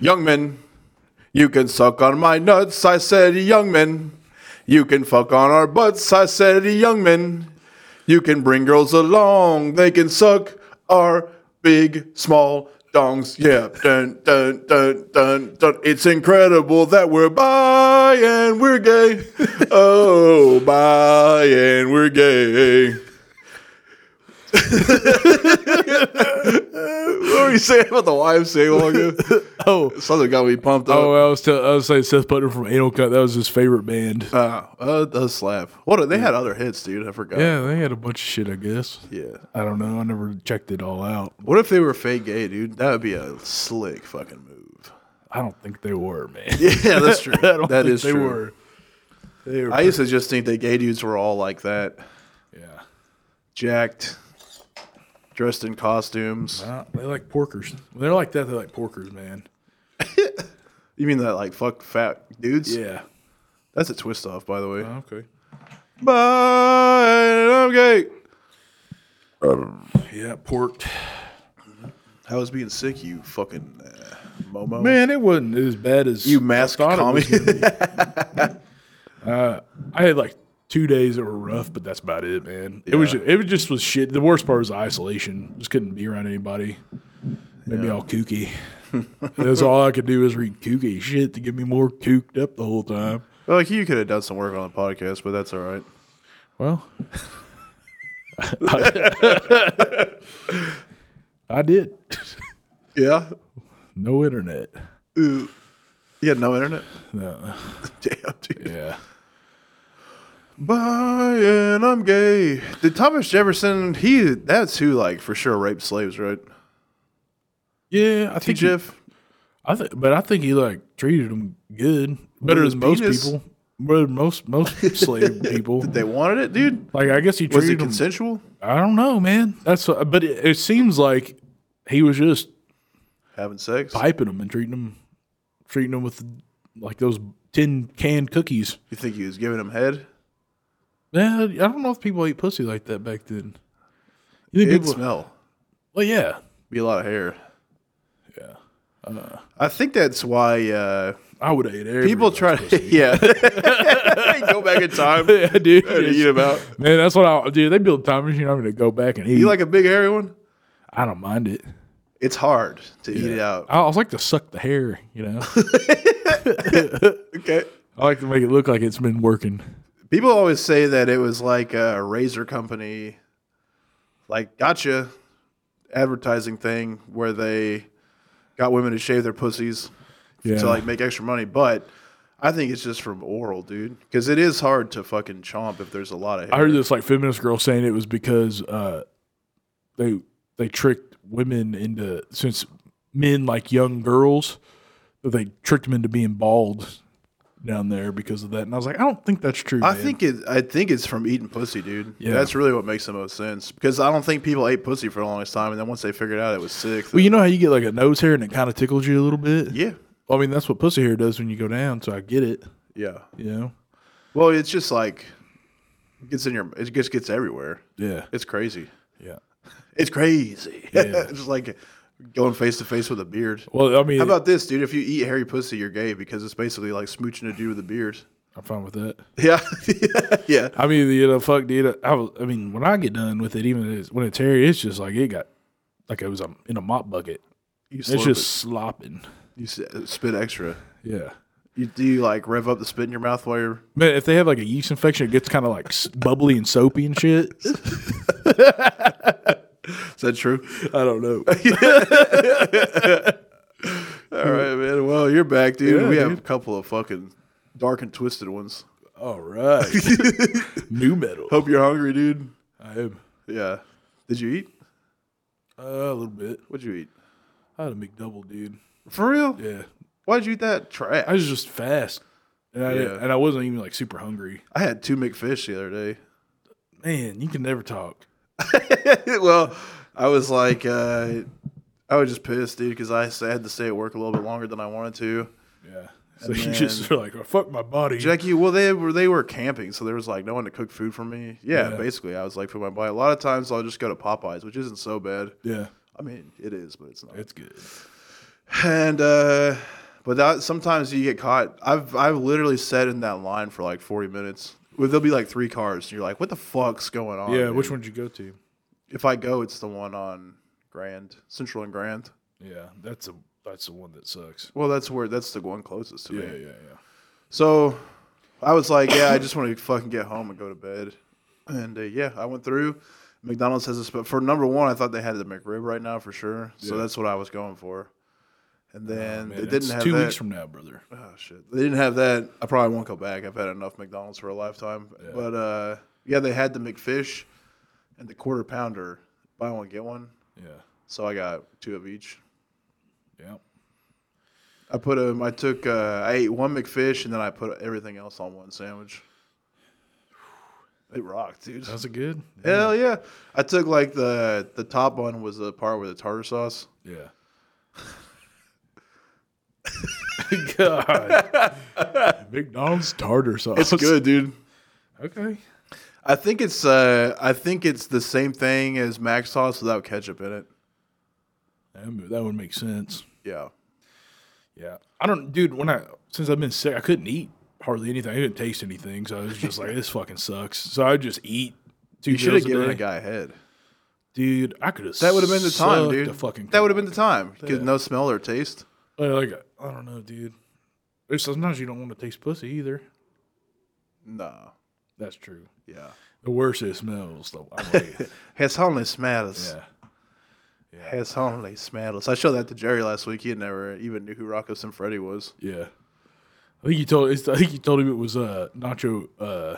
Young men, you can suck on my nuts, I said, young men. You can fuck on our butts, I said, young men. You can bring girls along, they can suck our big, small dongs. Yeah, dun, dun, dun, dun, dun. It's incredible that we're bi and we're gay. Oh, bi and we're gay. what were you saying about the YMCA while ago? Oh, Something got me pumped up. oh, I was tell, I was saying Seth Putner from Anal Cut. That was his favorite band. Uh, uh, it does slap. What they had other hits, dude. I forgot. yeah, they had a bunch of shit. I guess. Yeah. I don't know. I never checked it all out. What if they were fake gay, dude? That would be a slick fucking move. I don't think they were, man. Yeah, that's true. I don't That think is they true. Were. They were. I used to just think that gay dudes were all like that, yeah. jacked, dressed in costumes. Uh, they like porkers. When they're like that. They're like porkers, man. You mean that like fuck fat dudes? Yeah. That's a twist off, by the way. Okay. Bye. I'm gay. Yeah, porked. How was being sick, you fucking uh, Momo? Man, it wasn't as bad as you mask I thought it commie. was gonna be. I had like two days that were rough, but that's about it, man. It was Yeah. it was just was shit. The worst part was isolation. Just couldn't be around anybody. Made me all kooky. that's all I could do was read kooky shit to get me more kooked up the whole time. well, like, you could have done some work on the podcast, but that's all right. Well, I did. Yeah. No internet. Ooh. You had no internet? No. Damn, dude. Yeah. Bye, and I'm gay. Did Thomas Jefferson? He that's who like for sure raped slaves, right? Yeah, I T. think Jeff. I think, but I think he like treated them good, better his than most penis? people, better than most most slave people. They wanted it, dude. Like I guess he Was it treated them. consensual? I don't know, man. That's what, but it, it seems like he was just Having sex? piping them and treating them, treating them with like those tin canned cookies. You think he was giving him head? Yeah, I don't know if people ate pussy like that back then. You think It'd people? smell. well, yeah, Be a lot of hair. yeah. Uh. I think that's why uh, I would have ate every people try to yeah go back in time Yeah, dude. to eat him out. Man, that's what I do. They build a time machine. I'm gonna go back and eat. You like a big hairy one? I don't mind it. It's hard to eat it out. I always like to suck the hair, you know. Okay. I like to make it look like it's been working. People always say that it was like a razor company, like gotcha advertising thing where they got women to shave their pussies Yeah. to like make extra money. But I think it's just from oral, dude, because it is hard to fucking chomp if there's a lot of I hair. heard this like feminist girl saying it was because uh, they they tricked women into since men like young girls that they tricked them into being bald down there because of that. And I was like, I don't think that's true. I man. think it. I think it's from eating pussy, dude. Yeah. that's really what makes the most sense. Because I don't think people ate pussy for the longest time, and then once they figured out it was sick, Well, you know how you get like a nose hair and it kind of tickles you a little bit. yeah, I mean that's what pussy hair does when you go down. So I get it. yeah. You know. Well, it's just like it gets in your. It just gets everywhere. Yeah. It's crazy. Yeah. It's crazy. Yeah. just like going face to face with a beard. Well, I mean, How about this, dude? If you eat hairy pussy, you're gay because it's basically like smooching a dude with a beard. I'm fine with that. Yeah, yeah. I mean, you know, fuck, dude. I was, I mean, when I get done with it, even if it's, when it's hairy, it's just like it got like it was um, in a mop bucket. You It's slurp just slopping. it. you s- uh, spit extra. Yeah, You do you like rev up the spit in your mouth while you're man. If they have like a yeast infection, it gets kind of like s- bubbly and soapy and shit. Is that true? I don't know. All right, man. Well, you're back, dude. Yeah, we have dude. a couple of fucking dark and twisted ones. All right, new metal. Hope you're hungry, dude. I am Yeah. Did you eat? uh, a little bit. What'd you eat? I had a McDouble, dude. For real? Yeah, Why'd you eat that trash? I was just fast, and I Yeah. and I wasn't even like super hungry. I had two McFish the other day. Man, you can never talk. well, I was like, uh, I was just pissed, dude, because I s- had to stay at work a little bit longer than I wanted to. Yeah, so you just are like, oh, fuck my body. Jackie, well, they were they were camping, so there was like no one to cook food for me. Yeah, Yeah. basically, I was like for my body. A lot of times, I'll just go to Popeyes, which isn't so bad. yeah, I mean, it is, but it's not. it's good. And uh, but that sometimes you get caught. I've I've literally sat in that line for like forty minutes. Well, There'll be like three cars, and you're like, "What the fuck's going on?" yeah, dude?" which one did you go to? If I go, it's the one on Grand Central and Grand. Yeah, that's a that's the one that sucks. Well, that's where that's the one closest to Yeah, me. yeah, yeah. So I was like, yeah, I just want to fucking get home and go to bed. And uh, yeah, I went through. McDonald's has a sp- for number one. I thought they had the McRib right now for sure, so Yeah. Oh, that's what I was going for. And then Man, they it's didn't have two that. weeks from now, brother. oh shit, they didn't have that. I probably won't go back. I've had enough McDonald's for a lifetime. But uh, yeah, they had the McFish and the quarter pounder. Buy one get one. Yeah, So I got two of each. yeah. I put um, I took uh, I ate one McFish and then I put everything else on one sandwich. It rocked, dude. That's a good. Hell yeah! I took like the the top one was the part with the tartar sauce. Yeah. God. McDonald's tartar sauce. It's good, dude. Okay. I think it's uh I think it's the same thing as mac sauce without ketchup in it. That would- that would make sense. Yeah, Yeah. I don't, dude, when I, since I've been sick, I couldn't eat hardly anything. I didn't taste anything. So I was just like, this fucking sucks. So I would just eat two you should have meals a given day. a guy a head. Dude, I could have That would have been the time, A dude. fucking That would have been the time. 'Cause no smell or taste. been. Like, I don't know, dude. There's sometimes you don't want to taste pussy either. No. That's true. Yeah. The worse it smells, the I'm like, His only smells. yeah. His only smells. I showed that to Jerry last week. He had never even knew who Rocco Siffredi was. Yeah, I think you told. it's- I think you told him it was uh, Nacho. Uh,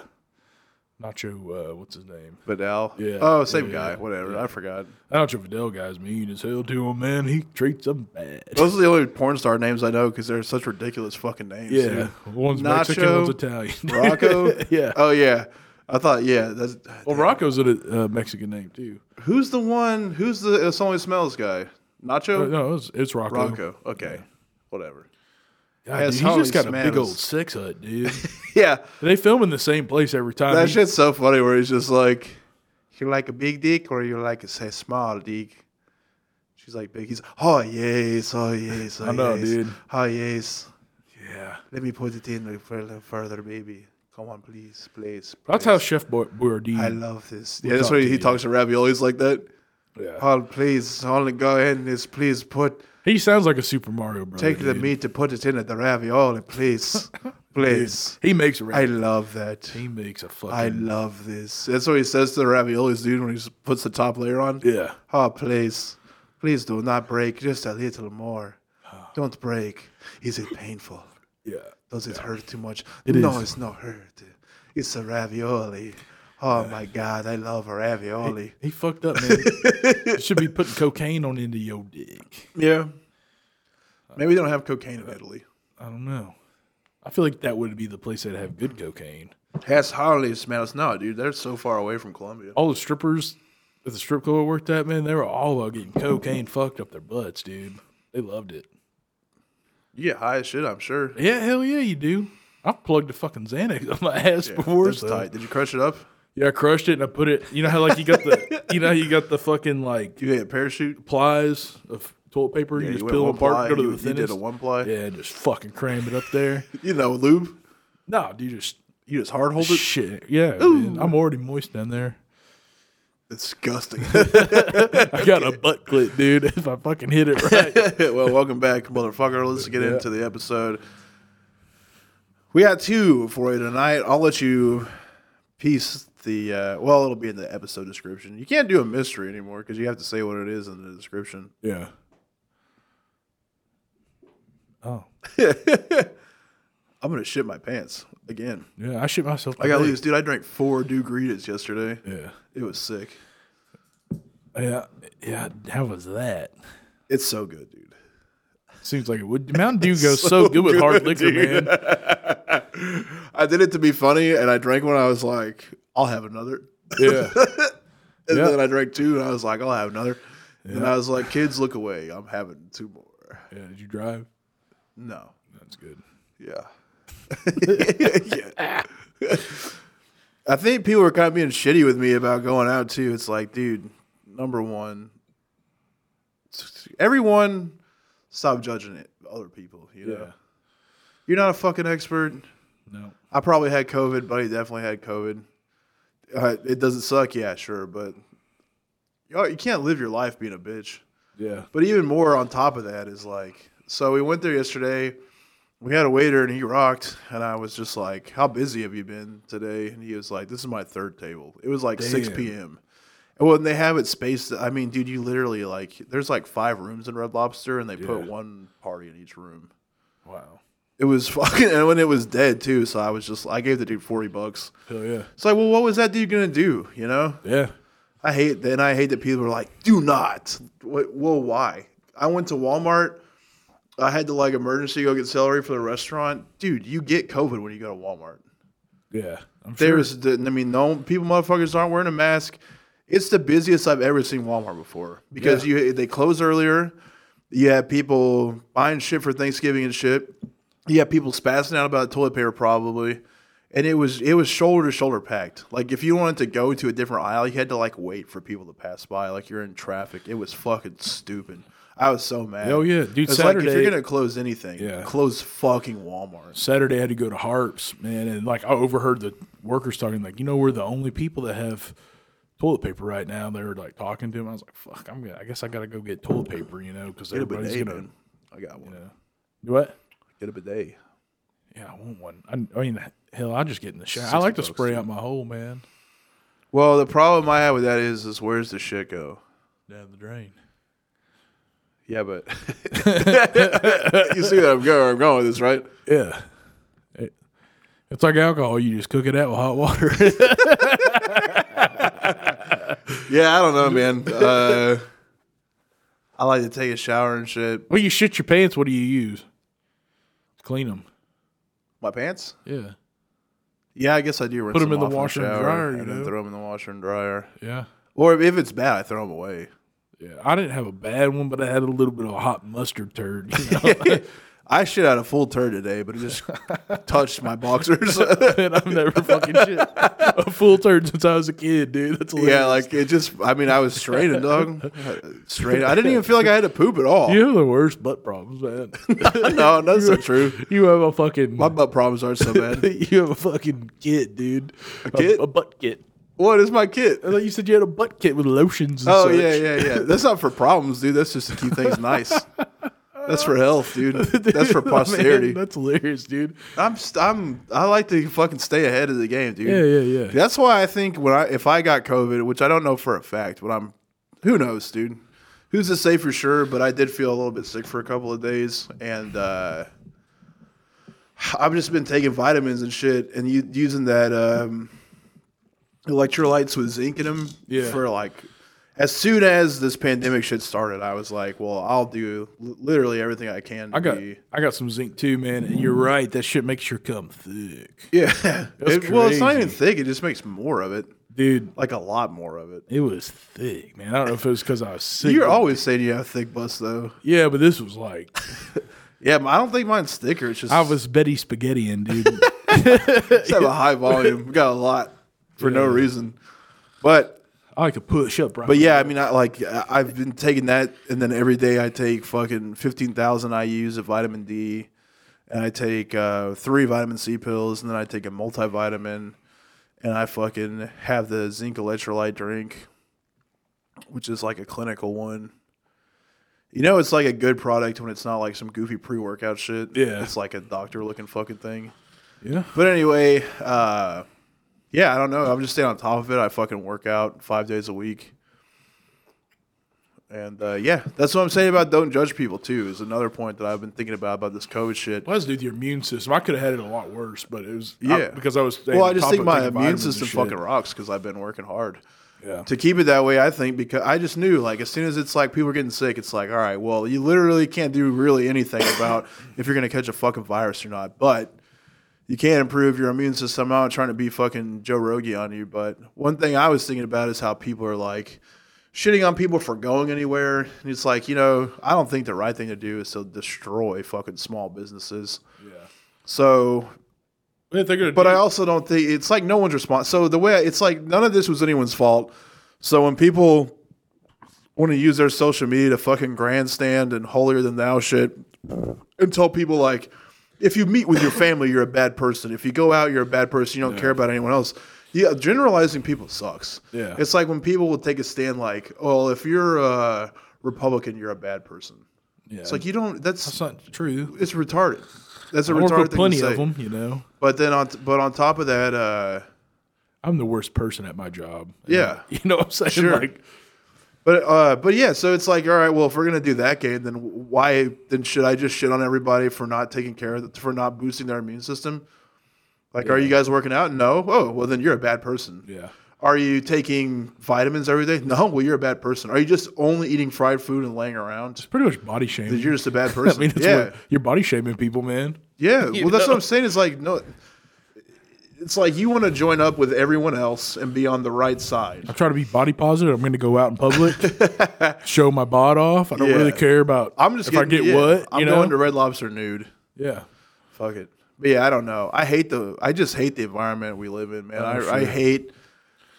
Nacho. Uh, what's his name? But Al. Yeah. Oh, same Yeah, guy. yeah, Whatever. I forgot. Nacho Fidel guy's mean as hell to him, man. He treats them bad. Those are the only porn star names I know because they're such ridiculous fucking names. Yeah, one's Mexican, Nacho, one's Italian. dude. Rocco. yeah. Oh yeah. I thought yeah. That's well, Rocco's a uh, Mexican name too. who's the one? Who's the It's only smells guy? Uh, Nacho. No, it's, it's Rocco. Rocco. Okay. Whatever. God, Yes, dude, he's just holy got a big smatters. old sex hut, dude. Yeah. they film in the same place every time. That He- shit's so funny where he's just like, You like a big dick or you like a say small dick? She's like big. He's oh yes, oh yes, oh I know, yes. dude. Oh yes. yeah, Let me put it in further, further, baby. Come on, please, please. that's how Chef Bo- Boyardee. I love this. Yeah, that's talk why to he you. talks to raviolis like that. yeah. Oh, please, only go ahead and just please put he sounds like a Super Mario brother. take the dude. meat to put it in at the ravioli, please, please. He makes a I love that. he makes a fucking I love this. That's what he says to the raviolis, dude, when he s- puts the top layer on. yeah. Oh, please, please do not break. Just a little more. Don't break. Is it painful? Yeah. Does it hurt too much? It no, is. it's not hurt. It's a ravioli. Oh my God, I love a ravioli. He fucked up, man. Should be putting cocaine on into your dick. Yeah. Maybe they don't have cocaine in Italy. I don't know. I feel like that would be the place that'd have good cocaine. That's hardly smells. No, dude, they're so far away from Colombia. All the strippers at the strip club I worked at, man, they were all uh, getting cocaine fucked up their butts, dude. They loved it. You get high as shit, I'm sure. Yeah, hell yeah, you do. I plugged a fucking Xanax up my ass before. That's so- tight. Did you crush it up? Yeah, I crushed it and I put it. You know how like you got the, you know how you got the fucking like You hit a parachute? plies of toilet paper. you Yeah, just went peel them one apart, ply, go to you, the you thinnest. did a one ply. Yeah, just fucking cram it up there. You know, lube. no, dude, just You just hard hold it. shit. Yeah, man, I'm already moist down there. Disgusting. I got a butt clip, dude. If I fucking hit it right, well, welcome back, motherfucker. Let's get Yeah. into the episode. We got two for you tonight. I'll let you piece the. Uh, well, it'll be in the episode description. You can't do a mystery anymore because you have to say what it is in the description. yeah. Oh I'm gonna shit my pants again. yeah, I shit myself. I gotta today. leave this, dude. I drank four Dugritas yesterday. Yeah, It was sick. yeah, yeah. How was that? It's so good, dude. Seems like it would. Mountain Dew goes so, good with hard liquor, man. I did it to be funny, and I drank one. I was like, I'll have another. Yeah, And Yeah. then I drank two, and I was like, I'll have another. And then I was like, kids, look away. I'm having two more. yeah. Did you drive? No. That's good. Yeah. Yeah. I think people are kind of being shitty with me about going out too. It's like, dude, number one, everyone Stop judging it, other people. You know, Yeah. you're not a fucking expert. No. I probably had COVID, but he definitely had COVID. Uh, it doesn't suck, yeah, sure, but you know, you can't live your life being a bitch. Yeah. But even more on top of that is like, so we went there yesterday. We had a waiter and he rocked, and I was just like, "How busy have you been today?" And he was like, "This is my third table." It was like six Damn. p.m. And when they have it spaced, I mean, dude, you literally like, there's like five rooms in Red Lobster, and they put Yeah. one party in each room. Wow. It was fucking, and when it was dead too, so I was just, I gave the dude forty bucks. Hell yeah. It's like, well, what was that dude gonna do? You know, Yeah. I hate that. And I hate that people are like, do not. Wait, Whoa, why? I went to Walmart. I had to like emergency go get celery for the restaurant. Dude, you get COVID when you go to Walmart. Yeah. I'm sure. There's, the, I mean, no people, motherfuckers aren't wearing a mask. It's the busiest I've ever seen Walmart before because Yeah. you they close earlier. You have people buying shit for Thanksgiving and shit. You have people spazzing out about toilet paper probably, and it was it was shoulder to shoulder packed. Like if you wanted to go to a different aisle, you had to like wait for people to pass by. Like you're in traffic. It was fucking stupid. I was so mad. Oh, yeah. Dude, It's like if Saturday- you're gonna close anything, Yeah. close fucking Walmart. Saturday I had to go to Harps, man, and like I overheard the workers talking, like, you know, we're the only people that have toilet paper right now. They were like talking to him. I was like, fuck, I'm gonna, I guess I gotta go get toilet paper, you know, because Get a everybody's bidet, gonna man. I got one. do what? Get a bidet. Yeah, I want one. I, I mean, hell, I just get in the shower. I like to spray out my hole, man, Well, the problem I have with that is, is where's the shit go? down the drain. Yeah, but you see where I'm going, where I'm going with this, right? Yeah, It- it's like alcohol. You just cook it out with hot water. Yeah, I don't know, man. Uh, I like to take a shower and shit. when you shit your pants, what do you use? Clean them. My pants? Yeah, Yeah, I guess I do. Rinse Put 'em in the off washer and shower dryer, you and then know? throw them in the washer and dryer. yeah. Or if it's bad, I throw them away. Yeah, I didn't have a bad one, but I had a little bit of a hot mustard turd. You know? I shit out a full turd today, but it just touched my boxers. and I've never fucking shit a full turd since I was a kid, dude. That's hilarious. yeah, like it just. I mean, I was straining, dog. Straining. I didn't even feel like I had to poop at all. you have the worst butt problems, man. no, that's not true. you have a fucking My butt problems aren't so bad. you have a fucking kit, dude. A kit? a, butt kit. What is my kit? I thought you said you had a butt kit with lotions. And Oh such. yeah, yeah, yeah. That's not for problems, dude. That's just to keep things nice. That's for health, dude. oh, That's for Oh, Man, posterity. that's hilarious, dude. I'm, st- I'm, I like to fucking stay ahead of the game, dude. Yeah, yeah, yeah. That's why I think when I, if I got COVID, which I don't know for a fact, but I'm, who knows, dude. Who's to say for sure? But I did feel a little bit sick for a couple of days, and uh, I've just been taking vitamins and shit, and u- using that um, electrolytes with zinc in them Yeah. for like. As soon as this pandemic shit started, I was like, "Well, I'll do li- literally everything I can." To I got be. I got some zinc too, man. And you're right, that shit makes your cum thick, yeah. It- well, it's not even crazy. thick; it just makes more of it, dude. like a lot more of it. It was thick, man. I don't know if it was because I was sick. You're or- always saying you have thick butts, though. Yeah, but this was like Yeah, I don't think mine's thicker. It's just I was Betty Spaghetti in, dude. just have a high volume. We got a lot for no reason. But I like to push up, right? but yeah, I mean, I like I- I've been taking that, and then every day I take fucking fifteen thousand IU's of vitamin D, and I take uh, three vitamin C pills, and then I take a multivitamin, and I fucking have the zinc electrolyte drink, which is like a clinical one. You know, it's like a good product when it's not like some goofy pre workout shit. Yeah. it's like a doctor looking fucking thing. yeah, But anyway, uh, yeah, I don't know. I'm just staying on top of it. I fucking work out five days a week. And uh, yeah, that's what I'm saying about don't judge people too. Is another point that I've been thinking about about this COVID shit. well, that's due to your immune system. I could have had it a lot worse, but it was I- Yeah, because I was staying Well, on I just top think of my taking immune vitamins and system shit. fucking rocks because I've been working hard yeah. to keep it that way. I think because I just knew like as soon as it's like people are getting sick, it's like all right, well, you literally can't do really anything about if you're gonna catch a fucking virus or not, but. you can't improve your immune system. I'm not trying to be fucking Joe Rogan on you, but one thing I was thinking about is how people are like shitting on people for going anywhere. And it's like, you know, I don't think the right thing to do is to destroy fucking small businesses. Yeah. So, But if they're gonna but do- I also don't think it's like no one's response. So the way it's like none of this was anyone's fault. So when people want to use their social media to fucking grandstand and holier than thou shit and tell people like if you meet with your family you're a bad person if you go out you're a bad person you don't care about anyone else yeah generalizing people sucks Yeah. it's like when people will take a stand like oh if you're a republican you're a bad person Yeah, it's like you don't that's that's not true. it's retarded that's a I work retarded with thing plenty to say of them, you know. but then on t- but on top of that uh I'm the worst person at my job. And, Yeah. you know what I'm saying. Sure. Like, But uh, but yeah, so it's like, all right, well, if we're gonna do that game, then why then should I just shit on everybody for not taking care of for not boosting their immune system? Like, are you guys working out? No. Oh, well, then you're a bad person. yeah, Are you taking vitamins every day? No. Well, you're a bad person. Are you just only eating fried food and laying around? pretty much body shaming. You're just a bad I person. mean, it's yeah, what, you're body shaming people, man. yeah. you Well, that's know. what I'm saying. Is like no. It's like you want to join up with everyone else and be on the right side. I try to be body positive. I'm going to go out in public, show my bod off. I don't Yeah. really care about. I'm just if I getting- yeah, get what I'm you know. going to Red Lobster nude. yeah, Fuck it. But yeah, I don't know. I hate the. I just hate the environment we live in, man. I, Oh, sure. I hate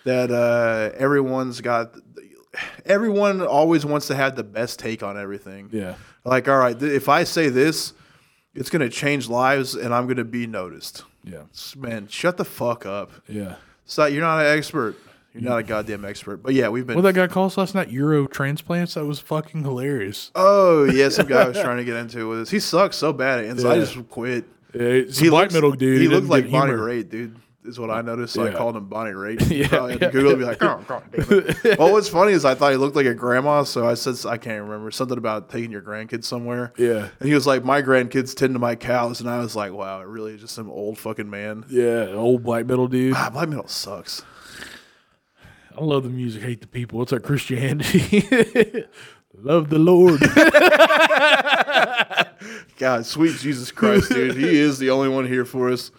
that uh, everyone's got. Everyone always wants to have the best take on everything. yeah, Like, all right, th- if I say this, it's gonna change lives, and I'm gonna be noticed. yeah, S- Man, shut the fuck up. yeah. It's not, you're not an expert. You're not a goddamn expert. But yeah, we've been. What that guy calls last night Euro transplants. That was fucking hilarious. oh yeah, some guy I was trying to get into with us. He sucks so bad, and so I Yeah. just quit. Yeah, It's a black looks- metal dude. He didn't looked like get Bonnie humor. Raitt, dude. Is what I noticed. So I Yeah. called him Bonnie Raitt. Yeah, Probably had to yeah. Google and be like, oh god damn it. well, what's funny is I thought he looked like a grandma, so I said I can't remember something about taking your grandkids somewhere. Yeah. and he was like, my grandkids tend to my cows, and I was like, wow, it really is just some old fucking man. Yeah, old black metal dude. Ah, black metal sucks. I love the music, hate the people. It's our Christianity. love the Lord. God, sweet Jesus Christ, dude. He is the only one here for us.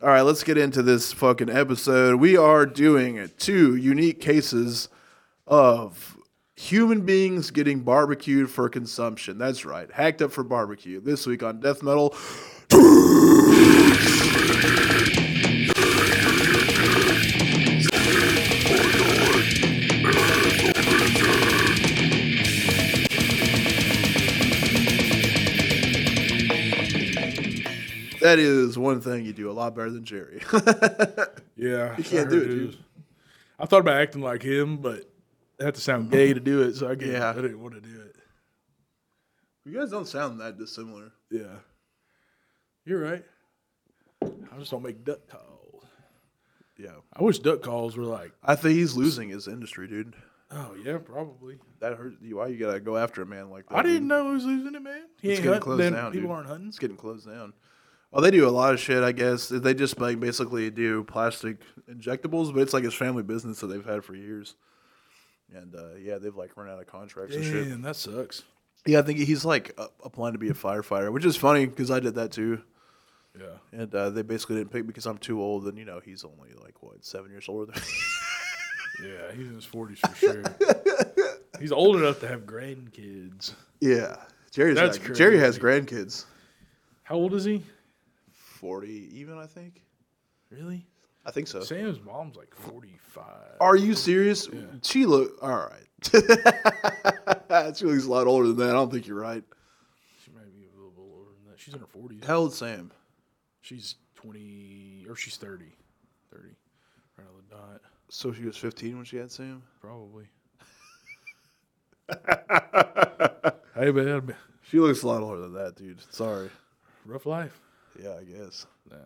All right, let's get into this fucking episode. We are doing two unique cases of human beings getting barbecued for consumption. That's right, hacked up for barbecue. This week on Death Metal. That is one thing you do a lot better than Jerry. yeah, you can't do it, dude. I thought about acting like him, but I had to sound gay to do it, so I get, Yeah. I didn't want to do it. you guys don't sound that dissimilar. Yeah, you're right. I just don't make duck calls. Yeah. I wish duck calls were like, I think he's losing his industry, dude. oh yeah, probably. That hurt. Why you gotta go after a man like that? I dude? didn't know he was losing it, man. He It's ain't getting hunting. closed Then down, people dude. aren't hunting. It's getting closed down. Well, they do a lot of shit, I guess. They just like basically do plastic injectables, but it's like his family business that they've had for years. And uh, yeah, they've like run out of contracts and shit. Damn, that sucks. Yeah, I think he's like uh, applying to be a firefighter, which is funny because I did that too. Yeah. And uh, they basically didn't pick because I'm too old, and you know he's only like what seven years older. Than Yeah, he's in his forties for sure. he's old enough to have grandkids. yeah, Jerry's That's got- Jerry has crazy. grandkids, How old is he? forty even I think. Really? I think so. Sam's mom's like forty-five. Are you serious? She look all right. she looks a lot older than that. I don't think you're right. She might be a little bit older than that. She's in her forties. How old Sam? She's twenty or she's thirty. Thirty. Right on the dot. So she was 15 when she had Sam. Probably. hey man, that'd be- She looks a lot older than that, dude. Sorry. rough life. Yeah, I guess. Nah.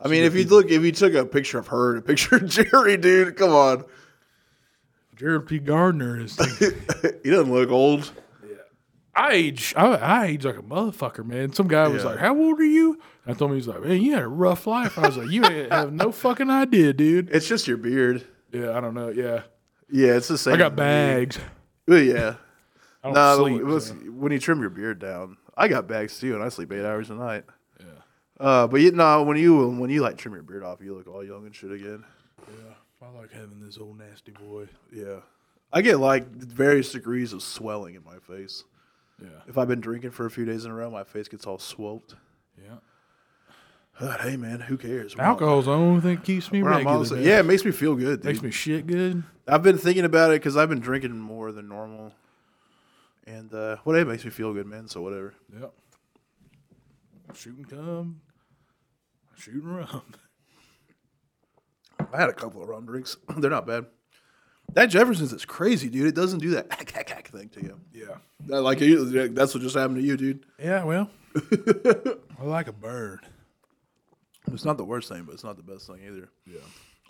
I mean, if you look, if you took a picture of her and a picture of Jerry, dude, come on, Jared P. Gardner is he doesn't look old. I age, I, I age like a motherfucker, man. Some guy was Yeah. like, "How old are you?" I told him he was like, "Man, you had a rough life." I was like, "You ain't have no fucking idea, dude." It's just your beard. Yeah, I don't know. Yeah, Yeah, it's the same. I got bags. Well, yeah. I don't No, sleep. it was, so- when you trim your beard down, I got bags too, and I sleep eight hours a night. Yeah. Uh, but you know, when you when you like trim your beard off, you look all young and shit again. yeah, I like having this old nasty boy. Yeah. I get like various degrees of swelling in my face. Yeah, If I've been drinking for a few days in a row, my face gets all swelled. yeah. But hey, man, who cares? We're not- Alcohol's the only thing that keeps me we're not regular. miles- man. yeah, it makes me feel good. Dude. makes me shit good. I've been thinking about it because I've been drinking more than normal, and uh, whatever makes me feel good, man. So whatever. Yep. Shooting cum, shooting rum. I had a couple of rum drinks. They're not bad. That Jefferson's is crazy, dude. It doesn't do that hack, hack, hack thing to you. Yeah. That, like you, that's what just happened to you, dude. Yeah. Well, I like a bird. It's not the worst thing, but it's not the best thing either. Yeah.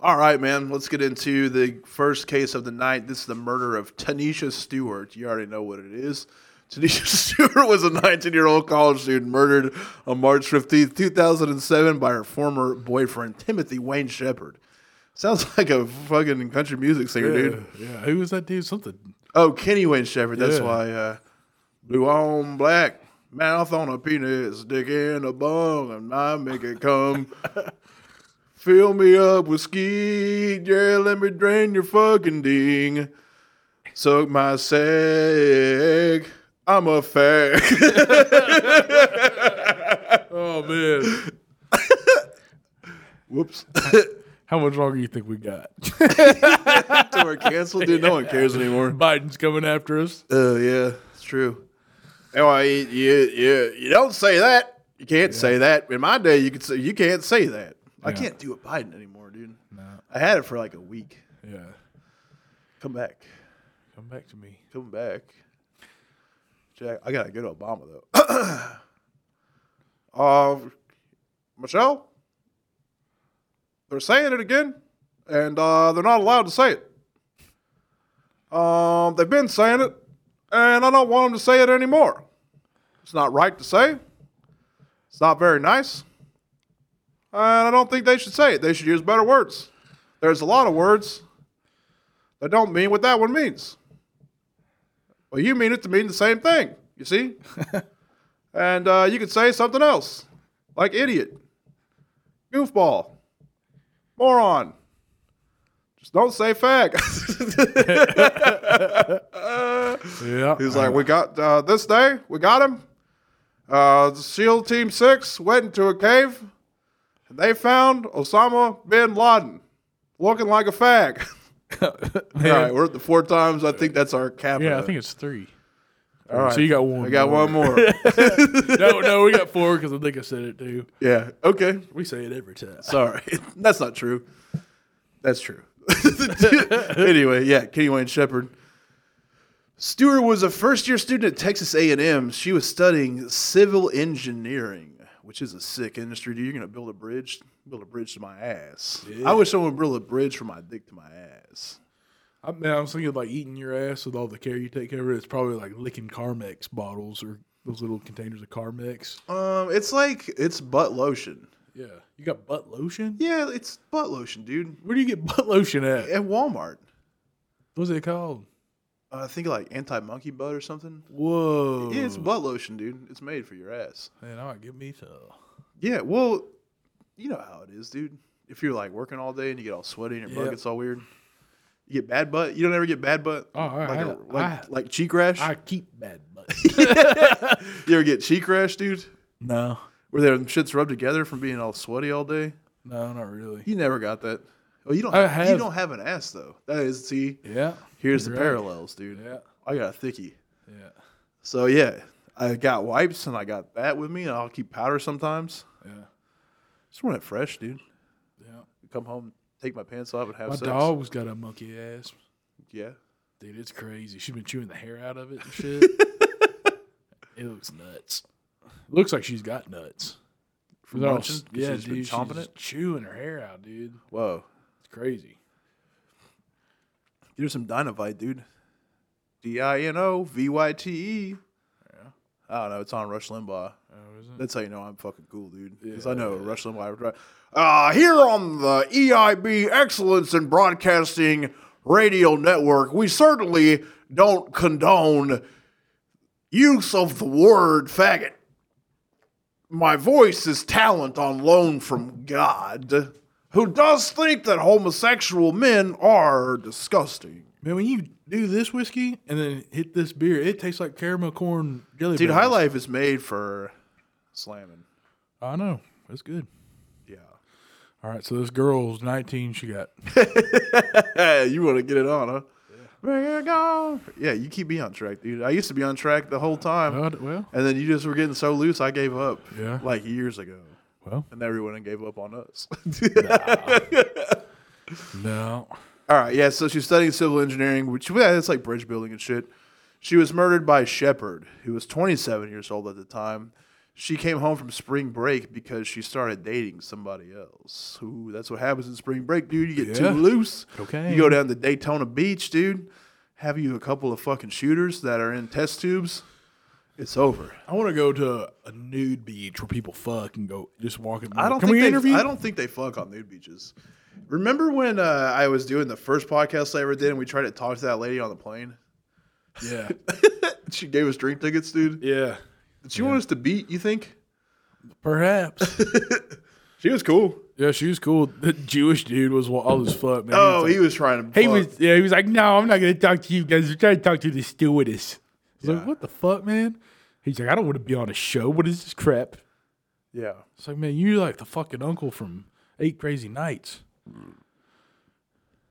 All right, man. Let's get into the first case of the night. This is the murder of Tanisha Stewart. You already know what it is. Tanisha Stewart was a 19 year old college student murdered on March 15th, 2007, by her former boyfriend, Timothy Wayne Shepherd. Sounds like a fucking country music singer, dude. Yeah. Who was that dude? Something. Oh, Kenny Wayne Shepherd. That's Yeah. why. Uh, blue on black, mouth on a penis, dick in a bong, and I make it come. Fill me up with ski, yeah, let me drain your fucking ding. Suck my sag, I'm a fag. Oh man. Whoops. How much longer do you think we got? so we're canceled, dude. No one cares anymore. Biden's coming after us. Uh, yeah, it's true. Anyway, Oh, you, you, you don't say that. You can't say that. In my day, you could say you can't say that. I can't do a Biden anymore, dude. I had it for like a week. Yeah. Come back, Come back to me. come back. Jack, I gotta go to Obama though. uh, Michelle, they're saying it again, and uh, they're not allowed to say it. Um, they've been saying it, and I don't want them to say it anymore. It's not right to say. It's not very nice, and I don't think they should say it. They should use better words. There's a lot of words that don't mean what that one means. Well, you mean it to mean the same thing, you see? and uh, you could say something else, like idiot, goofball, moron. Just don't say fag. Yeah. He's like, we got uh, this day, we got him. Uh, the SEAL Team 6 went into a cave, and they found Osama bin Laden looking like a fag. All right, we're at the four times. I think that's our cap. yeah, I think it's three. uh, All right. So you got one. I got more. one more. no, no, we got four because I think I said it too. yeah. Okay. We say it every time. Sorry, that's not true. That's true. anyway, yeah, Kenny Wayne Shepherd. Stewart was a first-year student at Texas A&M. She was studying civil engineering, which is a sick industry. Dude, you're gonna build a bridge, build a bridge to my ass. I wish someone would build a bridge from my dick to my ass. I mean, I was thinking like eating your ass with all the care you take over it. It's probably like licking Carmex bottles or those little containers of Carmex. Um, it's like it's butt lotion. Yeah. You got butt lotion? Yeah, it's butt lotion, dude. Where do you get butt lotion at? At Walmart, What's it called? uh, I think like anti monkey butt or something. Whoa. Yeah, it's butt lotion, dude. It's made for your ass. Man, I might give me some. Yeah, well, you know how it is, dude. If you're like working all day and you get all sweaty and your butt Yep. gets all weird, you get bad butt. You don't ever get bad butt. Oh, I- like, I- a, like I- like cheek rash. I keep bad butt. you ever get cheek rash, dude? no. Where their shits rubbed together from being all sweaty all day. No, not really. You never got that. Oh, you don't. I Have, You have. don't have an ass though. That is see. Yeah. Here's the You're right. parallels, dude. Yeah. I got a thickie. Yeah. So yeah, I got wipes and I got that with me, and I'll keep powder sometimes. Yeah. Just want it fresh, dude. Yeah. Come home, take my pants off, and have My sex. dog's got a monkey ass. Yeah. Dude, it's crazy. She's been chewing the hair out of it and shit. it looks nuts. Looks like she's got nuts. From They're all munching? s- 'Cause yeah, she's dude, been chomping she's it. chewing her hair out, dude. Whoa. It's crazy. There's some dynamite, dude. D I N O V Y T E. I don't know. It's on Rush Limbaugh. Oh, That's how you know I'm fucking cool, dude. Because I know Rush Limbaugh. Uh, here on the EIB Excellence in Broadcasting Radio Network, we certainly don't condone use of the word faggot. My voice is talent on loan from God, who does think that homosexual men are disgusting. Man, when you do this whiskey and then hit this beer, it tastes like caramel corn jelly. Dude, bellies. High Life is made for slamming. I know. That's good. Yeah. All right, so this girl's 19. She got Hey, you want to get it on, huh? Bring it on. Yeah, you keep me on track, dude. I used to be on track the whole time, well, d- well, and then you just were getting so loose. I gave up. Uh-huh. Yeah. Like years ago, well, and everyone gave up on us. no. All right, yeah. So she's studying civil engineering, which yeah, it's like bridge building and shit. She was murdered by Shepard, who was 27 years old at the time. She came home from spring break because she started dating somebody else. Ooh, that's what happens in spring break, dude. You get Yeah. too loose. Cocaine. You go down to Daytona Beach, dude. Have you a couple of fucking shooters that are in test tubes? It's over. I want to go to a nude beach where people fuck and go just walking. I don't Can think we they, interview? I don't think they fuck on nude beaches. Remember when uh, I was doing the first podcast I ever did, and we tried to talk to that lady on the plane? Yeah, She gave us drink tickets, dude. yeah. Did she want us to beat? You think? Perhaps. She was cool. yeah, she was cool. The Jewish dude was wa- all as fuck, man. Oh, he he was trying to. was, like- he fuck. was. Yeah, he was like, no, I'm not gonna talk to you guys. I'm trying to talk to the stewardess. I was Yeah. like, what the fuck, man? He's like, I don't want to be on a show. What is this crap? Yeah. It's like, man, you're like the fucking uncle from Eight Crazy Nights.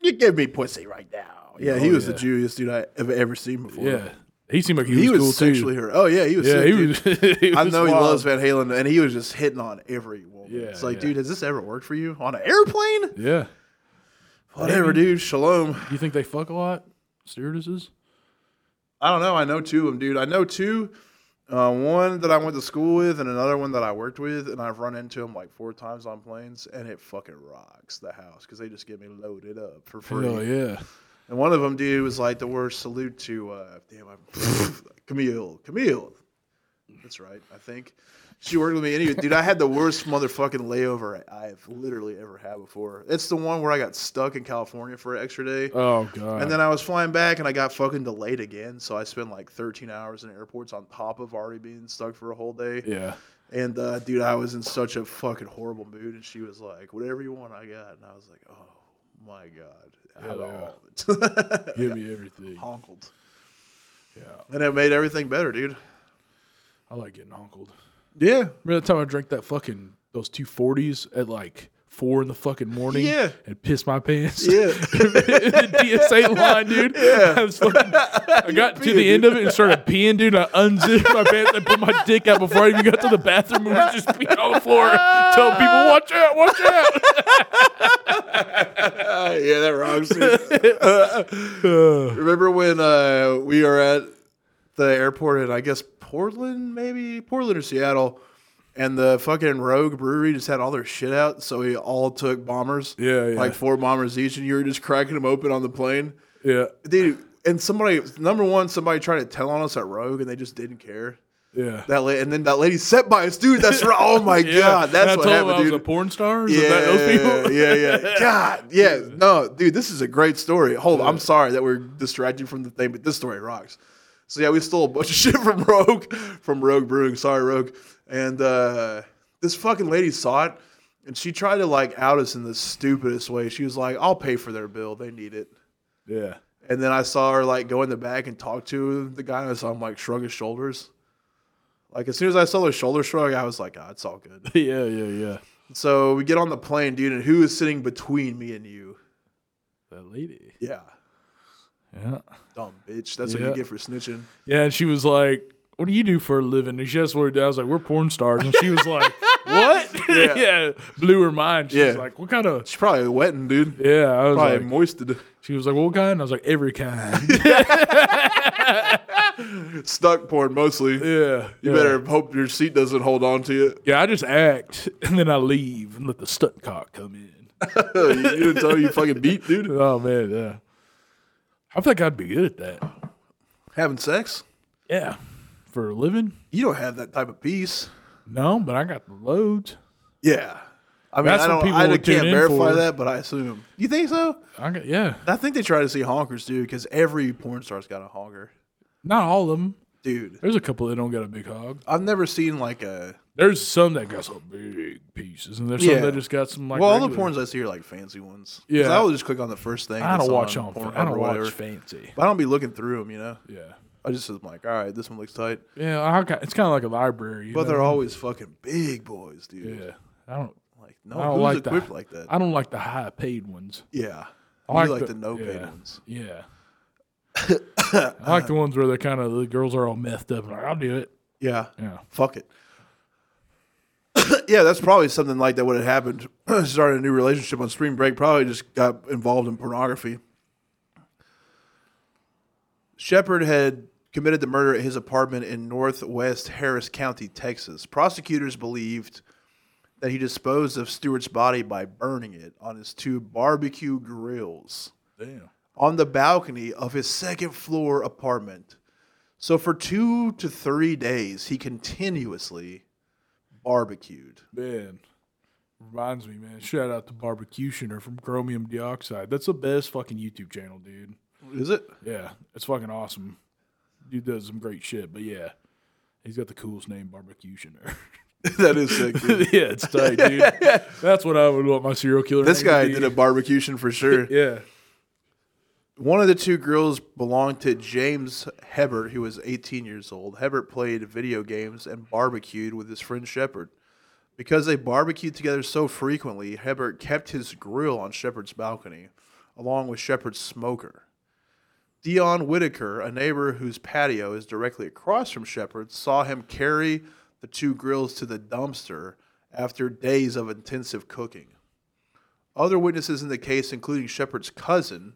You give me pussy right now. Yeah, he Oh, was yeah. the Jewiest dude I have ever seen before. Yeah, he seemed like he, He, was, was, cool sexually too. hurt. Oh yeah, he was. Yeah, sick, he dude. was, he I was know he wild. loves Van Halen, and he was just hitting on every woman. Yeah, it's like, yeah. dude, has this ever worked for you on an airplane? Yeah, Whatever, dude. Shalom. you think they fuck a lot, stewardesses? I don't know. I know two of them, dude. I know two. Uh, one that I went to school with, and another one that I worked with, and I've run into them like four times on planes, and it fucking rocks the house because they just get me loaded up for free. Oh yeah, And one of them, dude, was like the worst salute to uh, damn, I'm Camille. Camille, that's right. I think she worked with me. Anyway, dude, I had the worst motherfucking layover I've literally ever had before. It's the one where I got stuck in California for an extra day. oh god. And then I was flying back and I got fucking delayed again. So I spent like 13 hours in airports on top of already being stuck for a whole day. yeah, And uh, dude, I was in such a fucking horrible mood. And she was like, whatever you want, I got. And I was like, oh my God. I had yeah. all of it. give me everything. Honkled. Yeah, And it made everything better, dude. I like getting honkled. Yeah. Remember that time I drank that fucking those two forties at like four in the fucking morning? Yeah. and pissed my pants. Yeah. the TSA line, dude. Yeah. I, was fucking, I got to the end of it and started peeing, dude. and I unzipped my pants and put my dick out before I even got to the bathroom and was just peeing on the floor, telling people, "Watch out, watch out." Ah, yeah, that rocks. dude. Remember when uh, we were at the airport in, I guess, Portland, maybe? Portland or Seattle. And the fucking Rogue Brewery just had all their shit out. So we all took bombers. Yeah, yeah. Like four bombers each. And you were just cracking them open on the plane. yeah, Dude, and somebody, number one, somebody tried to tell on us at Rogue and they just didn't care. yeah. That la- And then that lady set by us, dude. That's right. Oh my Yeah. God. That's And what I told happened, him I was dude. a porn star. Is Yeah, that those people? yeah, yeah. God, yeah. No, dude, this is a great story. Hold, on, I'm sorry that we're distracted from the thing, but this story rocks. So yeah, we stole a bunch of shit from Rogue, from Rogue Brewing. Sorry, Rogue. And uh, this fucking lady saw it, and she tried to like out us in the stupidest way. She was like, "I'll pay for their bill. They need it." yeah. And then I saw her like go in the back and talk to the guy, and I saw him like shrug his shoulders. Like as soon as I saw their shoulder shrug, I was like, "Ah, it's all good." Yeah, yeah, yeah. So we get on the plane, dude, and who is sitting between me and you? That lady. Yeah. Yeah. Dumb bitch. That's what Yeah. you get for snitching. Yeah, and she was like, "What do you do for a living?" And she asked what her dad was like. We're porn stars, and she was like, "What?" Yeah, Yeah. blew her mind. She was Yeah. like, "What kind of?" She's probably wetting, dude. Yeah, I was Probably like, moisted. she was like, "What kind?" And I was like, "Every kind." Stuck porn mostly. yeah, You better hope your seat doesn't hold on to you. Yeah, I just act and then I leave and let the stunt cock come in. you didn't tell you fucking beat, dude. Oh man, yeah. I think I'd be good at that. Having sex? Yeah, for a living. You don't have that type of peace. No, but I got the loads. Yeah. I mean, That's I what don't. people I would can't tune in verify for. that, but I assume. You think so? I got yeah. I think they try to see honkers, dude, because every porn star's got a honker, Not all of them. dude. There's a couple that don't got a big hog. I've never seen like a. There's some that got some big pieces, and there's Yeah. some that just got some like. well, all the regular- porns I see are like fancy ones. Yeah. Yeah, I will just click on the first thing. I that's don't watch on. Pornhub I don't or watch whatever. fancy. But I don't be looking through them, you know. Yeah, I just am like, all right, this one looks tight. yeah. I got, it's kind of like a library, you But know? they're always fucking big boys, dude. Yeah, I don't. Like no, I don't who's like that. equipped like that? I don't like the high paid ones. yeah, I you like the, no paid yeah, ones. Yeah. I like the ones where they're kind of the girls are all messed up and like, I'll do it. Yeah, Yeah. fuck it. yeah, that's probably something like that would have happened. Started a new relationship on spring break. Probably just got involved in pornography. Shepard had committed the murder at his apartment in northwest Harris County, Texas. Prosecutors believed that he disposed of Stewart's body by burning it on his two barbecue grills Damn. on the balcony of his second floor apartment. So for two to three days, he continuously barbecued. Man. Reminds me, man. Shout out to Barbecutioner from Chromium Dioxide. That's the best fucking YouTube channel, dude. Is it? Yeah, it's fucking awesome. Dude does some great shit, but yeah, he's got the coolest name, Barbecutioner. that is sick. yeah, Dude. it's tight, dude. That's what I would want my serial killer. This name to guy be. did a barbecution for sure. Yeah. One of the two girls belonged to James Hebert, who was 18 years old. Hebert played video games and barbecued with his friend Shepard. Because they barbecued together so frequently, Hebert kept his grill on Shepard's balcony, along with Shepard's smoker. Dion Whitaker, a neighbor whose patio is directly across from Shepard's, saw him carry the two grills to the dumpster after days of intensive cooking. Other witnesses in the case, including Shepard's cousin,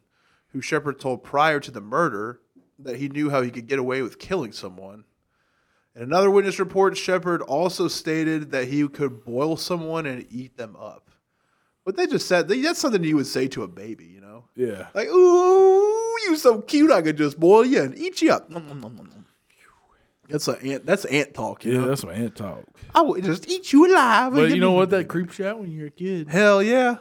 who Shepard told prior to the murder that he knew how he could get away with killing someone. In another witness report, Shepard also stated that he could boil someone and eat them up. But they just said that's something you would say to a baby, you know? Yeah. Like, ooh, you so cute, I could just boil you and eat you up. Nom, nom, nom, nom, nom. That's an ant. That's ant talk. You Yeah, know? that's my aunt talk. I would just eat you alive. But you know what? That creeps you out when you're a kid. Hell yeah!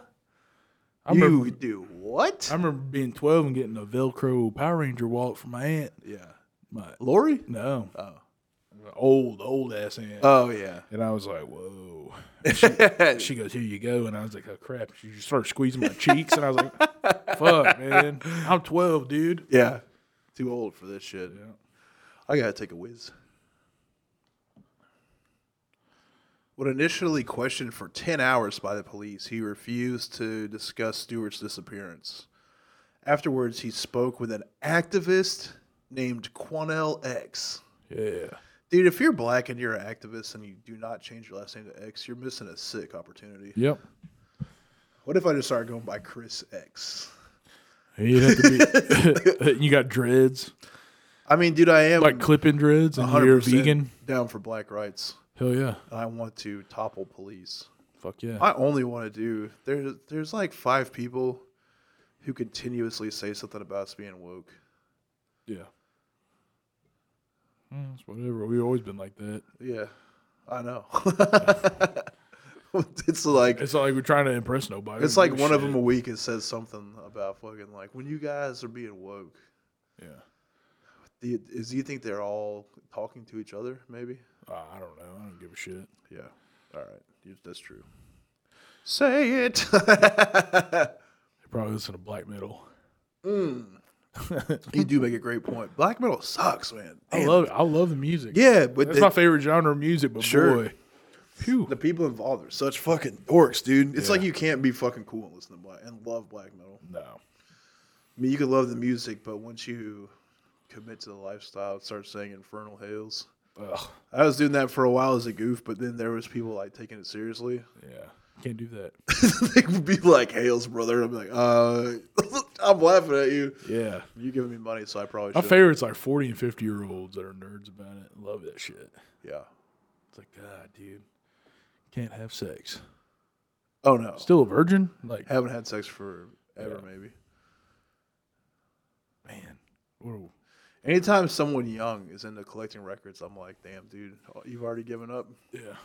I you remember, do what? I remember being 12 and getting a Velcro Power Ranger wallet from my aunt. yeah, My, Lori. no. Oh. Old, old ass aunt. Oh yeah. and I was like, whoa. She goes, here you go. And I was like, oh, crap. She just started squeezing my cheeks. And I was like, fuck, man. I'm 12, dude. yeah. Too old for this shit. I gotta take a whiz. When initially questioned for 10 hours by the police, he refused to discuss Stewart's disappearance. Afterwards, he spoke with an activist named Quanell X. Yeah. Dude, if you're black and you're an activist and you do not change your last name to X, you're missing a sick opportunity. Yep. What if I just started going by Chris X? You'd have to be, you got dreads, I mean, dude, I am like clipping dreads, and you are 100% vegan. down for black rights. Hell yeah. And I want to topple police. Fuck yeah. I only want to do there's there's like five people who continuously say something about us being woke. Yeah. Mm, It's whatever. We've always been like that. Yeah, I know. it's like It's not like we're trying to impress nobody. it's like one of them a week it says something about fucking like when you guys are being woke. Yeah. Do you, is do you think they're all talking to each other? Maybe. Uh, I don't know. I don't give a shit. Yeah. All right. You- That's true. Say it. They probably listen to black metal. you do make a great point. Black metal sucks, man. I Damn. love it. I love the music. Yeah, but That's the- my favorite genre of music, but Sure. boy. Phew. The people involved are such fucking dorks, dude. It's like you can't be fucking cool and listen to black and love black metal. No. I mean, you can love the music, but once you commit to the lifestyle and start saying Infernal Hails, Ugh. I was doing that for a while as a goof, but then there was people like taking it seriously. Yeah. Can't do that. they would be like, "Hails, brother," I'm like, "Uh, I'm laughing at you. Yeah. You're giving me money, so I probably My should." favorite's like 40 and 50 year olds that are nerds about it. Love that shit. yeah. It's like, God, dude. Can't have sex. Oh no, Still a virgin? Like, haven't had sex for ever, maybe. man. Whoa. Anytime someone young is into collecting records, I'm like, "Damn, dude, you've already given up." Yeah.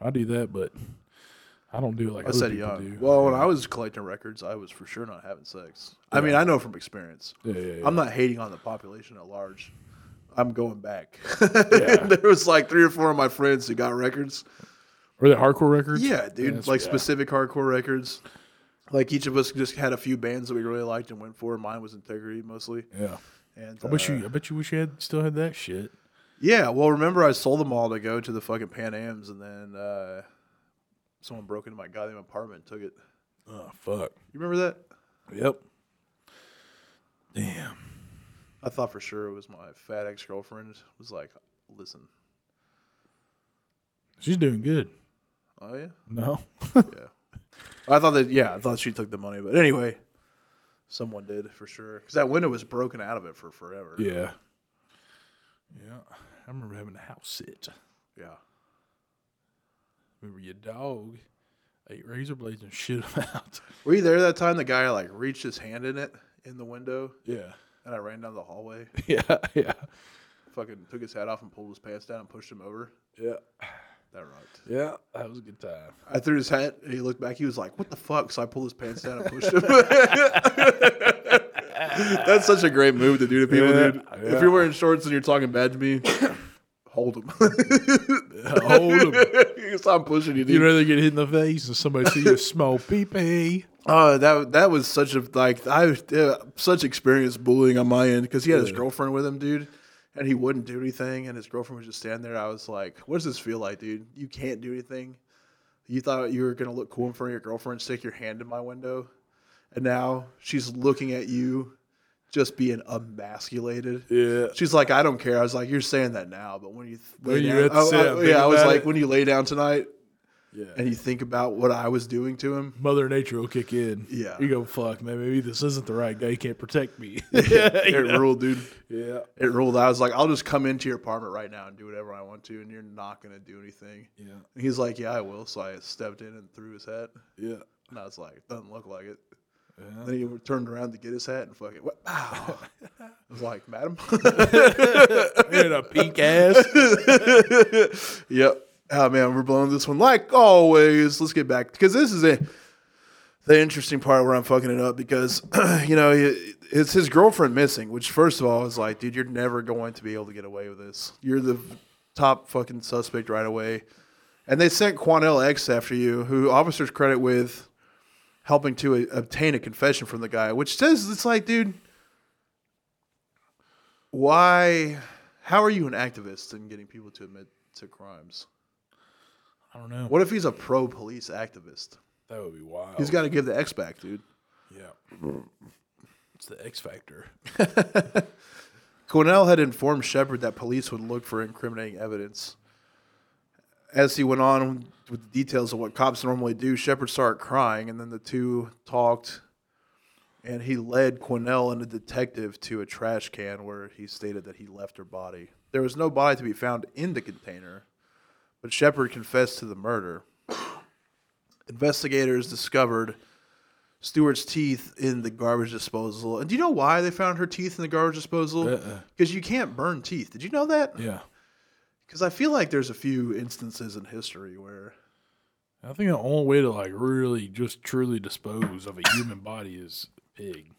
I do that, but I don't do it like I other said people young. do. Well, when I was collecting records, I was for sure not having sex. I mean, I know from experience. yeah, yeah, yeah. I'm not hating on the population at large. I'm going back. Yeah. there was like three or four of my friends who got records. Were they hardcore records? Yeah, dude, that's- like yeah. specific hardcore records. Like each of us just had a few bands that we really liked and went for. Mine was Integrity mostly. Yeah. And I bet uh, you. I bet you wish you had still had that shit. Yeah, well, remember I sold them all to go to the fucking Pan Ams, and then uh, someone broke into my goddamn apartment and took it. Oh fuck. You remember that? Yep. Damn. I thought for sure it was my fat ex girlfriend. Was like, listen, She's doing good. oh yeah, No. yeah. I thought that yeah, I thought she took the money, but anyway, someone did for sure because that window was broken out of it for forever. Yeah. Yeah. I remember having a house sit. yeah. Remember your dog ate razor blades and shit them out. Were you there that time? The guy like reached his hand in it in the window, Yeah. and I ran down the hallway, Yeah. Yeah. fucking took his hat off and pulled his pants down and pushed him over. Yeah. That rocked. Yeah. That was a good time. I threw his hat, and he looked back. He was like, "What the fuck?" So I pulled his pants down and pushed him. That's such a great move to do to people, Yeah, dude. yeah. If you're wearing shorts and you're talking bad to me, hold him. Hold 'em. Stop pushing you, dude. You'd rather get hit in the face than somebody see you small pee pee. Oh, that that was such a like I uh, such experience bullying on my end because he had his girlfriend with him, dude, and he wouldn't do anything, and his girlfriend was just standing there. I was like, "What does this feel like, dude? You can't do anything. You thought you were gonna look cool in front of your girlfriend, stick your hand in my window, and now she's looking at you, just being emasculated." Yeah. She's like, "I don't care." I was like, "You're saying that now, but when you th- When lay you down- had to oh, sit I- down and yeah, think I was about like, it. when you lay down tonight Yeah. and you think about what I was doing to him." Mother Nature will kick in. Yeah. You go, fuck, man, maybe this isn't the right guy. You can't protect me. It ruled, dude. yeah. It ruled. I was like, I'll just come into your apartment right now and do whatever I want to, and you're not gonna do anything. Yeah. And he's like, Yeah, I will. So I stepped in and threw his hat, Yeah. and I was like, Doesn't look like it. Then he turned around to get his hat and fucking, wow. I was like, Madam. And a pink ass. yep. Oh man, we're blowing this one like always. Let's get back because this is a the interesting part where I'm fucking it up because you know it- it's his girlfriend missing. Which first of all is like, dude, you're never going to be able to get away with this. You're the top fucking suspect right away. And they sent Quanell X after you, who officers credit with helping to a- obtain a confession from the guy, which says it's like, dude, why? How are you an activist in getting people to admit to crimes? I don't know. What if he's a pro police activist? That would be wild. He's got to give the X back, dude. Yeah. It's the X Factor. Cornell had informed Shepard that police would look for incriminating evidence. As he went on with the details of what cops normally do, Shepard started crying, and then the two talked, and he led Quinnell and the detective to a trash can where he stated that he left her body. There was no body to be found in the container, but Shepard confessed to the murder. Investigators discovered Stewart's teeth in the garbage disposal. And do you know why they found her teeth in the garbage disposal? Uh-uh. Because you can't burn teeth. Did you know that? Yeah. Because I feel like there's a few instances in history where I think the only way to like really just truly dispose of a human body is pig.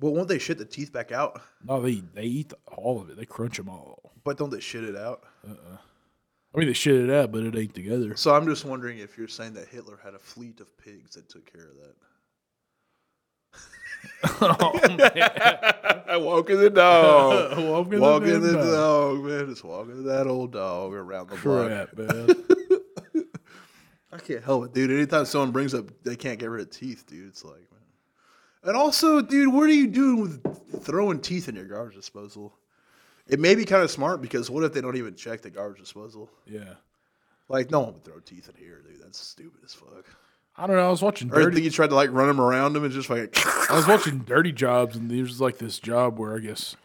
well, won't they shit the teeth back out? No, they they eat all of it. They crunch them all. But don't they shit it out? I mean, they shit it out, but it ain't together. So I'm just wondering if you're saying that Hitler had a fleet of pigs that took care of that. I walk in the dog. Oh, Walking walk in the dog, man. Just walking that old dog around the block. Crap, man. I can't help it, dude. Anytime someone brings up they can't get rid of teeth, dude, it's like, man. And also, dude, what are you doing with throwing teeth in your garbage disposal? It may be kind of smart because what if they don't even check the garbage disposal? yeah. Like, no one would throw teeth in here, dude. That's stupid as fuck. I don't know. I was watching Or I Dirty. think you tried to like run them around them and just like, I was watching Dirty Jobs, and there's like this job where I guess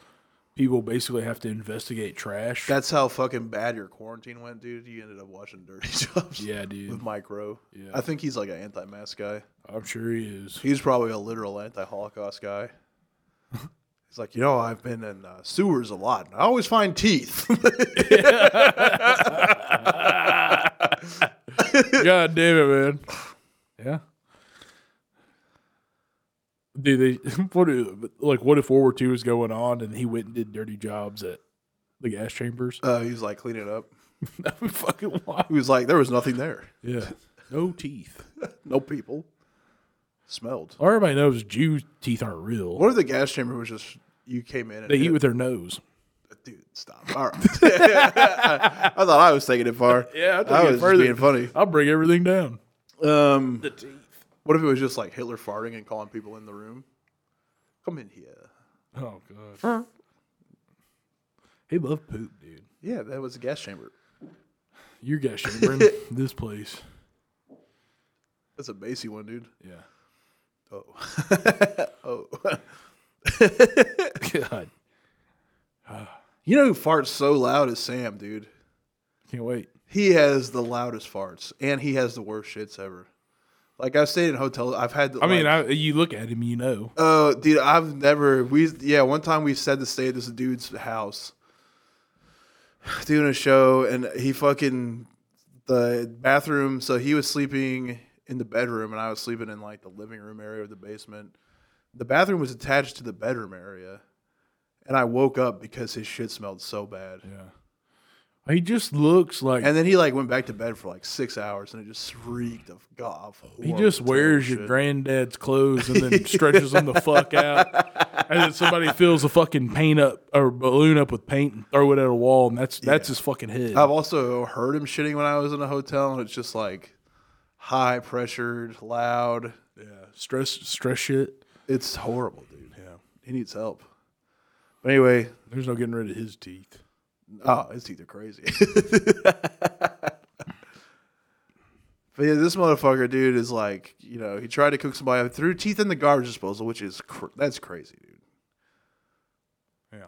people basically have to investigate trash. that's how fucking bad your quarantine went, dude. You ended up watching Dirty Jobs. yeah, dude. With Mike Rowe. Yeah. I think he's like an anti mask guy. I'm sure he is. He's probably a literal anti-Holocaust guy. He's like, you know, I've been in uh, sewers a lot. And I always find teeth. God damn it, man. Yeah. Dude, they what if, like what if World War II was going on and he went and did dirty jobs at the gas chambers? uh, he was like, clean it up. That would fucking He wild. was like, there was nothing there. Yeah. No teeth. No people. Smelled. Well, everybody knows Jews' teeth aren't real. What if the gas chamber was just you came in and They hit- eat with their nose. dude, stop. All right. I, I thought I was taking it far. Yeah, I took I it was just further. being funny. I'll bring everything down. Um, What if it was just like Hitler farting and calling people in the room? Come in here. Oh god. He loved poop, dude. Yeah, that was a gas chamber. You got chambering this place. That's a bassy one, dude. Yeah. Oh. oh. God. You know who farts so loud is Sam, dude. Can't wait. He has the loudest farts and he has the worst shits ever. Like I've stayed in hotels. I've had to, I mean, like- I, you look at him, you know. Oh, dude, I've never. We yeah, one time we said to stay at this dude's house, doing a show, and he fucking the bathroom. So he was sleeping in the bedroom, and I was sleeping in like the living room area of the basement. The bathroom was attached to the bedroom area, and I woke up because his shit smelled so bad. Yeah. He just looks like And then he like went back to bed for like six hours, and it just reeked of god. of he horrible, just wears terrible your shit. granddad's clothes and then stretches them the fuck out. And then somebody fills a fucking paint up or balloon up with paint and throw it at a wall, and that's that's his fucking head. I've also heard him shitting when I was in a hotel, and it's just like high pressured, loud. yeah. Stress stress shit. It's horrible, dude. Yeah. He needs help. But anyway, There's no getting rid of his teeth. oh, his teeth are crazy. but yeah, this motherfucker, dude, is like, you know, he tried to cook somebody up, threw teeth in the garbage disposal, which is cr- that's crazy, dude. Yeah.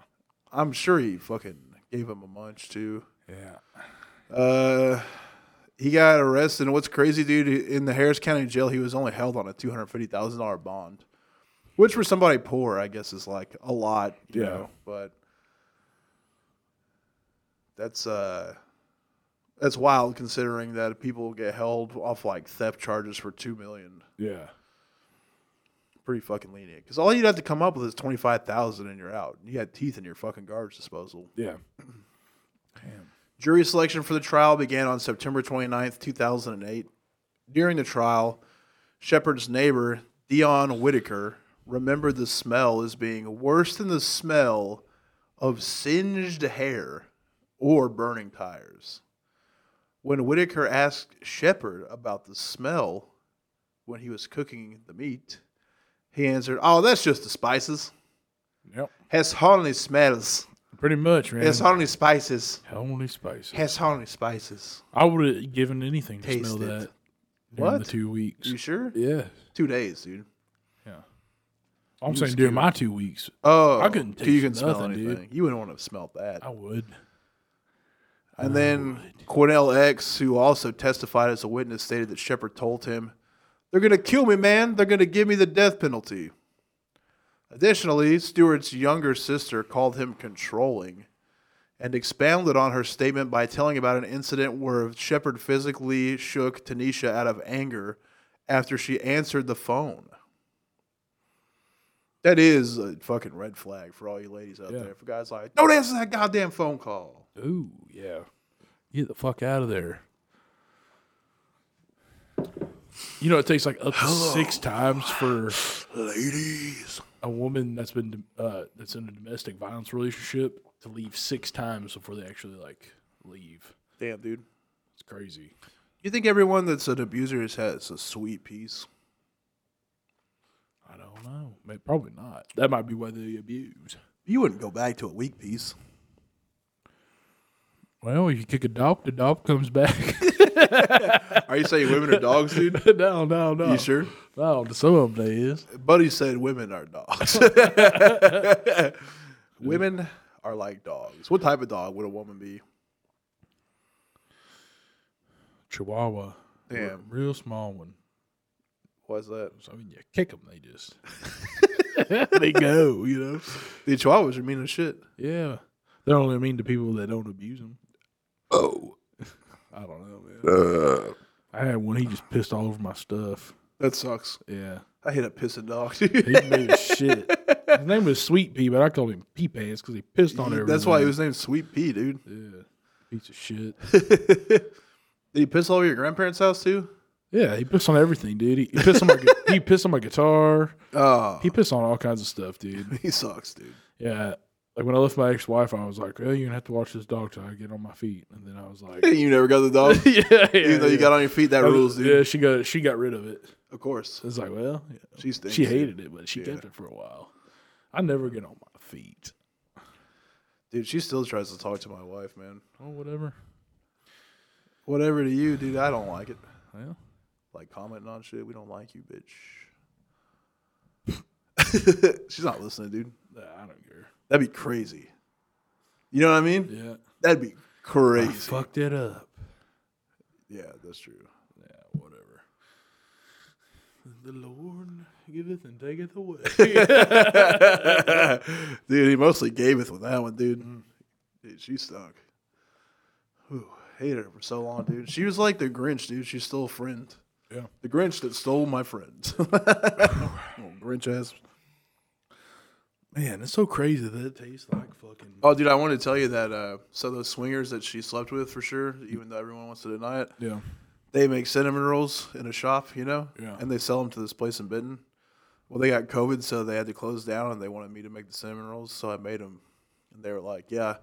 I'm sure he fucking gave him a munch too. Yeah. Uh, he got arrested. And what's crazy, dude, in the Harris County Jail, he was only held on a two hundred fifty thousand dollar bond, which for somebody poor, I guess, is like a lot. You Yeah. know, but that's uh, that's wild considering that people get held off like theft charges for two million. Yeah. Pretty fucking lenient, because all you'd have to come up with is twenty five thousand, and you're out. You got teeth in your fucking garbage disposal. Yeah. Damn. Jury selection for the trial began on September 29th, 2008. During the trial, Shepard's neighbor, Dion Whitaker, remembered the smell as being worse than the smell of singed hair or burning tires. When Whitaker asked Shepard about the smell when he was cooking the meat, he answered, Oh, that's just the spices. Yep. Has hardly smells. Pretty much, man. Has hardly spices. Only spice. Has hardly spices. I would have given anything to Taste smell it. that during What? the two weeks. You sure? yeah. Two days, dude. Yeah. I'm saying during my two weeks, Oh, I couldn't so taste You can smell nothing, dude. anything. You wouldn't want to smell that. I would. And then Cornell X, who also testified as a witness, stated that Shepard told him, "They're gonna kill me, man. They're gonna give me the death penalty." Additionally, Stewart's younger sister called him controlling, and expounded on her statement by telling about an incident where Shepard physically shook Tanisha out of anger after she answered the phone. That is a fucking red flag for all you ladies out Yeah. there. For guys like, don't answer that goddamn phone call. Ooh, yeah. Get the fuck out of there. You know, it takes like up to six times for ladies. a woman that's been uh, that's in a domestic violence relationship to leave six times before they actually like leave. Damn, dude. It's crazy. You think everyone that's an abuser has had a sweet piece? I don't know. Maybe, probably not. That might be why they abuse. You wouldn't go back to a weak piece. Well, if you kick a dog, the dog comes back. Are you saying women are dogs, dude? no, no, no. You sure? No, some of them they is. Buddy said women are dogs. women are like dogs. What type of dog would a woman be? Chihuahua. Damn. Re- Real small one. Why's that? So, I mean, you kick them, they just. they go, you know? The chihuahuas are mean as shit. Yeah. They're only mean to people that don't abuse them. Oh. uh. I don't know, man. I had one, he just pissed all over my stuff. That sucks. Yeah. I hate a pissing dog, He dude. made shit. His name was Sweet Pea, but I called him Pea Pants because he pissed on everyone. That's why he was named Sweet Pea, dude. Yeah. Piece of shit. Did he piss all over your grandparents' house, too? Yeah, he pissed on everything, dude. He, he pissed on my gu- he pissed on my guitar. Oh. He pissed on all kinds of stuff, dude. He sucks, dude. Yeah. Like when I left my ex-wife, I was like, "Well, you're gonna have to watch this dog till I get on my feet." And then I was like, you never got the dog. "Yeah, yeah, Even though you yeah. got on your feet, that rules, dude. Yeah, she got she got rid of it. Of course. It's like, well, yeah. She stinks. she hated it, but she kept Yeah. it for a while. I never get on my feet. Dude, she still tries to talk to my wife, man. Oh, whatever. Whatever to you, dude, I don't like it. Well, Like commenting on shit. We don't like you, bitch. She's not listening, dude. nah, I don't care. That'd be crazy. You know what I mean? Yeah, That'd be I crazy. fucked it up. Yeah, that's true. Yeah, whatever. The Lord giveth and taketh away. dude, he mostly gave it with that one, dude. Dude, she stuck. Whew, hated her for so long, dude. She was like the Grinch, dude. She stole a friend. yeah. The Grinch that stole my friends. Grinch ass. Man, it's so crazy that it tastes like fucking. Oh, dude, I wanted to tell you that. Uh, so those swingers that she slept with, for sure, even though everyone wants to deny it, Yeah. they make cinnamon rolls in a shop, you know, Yeah. and they sell them to this place in Benton. Well, they got COVID, so they had to close down, and they wanted me to make the cinnamon rolls, so I made them, and they were like, "Yeah,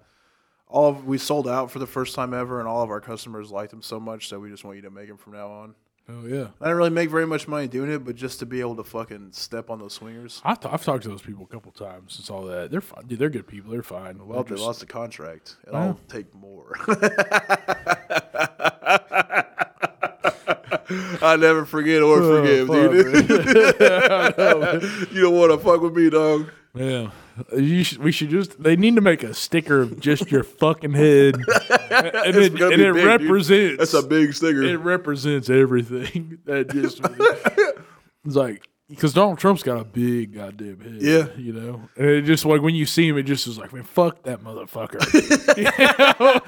all of, we sold out for the first time ever, and all of our customers liked them so much, so we just want you to make them from now on." Oh yeah. I didn't really make very much money doing it, but just to be able to fucking step on those swingers, I've, t- I've talked to those people a couple times since all that. They're fine, dude. They're good people. They're fine. well, They're they just- lost the contract, and I'll take more. I never forget or Oh, forgive, dude. you don't want to fuck with me, dog. Yeah, you should, we should just. They need to make a sticker of just your fucking head, and it, gonna and be it big, dude. represents. That's a big it sticker. represents everything. That just it's like because Donald Trump's got a big goddamn head. Yeah. you know, and it just like when you see him, it just is like, man, fuck that motherfucker.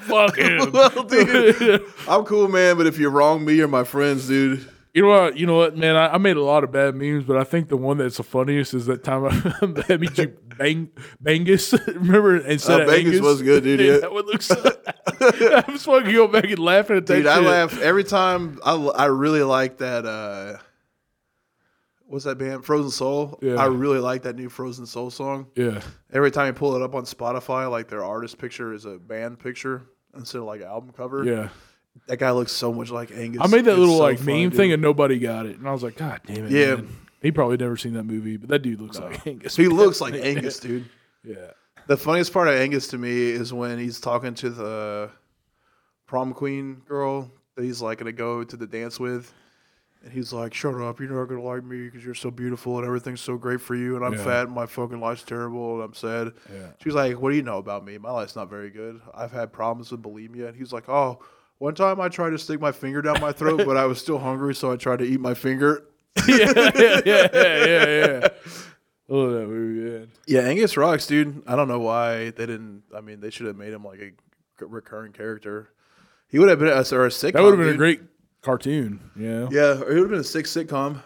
fuck him. well, dude, I'm cool, man. But if you wrong me or my friends, dude, You know what? You know what, man? I, I made a lot of bad memes, but I think the one that's the funniest is that time I that meet you bang Bangus. Remember instead Uh, of Bangus Angus? was good, dude, yeah. That one looks. I'm just fucking go back and laughing at that. dude, I shit. laugh every time. I I really like that. uh What's that band? Frozen Soul. Yeah. I really like that new Frozen Soul song. Yeah, Every time you pull it up on Spotify, like their artist picture is a band picture instead of like an album cover. yeah. That guy looks so much like Angus. I made that It's little so like funny, meme dude. thing, and nobody got it. And I was like, God damn it! Yeah. man. he probably never seen that movie, but that dude looks like Angus. He looks like Angus, dude. Yeah, The funniest part of Angus to me is when he's talking to the prom queen girl that he's like gonna go to the dance with, and he's like, "Shut up! You're not gonna like me because you're so beautiful and everything's so great for you, and I'm Yeah. fat and my fucking life's terrible and I'm sad." Yeah. She's like, "What do you know about me? My life's not very good. I've had problems with bulimia." And he's like, "Oh, one time I tried to stick my finger down my throat, but I was still hungry, so I tried to eat my finger." yeah, yeah, yeah, yeah, yeah. I love that movie. Man. Yeah, Angus rocks, dude. I don't know why they didn't. I mean, they should have made him like a c- recurring character. He would have been a, or a sitcom. That would have been a dude. great cartoon. Yeah, Yeah, or he would have been a sick sitcom.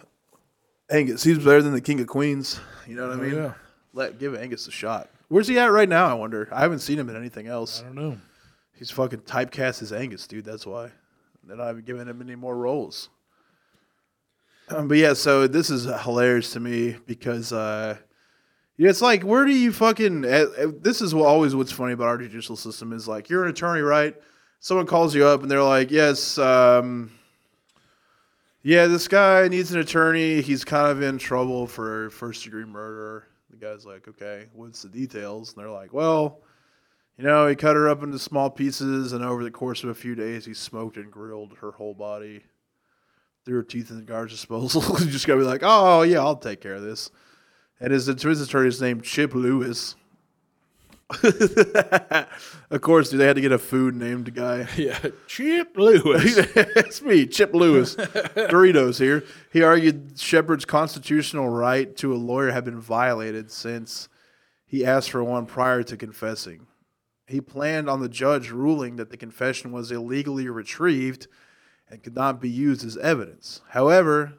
Angus, he's better than the King of Queens. You know what I mean? Oh, yeah. Let give Angus a shot. Where's he at right now? I wonder. I haven't seen him in anything else. I don't know. He's fucking typecast as Angus, dude. That's why they're not even giving him any more roles. Um, but yeah, so this is hilarious to me because uh, yeah, it's like, where do you fucking? eh, eh, This is what, always what's funny about our judicial system is like, you're an attorney, right? Someone calls you up and they're like, yes, um, yeah, this guy needs an attorney. He's kind of in trouble for first degree murder. The guy's like, okay, what's the details? And they're like, well, you know, he cut her up into small pieces, and over the course of a few days, he smoked and grilled her whole body, threw her teeth in the garbage disposal. He's just gonna be like, oh yeah, I'll take care of this. And his, his attorney's named Chip Lewis. of course, dude, they had to get a food named guy. Yeah, Chip Lewis. it's me, Chip Lewis. Doritos here. He argued Shepard's constitutional right to a lawyer had been violated since he asked for one prior to confessing. He planned on the judge ruling that the confession was illegally retrieved and could not be used as evidence. However,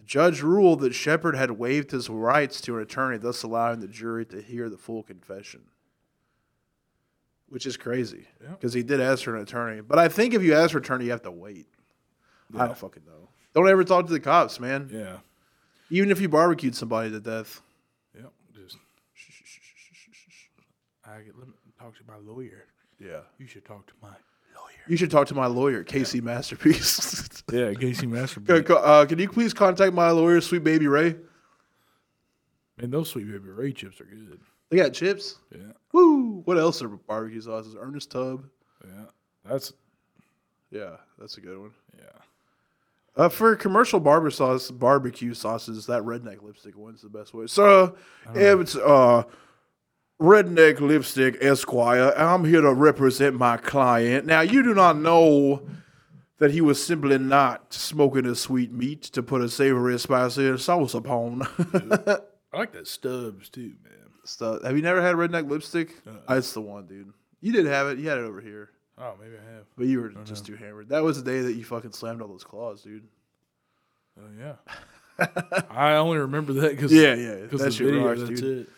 the judge ruled that Shepard had waived his rights to an attorney, thus allowing the jury to hear the full confession. Which is crazy Yeah. because he did ask for an attorney. But I think if you ask for an attorney, you have to wait. I don't fucking know. Don't ever talk to the cops, man. yeah. Even if you barbecued somebody to death. Yep. Just. I get, let me talk to my lawyer. Yeah. You should talk to my lawyer. You should talk to my lawyer, Casey Masterpiece. Yeah, Casey Masterpiece. uh, can you please contact my lawyer, Sweet Baby Ray? And those sweet baby Ray chips are good. They got chips. Yeah, Woo! What else are barbecue sauces? Ernest Tubb. yeah. That's Yeah, that's a good one. yeah. Uh, for commercial barber sauce, barbecue sauces, that redneck lipstick one's the best way. So if it's uh, redneck lipstick Esquire. I'm here to represent my client. Now you do not know that he was simply not smoking a sweet meat to put a savory spicy sauce upon. I like that Stubbs too, man. Stuff. Have you never had redneck lipstick? Uh-uh. That's the one, dude. You did have it. You had it over here, Oh, maybe I have. but you were just too hammered. That was the day that you fucking slammed all those claws, dude. Oh yeah. I only remember that because Yeah, yeah. because that the shit video. rocks, that's dude. it.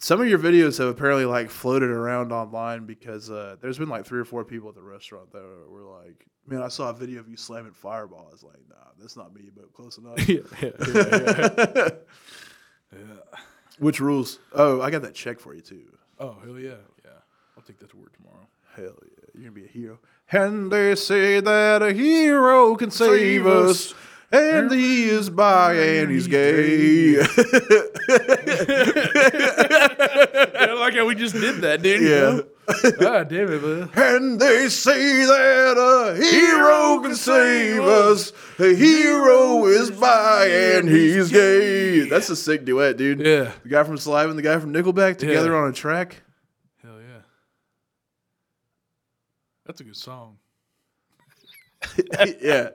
Some of your videos have apparently like floated around online because uh, there's been like three or four people at the restaurant that were like, "Man, I saw a video of you slamming fireballs." like, nah, that's not me, but close enough. yeah, yeah, yeah, yeah. Which rules? Oh, I got that check for you too. Oh hell yeah, yeah. I'll take that to work tomorrow. Hell yeah, you're gonna be a hero. And they say that a hero can save, Save us. us. And he is bi and he's gay. I like how we just did that, dude. yeah. Ah, damn it, man. And they say that a hero can save us. A hero is bi and he's gay. That's a sick duet, dude. Yeah. The guy from Saliva and the guy from Nickelback together on a track. Hell yeah. That's a good song. yeah.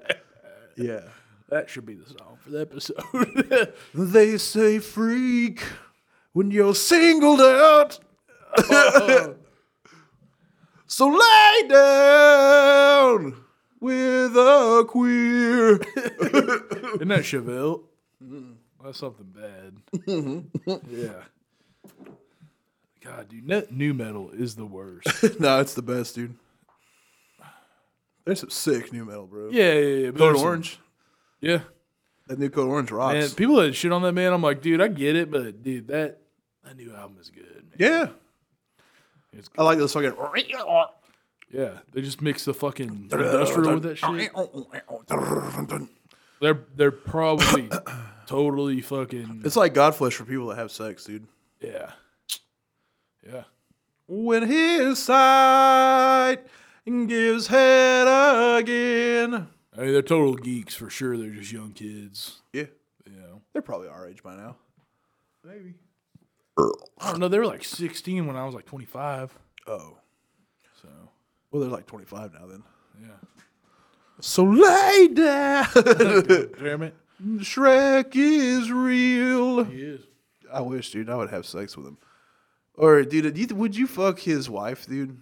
Yeah. That should be the song for the episode. They say freak when you're singled out. so lay down with a queer. Isn't that Chevelle? Mm-hmm. That's something bad. Mm-hmm. yeah. God, dude, net new metal is the worst. no, it's the best, dude. There's some sick new metal, bro. yeah, yeah, yeah. but Code there's some- Orange. Yeah. That new Code Orange rocks. And people that shit on that man, I'm like, dude, I get it, but dude, that that new album is good. Man. yeah. It's good. I like this fucking. Yeah, they just mix the fucking industrial with that shit. They're they're probably totally fucking It's like Godflesh for people that have sex, dude. yeah, yeah. When his sight gives head again. I mean, they're total geeks for sure. They're just young kids, Yeah, you know. they're probably our age by now. Maybe. I don't know. They were like 16 when I was like 25. Oh, So well, they're like 25 now then. yeah. So lay down. Damn it. Shrek is real. He is. I wish, dude, I would have sex with him. Or, dude, do you- would you fuck his wife, dude?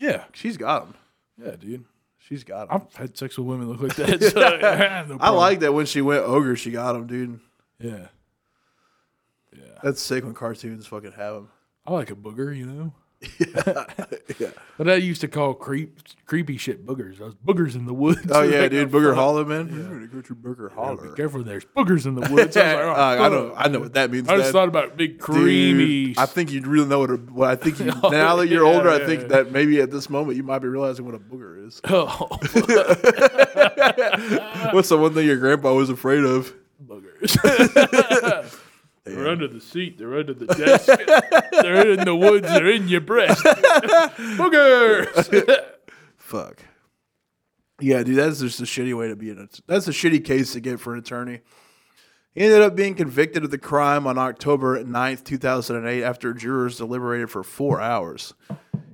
Yeah. She's got him. Yeah, dude. She's got him. I've had sex with women that look like that. So I, have no I problem. like that when she went ogre, she got him, dude. Yeah. Yeah. That's sick when cartoons fucking have him. I like a booger, you know. Yeah. But I used to call creep creepy shit boogers. Those boogers in the woods. Oh yeah, dude, Booger Holler, Holler. man. You're gonna get your Booger Be Holler. careful, there's boogers in the woods. I, was Uh, like, oh, I fuck. know, I know what that means. I just Dad. thought about big Dude, creamy. I think you really know what a. Well, I think you, now that you're yeah, older, I yeah, think yeah. that maybe at this moment you might be realizing what a booger is. oh, What's the one thing your grandpa was afraid of? boogers. They're under the seat. They're under the desk. they're in the woods. They're in your breast. boogers. Fuck. Yeah, dude, that's just a shitty way to be an. That's a shitty case to get for an attorney. He ended up being convicted of the crime on October 9th, 2008, after jurors deliberated for four hours.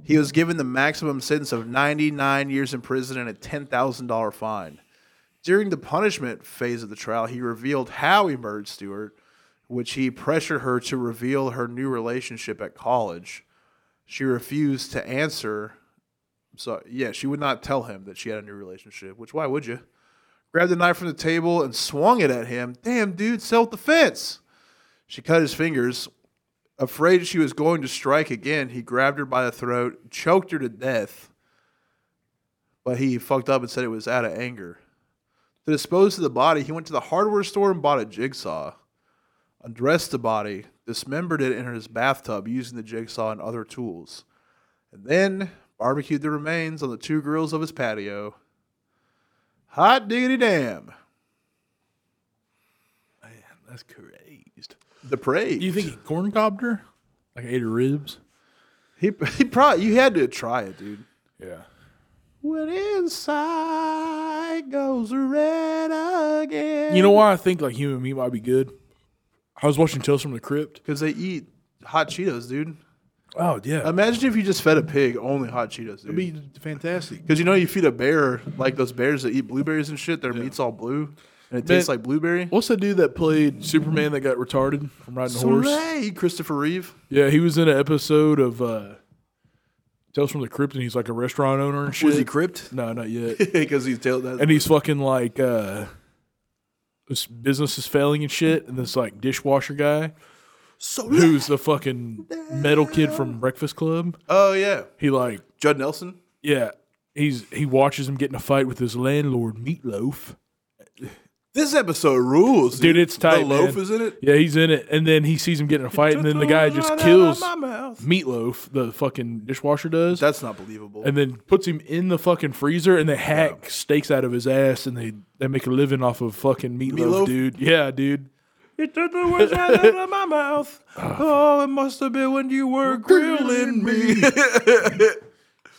He was given the maximum sentence of 99 years in prison and a $10,000 fine. During the punishment phase of the trial, he revealed how he murdered Stewart, which he pressured her to reveal her new relationship at college. She refused to answer. So, yeah, she would not tell him that she had a new relationship, which why would you? Grabbed a knife from the table and swung it at him. Damn, dude, self defense. She cut his fingers. Afraid she was going to strike again, he grabbed her by the throat, choked her to death. But he fucked up and said it was out of anger. To dispose of the body, he went to the hardware store and bought a jigsaw. Undressed the body, dismembered it in his bathtub using the jigsaw and other tools, and then barbecued the remains on the two grills of his patio. Hot diggity damn. Man, that's crazed. Depraved. Do you think he corn cobbed her? Like ate her ribs? he, he probably, you had to try it, dude. Yeah. When inside goes red again. You know why I think like human meat might be good? I was watching Tales from the Crypt. Because they eat hot Cheetos, dude. Oh yeah, Imagine if you just fed a pig only hot Cheetos, dude. be fantastic. Because you know you feed a bear like those bears that eat blueberries and shit. Their meat's all blue, and it tastes like blueberry. What's the dude that played Superman that got retarded from riding a horse? Hooray, Christopher Reeve. Yeah, he was in an episode of uh, Tales from the Crypt, and he's like a restaurant owner and shit. crypt? No, not yet. Because he's tail that. and he's fucking like uh this business is failing and shit and this like dishwasher guy who's the fucking metal kid from breakfast club oh yeah, he like Judd Nelson. yeah he's he watches him get in a fight with his landlord meatloaf This episode rules, dude it's tight The loaf man. is in it. yeah he's in it and then he sees him get in a fight and then the guy just kills My mouth. meatloaf the fucking dishwasher does That's not believable. and then puts him in the fucking freezer and they hack steaks out of his ass and they, they make a living off of fucking Meatloaf? meatloaf, dude. Yeah, dude. It took the words out of my mouth. Ah. Oh, it must have been when you were grilling me.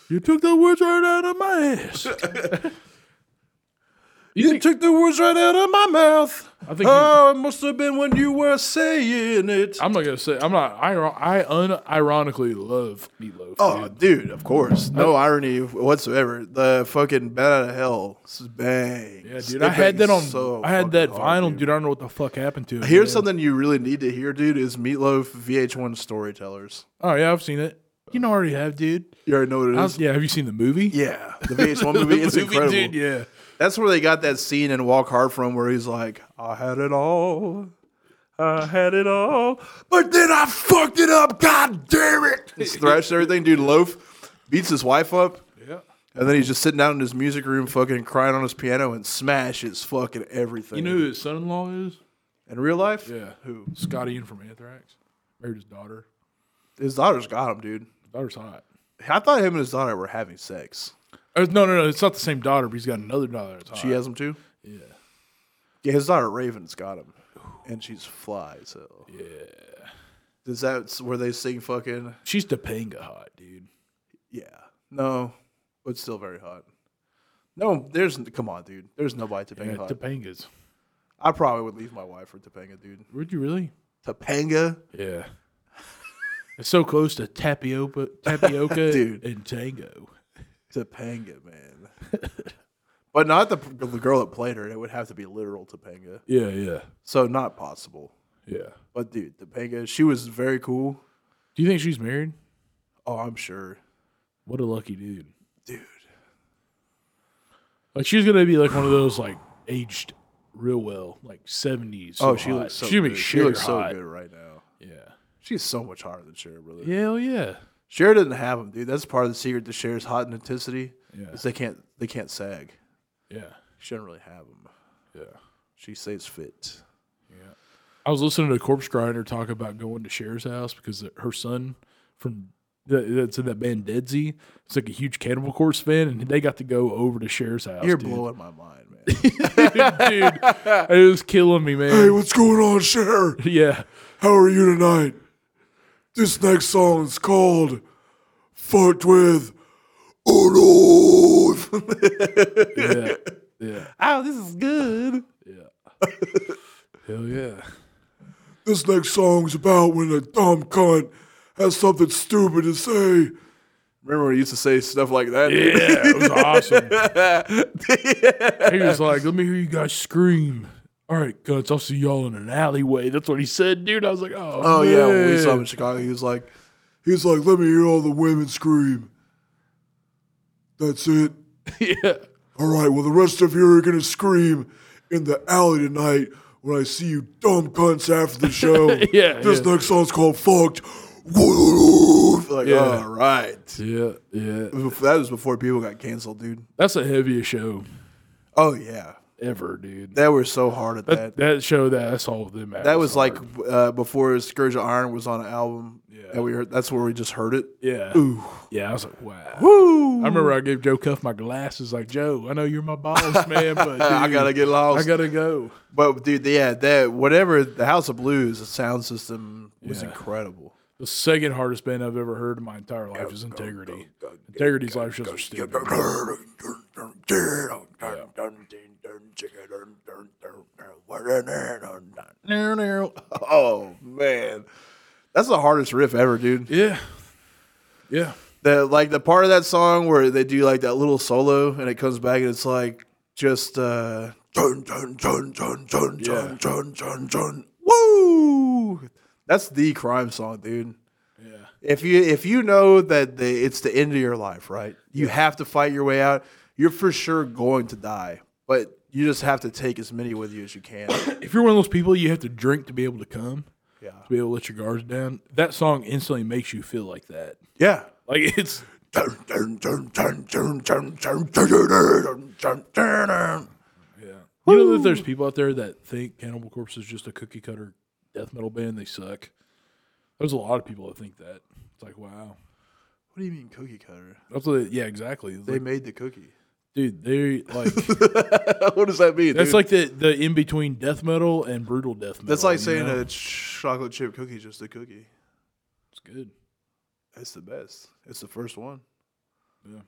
You took the words right out of my ass. You took the words right out of my mouth. I think oh, it must have been when you were saying it. I'm not gonna say I'm not. I I unironically love meatloaf. Oh, dude. dude, of course. No irony whatsoever. The fucking Bat Out of Hell. This is bang. yeah, dude. I had that on. I had that vinyl, dude. I don't know what the fuck happened to it. Here's man. something you really need to hear, dude, is Meatloaf VH1 Storytellers. Oh yeah, I've seen it. You know, I already have, dude. You already know what it I is? was- yeah, have you seen the movie? yeah. The VH1 movie is Movie, incredible. dude, yeah. That's where they got that scene in Walk Hard from where he's like, I had it all. I had it all. But then I fucked it up. God damn it. He's thrashed everything. Dude, Loaf beats his wife up. Yeah. And then he's just sitting down in his music room fucking crying on his piano and smashes fucking everything. You know who his son-in-law is? in real life? Yeah. Who? Scotty in from Anthrax. Married his daughter. His daughter's got him, dude. His daughter's hot. I thought him and his daughter were having sex. Uh, No, no, no. It's not the same daughter, but he's got another daughter. That's hot. She has him too? Yeah. Yeah, his daughter Raven's got him. And she's fly as hell. Yeah. Is that where they sing fucking She's Topanga hot, dude. Yeah. No, but still very hot. No, there's come on, dude. There's nobody Topanga. Yeah, hot. Topanga's. I probably would leave my wife for Topanga, dude. Would you really? Topanga, Yeah. it's so close to tapioca, tapioca Dude. and tango. Topanga, man. but not the, the girl that played her. It would have to be literal Topanga. Yeah, yeah, So not possible. yeah. But dude, Topanga, she was very cool. Do you think she's married? Oh, I'm sure, What a lucky dude. dude. Like she's gonna be like one of those like aged real well, like seventies. oh, she looks so. she's gonna good. be She looks so so good right now. Yeah. She's so much hotter than Cher, brother. Hell yeah. Cher doesn't have them, dude. That's part of the secret to Cher's hot intensity. Yeah. Is they can't they can't sag. Yeah. She doesn't really have them. Yeah. She stays fit. I was listening to Corpse Grinder talk about going to Cher's house because her son from that- that's in that band Deadsy. It's like a huge Cannibal Corpse fan, and they got to go over to Cher's house. You're dude. blowing my mind, man. dude. It was killing me, man. what's going on, Cher? Yeah. How are you tonight? This next song is called Fucked with Olaf. Yeah. Yeah. oh, this is good. Hell yeah. This next song's about when a dumb cunt has something stupid to say. Remember when he used to say stuff like that? Yeah. It was awesome. He was like, let me hear you guys scream. All right, guns, I'll see y'all in an alleyway. That's what he said, dude. I was like, oh, Oh yeah, when we man. saw him in Chicago, he was like, He's like, let me hear all the women scream. That's it. yeah. All right, well, the rest of you are going to scream in the alley tonight when I see you dumb cunts after the show. Yeah, This yeah. next song's called Fucked. like Yeah. all right. Yeah, yeah. That was before people got canceled, dude. That's a heavier show. Oh yeah, ever, dude. They were so hard at that. That, that show that that's all of them. That was like uh, before Scourge of Iron was on an album. Yeah. That we heard, that's where we just heard it. yeah, Ooh. yeah. I was like, wow. Woo! I remember I gave Joe Cuff my glasses. Like Joe, I know you're my boss, man, but dude, I gotta get I lost. gotta go. but dude, yeah, that whatever the House of Blues, the sound system was Yeah. incredible. The second hardest band I've ever heard in my entire life is Integrity. Integrity's live shows are stupid. Oh man, that's the hardest riff ever, dude. Yeah, yeah. The like the part of that song where they do like that little solo and it comes back and it's like just uh, dun, dun, dun, dun, dun, dun, dun, dun, dun. woo. That's the crime song, dude. Yeah. If you if you know that the, it's the end of your life, right? You have to fight your way out. You're for sure going to die, but you just have to take as many with you as you can. If you're one of those people you have to drink to be able to come, Yeah. to be able to let your guards down, that song instantly makes you feel like that. yeah. Like it's yeah. You know that there's people out there that think Cannibal Corpse is just a cookie cutter death metal band. They suck. There's a lot of people that think that. It's like wow. What do you mean cookie cutter? That's what, yeah, exactly. It's They like, made the cookie. dude, they like what does that mean? that's dude? like Oh, the the in between death metal and brutal death metal. that's like you saying know? a chocolate chip cookie is just a cookie. it's good. It's the best. It's the first one. It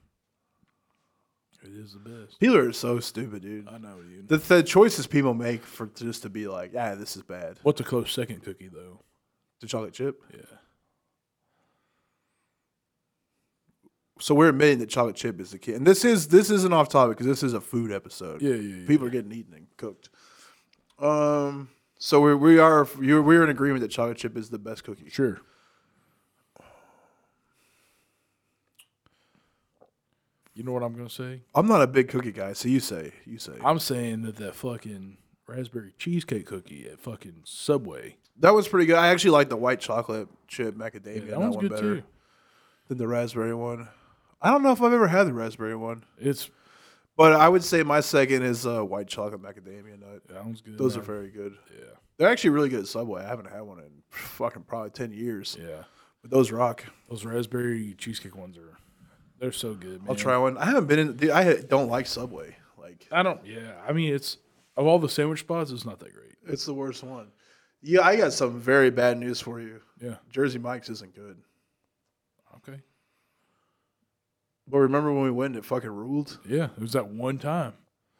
is the best. People are so stupid, dude. I know you. The, the choices people make for just to be like, ah, this is bad. What's a close second cookie though? The chocolate chip. Yeah. So we're admitting that chocolate chip is the key, and this is this is an off topic because this is a food episode. Yeah, yeah, yeah. people are getting eaten and cooked. Um, so we we are you're, we're in agreement that chocolate chip is the best cookie. Sure. You know what I'm gonna say? I'm not a big cookie guy, so you say you say I'm saying that that fucking raspberry cheesecake cookie at fucking Subway. that was pretty good. I actually like the white chocolate chip macadamia. That that one's one good better too. than the raspberry one. I don't know if I've ever had the raspberry one, It's but I would say my second is uh, white chocolate macadamia nut. that one's good. Those are man. very good. Yeah. They're actually really good at Subway. I haven't had one in fucking probably ten years, Yeah. but those rock. Those raspberry cheesecake ones are they're so good, man. I'll try one. I haven't been in. Dude, I don't like Subway. Like I don't yeah, I mean it's of all the sandwich spots, it's not that great. it's the worst one. Yeah, I got some very bad news for you. Yeah. Jersey Mike's isn't good. Okay. But remember when we went and it fucking ruled? Yeah. It was that one time.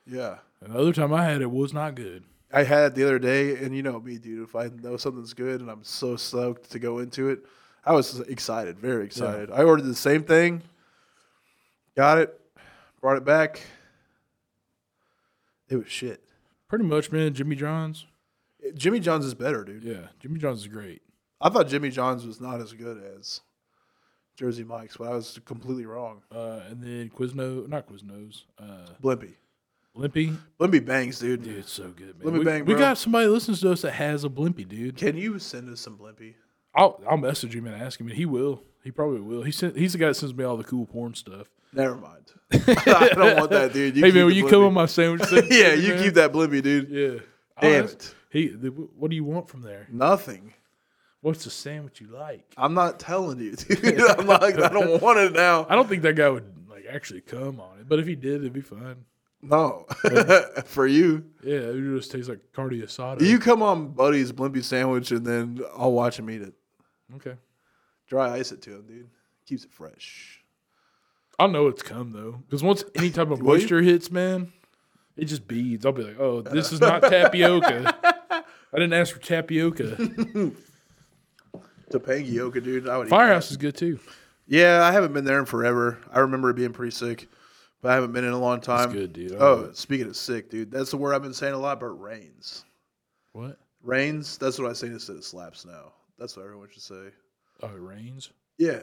Yeah. Another time I had it was not good. I had it the other day, and you know me, dude. If I know something's good and I'm so stoked to go into it, I was excited, very excited. I ordered the same thing, got it, brought it back. It was shit. Pretty much, man, Jimmy John's. Jimmy John's is better, dude. Yeah, Jimmy John's is great. I thought Jimmy John's was not as good as Jersey Mike's, but I was completely wrong. Uh, and then Quizno, not Quiznos, uh, Blimpy. Blimpy. Blimpy bangs, dude. Dude, it's so good, man. Blimpy we, Bang, we bro. got somebody listens to us that has a Blimpy, dude. Can you send us some Blimpy? I'll I'll message him and ask him, and he will. He probably will. He sent, he's the guy that sends me all the cool porn stuff. Never mind. I don't want that, dude. hey keep man, will the you come Blimpy. on my sandwich? thing Yeah, today, you man? keep that Blimpy, dude. Yeah. I'll Damn ask- it. He, the, what do you want from there? Nothing. What's the sandwich you like? I'm not telling you, dude. I'm not, I don't want it now. I don't think that guy would like actually come on it, but if he did, it'd be fine. No, for you. Yeah, it would just tastes like carne asada. You come on Buddy's Blimpy sandwich, and then I'll watch him eat it. okay? Dry ice it to him, dude. Keeps it fresh. I know it's come though, because once any type of Will you? moisture hits, man, it just beads. I'll be like, oh, this is not tapioca. I didn't ask for tapioca. Topanga yoga, dude. I would eat Firehouse is good too. that. Yeah, I haven't been there in forever. I remember it being pretty sick, but I haven't been in a long time. good, dude. I love Oh, speaking of sick, dude, that's the word I've been saying a lot, but rains. What? Rains, that's what I say instead of slaps now. That's what everyone should say. Oh, it rains. Yeah.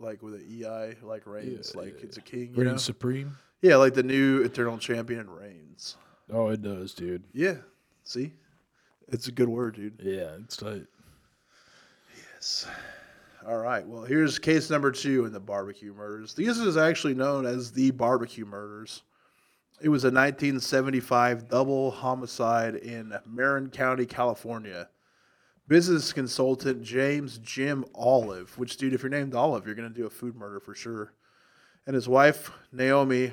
Like with an EI, like Reigns, like it's a king. You Rain know? supreme. Yeah, like the new Eternal Champion Reigns. Oh, it does, dude. Yeah. See? It's a good word, dude. Yeah, it's like All right. Well, here's case number two in the barbecue murders. This is actually known as the barbecue murders. It was a 1975 double homicide in Marin County, California. Business consultant James Jim Olive, which, dude, if you're named Olive, you're going to do a food murder for sure. And his wife, Naomi,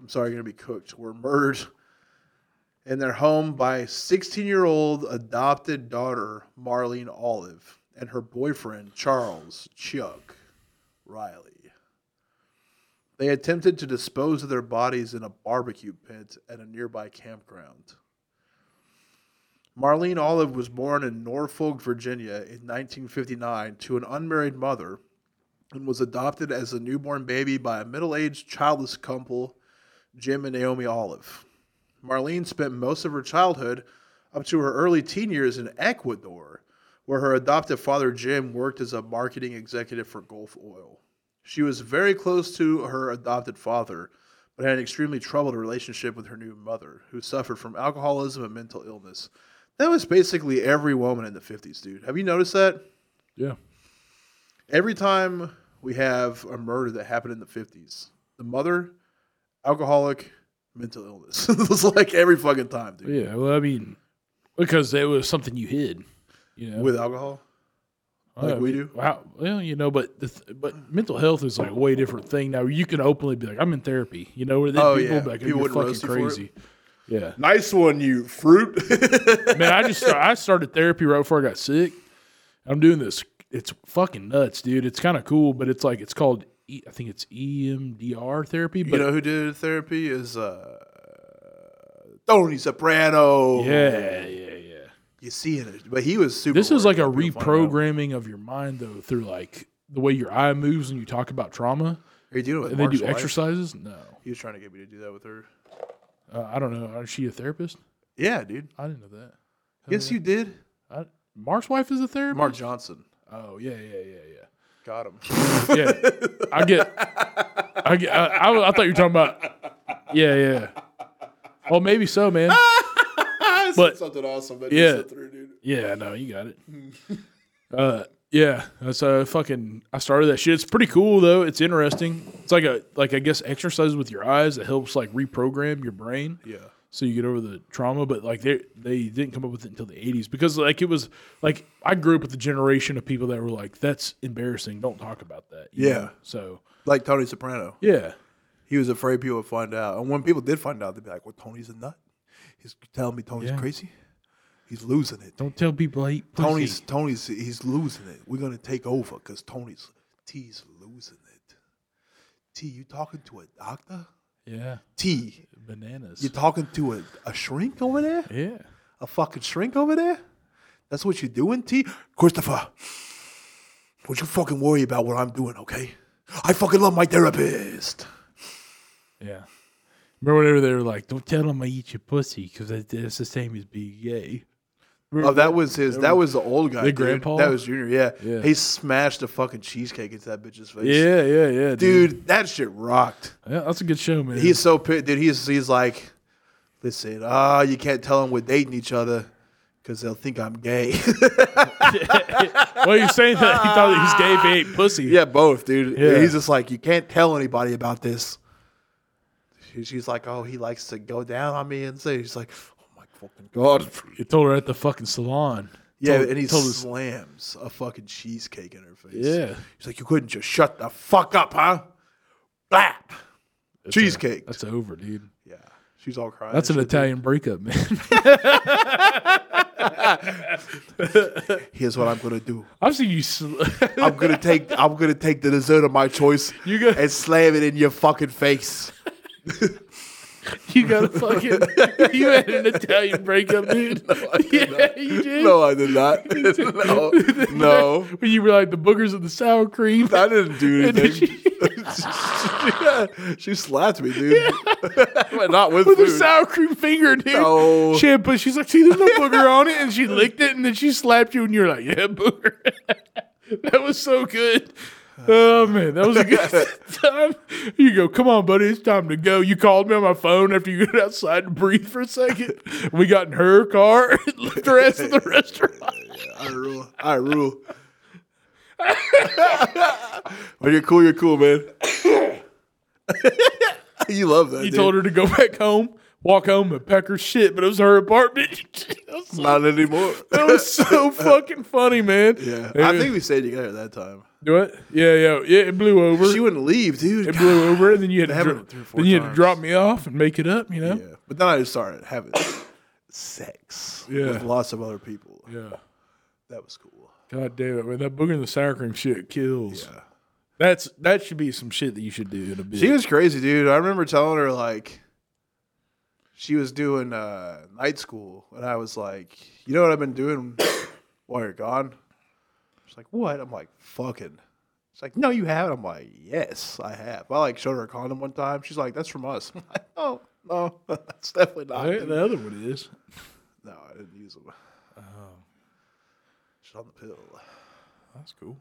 I'm sorry, going to be cooked, were murdered in their home by 16 year old adopted daughter, Marlene Olive, and her boyfriend, Charles Chuck Riley. They attempted to dispose of their bodies in a barbecue pit at a nearby campground. Marlene Olive was born in Norfolk, Virginia in 1959 to an unmarried mother and was adopted as a newborn baby by a middle aged childless couple, Jim and Naomi Olive. Marlene spent most of her childhood up to her early teen years in Ecuador, where her adoptive father Jim worked as a marketing executive for Gulf Oil. She was very close to her adopted father, but had an extremely troubled relationship with her new mother, who suffered from alcoholism and mental illness. That was basically every woman in the 50s, dude. Have you noticed that? Yeah. Every time we have a murder that happened in the 50s, the mother, alcoholic, mental illness. it was like every fucking time, dude. Yeah. Well, I mean, because it was something you hid, you know, With alcohol? like I we mean, do? Wow. Well, you know, but the th- but mental health is like a way different thing. Now you can openly be like, I'm in therapy, you know, where then Oh, people yeah. be like, oh, People you're wouldn't fucking roast you for crazy. Yeah. Nice one, you fruit. Man, I just I started therapy right before I got sick. I'm doing this. It's fucking nuts, dude. It's kind of cool, but it's like it's called e, I think it's EMDR therapy, but You know who did therapy is uh, Tony Soprano. yeah, yeah, yeah. you see it, but he was super. This is like a worried. You'll find out. reprogramming of your mind though through like the way your eye moves when you talk about trauma. Are you doing it with And they Mark's do wife? exercises? No. He was trying to get me to do that with her. Uh, I don't know. Is she a therapist? Yeah, dude. I didn't know that. Yes, you did. I, Mark's wife is a therapist. Mark Johnson Oh yeah, yeah, yeah, got him. yeah, yeah. I get. I get. I, I, I thought you were talking about. Yeah, yeah. Well, maybe so, man. But- something awesome. That Yeah. yeah. Through, dude. Yeah, no, you got it. uh, yeah, that's uh, fucking. I started that shit. It's pretty cool though. It's interesting. It's like a like I guess exercises with your eyes that helps like reprogram your brain. Yeah, so you get over the trauma. But like they they didn't come up with it until the '80s because like it was like I grew up with the generation of people that were like, "That's embarrassing. Don't talk about that." you Yeah. So like Tony Soprano. yeah, He was afraid people would find out, and when people did find out, they'd be like, "Well, Tony's a nut. He's telling me Tony's Yeah. crazy. He's losing it. don't tell people I eat Tony's Tony's he's losing it. We're gonna take over because Tony's T's losing it. T, you talking to a doctor? Yeah, T, bananas. you talking to a, a shrink over there? yeah. A fucking shrink over there? That's what you're doing, T? Christopher, don't you fucking worry about what I'm doing, okay? I fucking love my therapist. Yeah. Remember whenever they were like, "Don't tell them I eat your pussy because that's the same as being gay." Oh, that was his. That was the old guy. The dude. grandpa? That was Junior. Yeah. Yeah. He smashed a fucking cheesecake into that bitch's face. Yeah, yeah, yeah, dude. Dude, that shit rocked. Yeah, that's a good show, man. He's so pissed, dude. He's he's like, listen, ah, you can't tell them we're dating each other because they'll think I'm gay. well, you're saying that he thought that he's gay if he ate pussy. yeah, both, dude. Yeah. He's just like, you can't tell anybody about this. She- She's like, oh, he likes to go down on me and say, he's like, oh my fucking god. You told her at the fucking salon. Yeah, Told- and he told us- slams a fucking cheesecake in her face. Yeah. he's like, you couldn't just shut the fuck up, huh? Blap. Cheesecake. That's over, dude. yeah, she's all crying. That's and an shit, dude. Italian breakup, man. Here's what I'm gonna do. I've seen you. Sl- I'm gonna take I'm gonna take the dessert of my choice You go- and slam it in your fucking face. you got a fucking. You had an Italian breakup, dude. yeah, you did. No, I did not. no, no, When you were like the boogers of the sour cream. I didn't do And anything. she- she, slapped me, dude. but not with, With her food. sour cream finger, dude. No. She had, but she's like, see, there's no booger on it, and she licked it, and then she slapped you, and you're like, yeah, booger. that was so good. Oh man, that was a good time. You go, come on, buddy, it's time to go. You called me on my phone after you got outside to breathe for a second. We got in her car and left her ass in the restaurant. I rule. I rule. when you're cool, you're cool, man. you love that. He dude. told her to go back home, walk home, and pack her shit, but it was her apartment. that, was so, not anymore. that was so fucking funny, man. yeah, It I was- think we stayed together that time. do it. Yeah, yeah, yeah. It blew over. She wouldn't leave, dude. it blew over, and then you had to happened dro- three or four then you had to times. drop me off and make it up. You know. Yeah, but then I just started having sex Yeah. with lots of other people. Yeah. That was cool. God damn it, man! That booger and the sour cream shit kills. That's that should be some shit that you should do in a bit. She was crazy, dude. I remember telling her like she was doing uh, night school, and I was like, "You know what I've been doing while you're gone?" She's like, "What?" I'm like, "Fucking." She's like, "No, you haven't." I'm like, "Yes, I have." I like showed her a condom one time. She's like, "That's from us." I'm like, "Oh no, that's definitely not." Hey, the other one is. No, I didn't use them. She's on the pill. That's cool.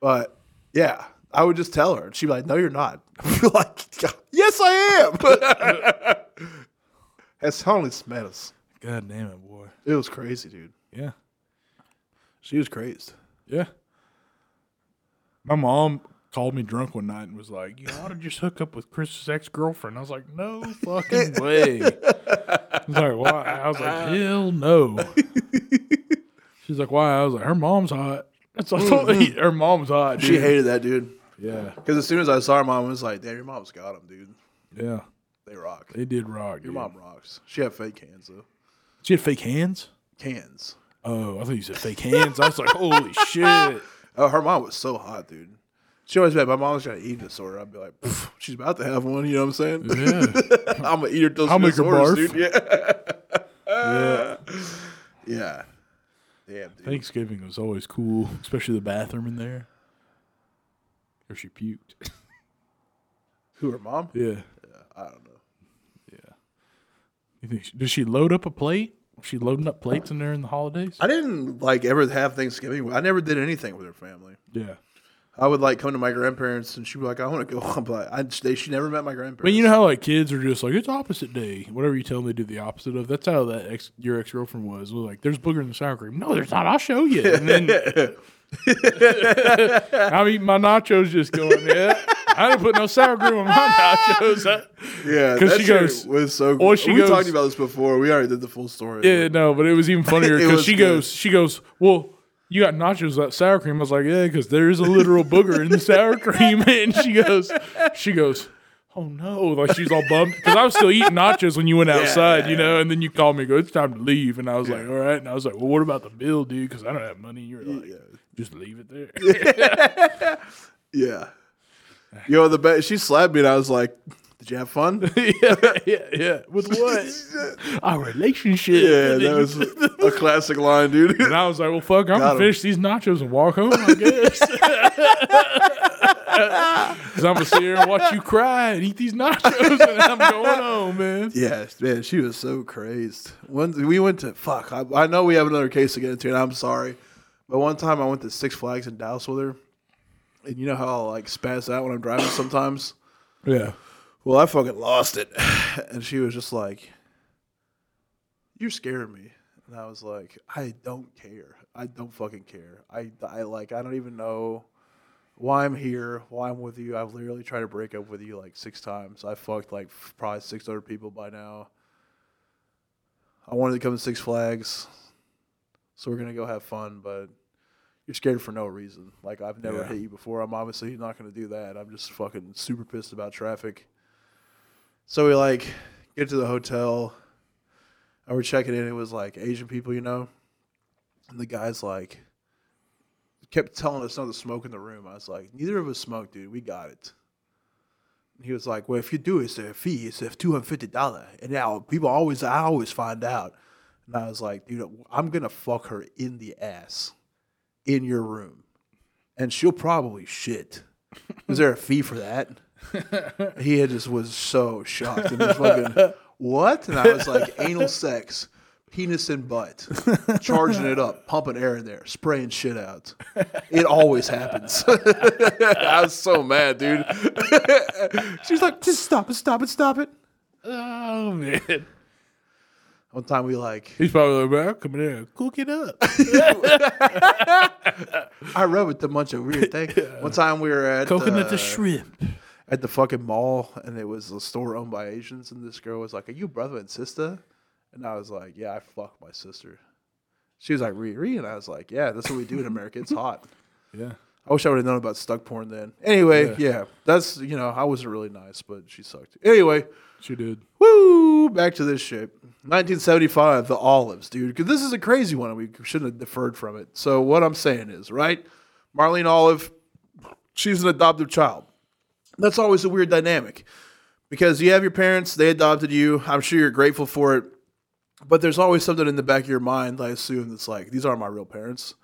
But yeah, I would just tell her. and She'd be like, "No, you're not." I'd be like, "Yes, I am." That's only smells. God damn it, boy. It was crazy, dude. Yeah. She was crazed. Yeah. My mom called me drunk one night and was like, "You ought to just hook up with Chris's ex girlfriend." I was like, "No fucking way." I was like, "Why?" I was like, "Hell no." She's like, "Why?" I was like, "Her mom's hot." That's all. Her mom's hot. Mm-hmm. She dude. hated that, dude. Yeah, Because as soon as I saw her mom, I was like, "Damn, your mom's got him, dude. yeah. They rock. They did rock. Your mom rocks." She had fake hands though. She had fake hands. Cans. Oh, I thought you said fake hands. I was like, "Holy shit!" Oh, her mom was so hot, dude. She always said, "My mom's got an eating disorder." I'd be like, "Pff, "She's about to have one." You know what I'm saying? Yeah. I'm gonna eat her till she I'll make her disorders, barf. dude. Yeah, yeah. yeah, damn, dude. Thanksgiving was always cool, especially the bathroom in there. Or she puked. Who her mom? Yeah. I don't know. You think she, does she load up a plate? Was she loading up plates in there in the holidays? I didn't like ever have Thanksgiving. I never did anything with her family. yeah. I would like come to my grandparents and she'd be like, I want to go. I'm like, I, they, she never met my grandparents. But you know how like kids are just like it's opposite day. Whatever you tell them, they do the opposite of. That's how that ex your ex girlfriend was. was like there's booger in the sour cream. No, there's not. I'll show you. And then I'm eating my nachos, just going. Yeah, I didn't put no sour cream on my nachos. I- yeah, 'cause that she shit goes- was so. or she we goes- talked about this before. We already did the full story. Yeah, no, but it was even funnier It because was she good. goes, she goes, well, you got nachos without sour cream. I was like, yeah, because there is a literal booger in the sour cream, and she goes, she goes, oh no, like she was all bummed because I was still eating nachos when you went outside, you know, and then you called me, and go, it's time to leave, and I was like, all right, and I was like, well, what about the bill, dude? Because I don't have money. You're like, just leave it there. yeah. Yo, the ba- she slapped me and I was like, "Did you have fun?" yeah, yeah, yeah. With what? Our relationship. yeah, that was a classic line, dude. And I was like, well, fuck, I'm going him. to finish these nachos and walk home, I guess. Because I'm going to sit here and watch you cry and eat these nachos and I'm going home, man. Yeah, man, she was so crazed. One, we went to fuck. I, I know we have another case to get into, and I'm sorry, but one time I went to Six Flags in Dallas with her, and you know how I like spaz out when I'm driving sometimes. Yeah. Well, I fucking lost it, and she was just like, "You're scaring me," and I was like, "I don't care. I don't fucking care. I, I like, I don't even know." Why I'm here, why I'm with you. I've literally tried to break up with you like six times. I fucked like f- probably six other people by now. I wanted to come to Six Flags, so we're gonna go have fun, but you're scared for no reason. Like I've never Yeah. hit you before. I'm obviously not gonna do that. I'm just fucking super pissed about traffic. So we like get to the hotel, and we're checking in. It was like Asian people, you know, and the guy's like kept telling us not to smoke in the room. I was like, neither of us smoke, dude. We got it. And he was like, well, if you do, it's a fee. It's a two hundred fifty dollar. And now people always, I always find out. And I was like, dude, I'm gonna fuck her in the ass, in your room, and she'll probably shit. Is there a fee for that? he had just was so shocked and just fucking what? And I was like, anal sex, penis and butt, charging it up, pumping air in there, spraying shit out. It always happens. I was so mad, dude. she was like, just stop it, stop it, stop it. Oh, man. One time we like, He's probably like, man, I'm coming in and cook it up. I rubbed with a bunch of weird things. One time we were at Coconut uh, to shrimp. at the fucking mall, and it was a store owned by Asians, and this girl was like, "Are you brother and sister?" And I was like, "Yeah, I fucked my sister." She was like, "Riri," and I was like, "Yeah, that's what we do in America. It's hot." Yeah. I wish I would have known about stuck porn then. Anyway, Yeah. yeah. that's you know I wasn't really nice, but she sucked. Anyway, She did. woo, back to this shit. 1975, the olives, dude. Because this is a crazy one, and we shouldn't have deferred from it. So what I'm saying is, right, Marlene Olive, she's an adoptive child. That's always a weird dynamic because you have your parents, they adopted you. I'm sure you're grateful for it, but there's always something in the back of your mind. I assume that's like these aren't my real parents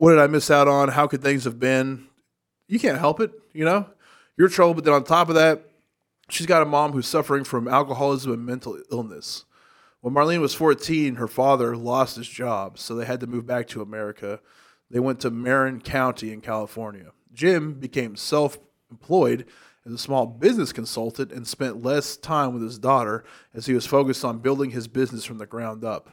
what did I miss out on? How could things have been? You can't help it, you know? You're troubled, but then on top of that, she's got a mom who's suffering from alcoholism and mental illness. When Marlene was 14, her father lost his job, so they had to move back to America. They went to Marin County in California. Jim became self employed as a small business consultant and spent less time with his daughter as he was focused on building his business from the ground up.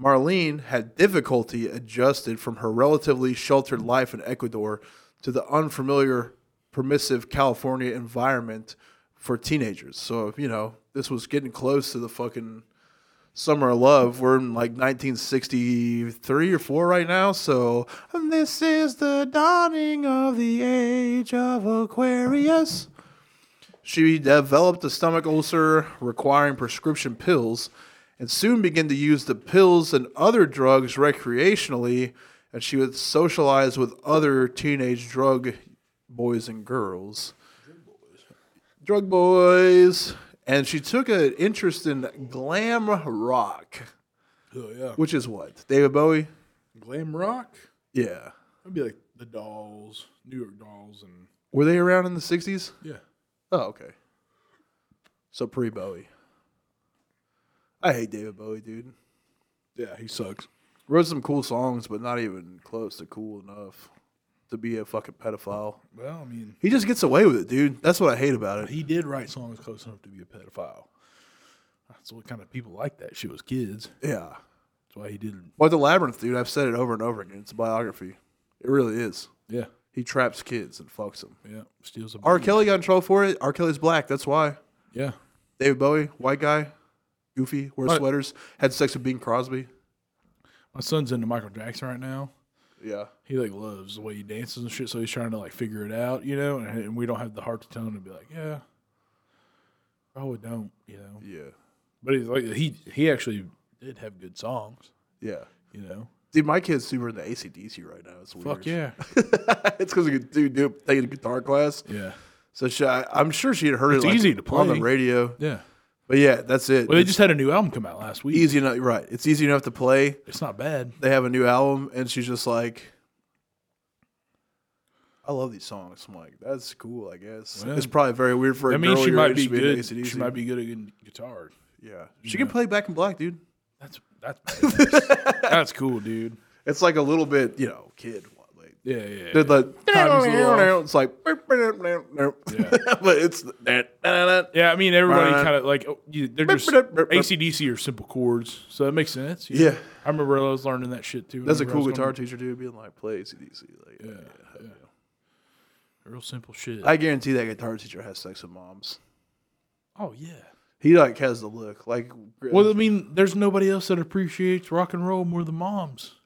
Marlene had difficulty adjusted from her relatively sheltered life in Ecuador to the unfamiliar, permissive California environment for teenagers. So, you know, this was getting close to the fucking summer of love. We're in like 1963 or 4 right now. So, and this is the dawning of the age of Aquarius. She developed a stomach ulcer requiring prescription pills and soon began to use the pills and other drugs recreationally. And she would socialize with other teenage drug boys and girls. Drug boys. And she took an interest in glam rock, Oh yeah. which is what? David Bowie? Glam rock. Yeah. That'd be like the Dolls, New York Dolls, and Were they around in the 60s? yeah. Oh, okay. So pre Bowie. I hate David Bowie, dude. Yeah, he sucks. Wrote some cool songs, but not even close to cool enough to be a fucking pedophile. Well, I mean, He just gets away with it, dude. That's what I hate about it. he did write songs close enough to be a pedophile. That's what kind of people like that shit was kids. Yeah. That's why he didn't. Well, the Labyrinth, dude, I've said it over and over again. It's a biography. It really is. Yeah, He traps kids and fucks them. yeah. Steals a R. Kelly got in trouble for it. R. Kelly's black. That's why. Yeah, David Bowie, white guy, goofy, wears But- sweaters, had sex with Bing Crosby. my son's into Michael Jackson right now. Yeah. He like loves the way he dances and shit, so he's trying to like figure it out, you know. And, and we don't have the heart to tell him to be like, yeah, probably don't, you know. Yeah. But he's like, he he actually did have good songs, Yeah. you know. Dude, my kid's super into ACDC right now. It's weird. Fuck yeah, it's because dude, dude taking a guitar class. yeah, So she, I, I'm sure she had heard It's it like, easy to on the play. radio. yeah. But yeah, that's it. Well, they it's just had a new album come out last week. easy enough. Right. It's easy enough to play. It's not bad. They have a new album, and she's just like, I love these songs. I'm like, that's cool, I guess. Well, it's probably very weird for a I mean, girl she your might age be to into good. AC/DC. She might be good at guitar. Yeah. She can play Back in Black, dude. That's that's badass. that's cool, dude. It's like a little bit, you know, kid. Like, Yeah, yeah. yeah. Did the timing's a little it's like but it's that Yeah, I mean everybody Right. kind of like oh, you, they're just burp, burp, burp. ACDC are simple chords, so that makes sense. you Yeah. know? I remember I was learning that shit too. that's a whenever I cool was guitar going- teacher dude being like play ACDC like yeah. Real simple shit. I guarantee that guitar teacher has sex with moms oh yeah. he like has the look like Well, I mean, there's nobody else that appreciates rock and roll more than moms.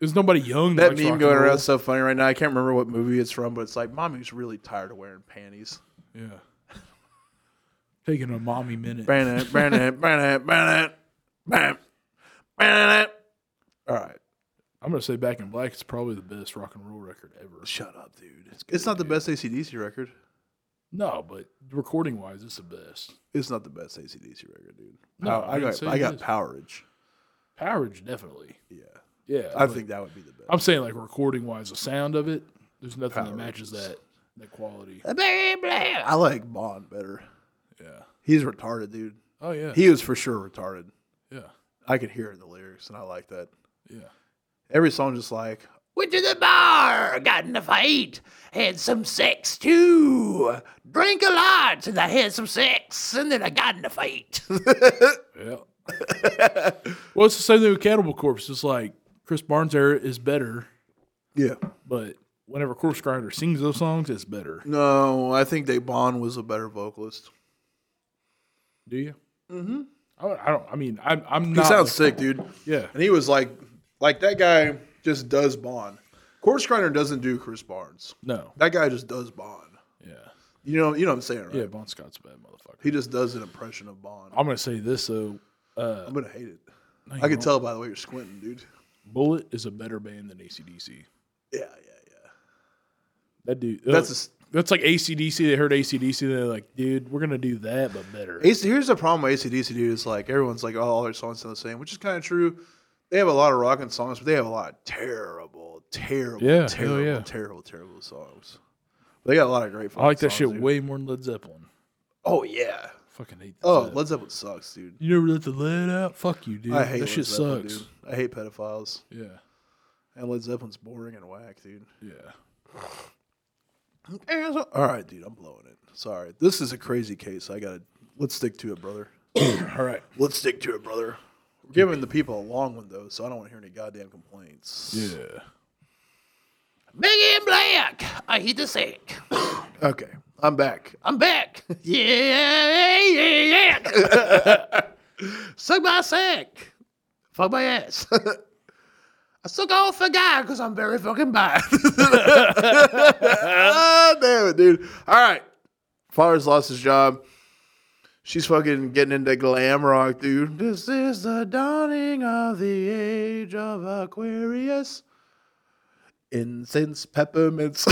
there's nobody young that, that likes meme rock going and roll. around is so funny right now I can't remember what movie it's from but it's like mommy's really tired of wearing panties Yeah. Taking a mommy minute. burn it burn it burn it burn it burn it, burn it all right I'm gonna say Back in Black is probably the best rock and roll record ever. shut up dude it's not the best ACDC record No, but recording wise, it's the best. it's not the best ACDC record dude No, Pow- I I didn't got say I it got is. Powerage Powerage definitely. yeah Yeah, I but- think that would be the best. I'm saying like recording wise, the sound of it. There's nothing that matches that that quality. I like Bond better. Yeah. He's retarded, dude. Oh yeah. He was for sure retarded. yeah. I could hear it in the lyrics, and I like that. Yeah. Every song just like went to the bar, got in a fight, had some sex too, drank a lot, and I had some sex, and then I got in a fight. Yeah. well, it's the same thing with Cannibal Corpse. It's like Chris Barnes era is better, yeah, but whenever Corpse Grinder sings those songs, it's better. No, I think Debon was a better vocalist. Do you? Mm-hmm. I, don't- I don't. I mean, I'm. I'm He not. sounds sick, dude. Yeah. And he was like, like that guy just does Bond. Course Grinder doesn't do Chris Barnes. No. That guy just does Bond. Yeah. You know, you know what I'm saying, right? Yeah. Bon Scott's a bad motherfucker. He just does an impression of Bond. I'm gonna say this though. Uh, I'm gonna hate it. you I can tell by the way you're squinting, dude. Bullet is a better band than ACDC. Yeah, yeah, yeah. That dude. uh, That's a s- that's like ACDC. They heard ACDC. They're like, dude, we're gonna do that, but better. AC, here's the problem with ACDC, dude. Is like everyone's like, oh, all their songs sound the same, which is kind of true. They have a lot of rocking songs, but they have a lot of terrible, terrible, Yeah, hell terrible, yeah. terrible, terrible songs. They got a lot of great. I like that songs, shit dude. way more than Led Zeppelin. Oh yeah. Fucking hate that. Oh, Led Zeppelin sucks, dude. you never let the lead out. Fuck you, dude. I hate that Led shit Zeppelin, sucks. Dude. I hate pedophiles, Yeah. and Led Zeppelin's boring and whack, dude. Yeah. All right, dude, I'm blowing it. Sorry, this is a crazy case. I gotta. Let's stick to it, brother. All right. Let's stick to it, brother. We're giving the people a long one though, so I don't want to hear any goddamn complaints. Yeah. Big and black. I hate to say it. Okay, I'm back. I'm back. Yeah, yeah, yeah. suck my sack. Fuck my ass. I suck off a guy because I'm very fucking bad. Ah, damn it, dude. All right. Father's lost his job. She's fucking getting into glam rock, dude. This is the dawning of the age of Aquarius. Incense, peppermints.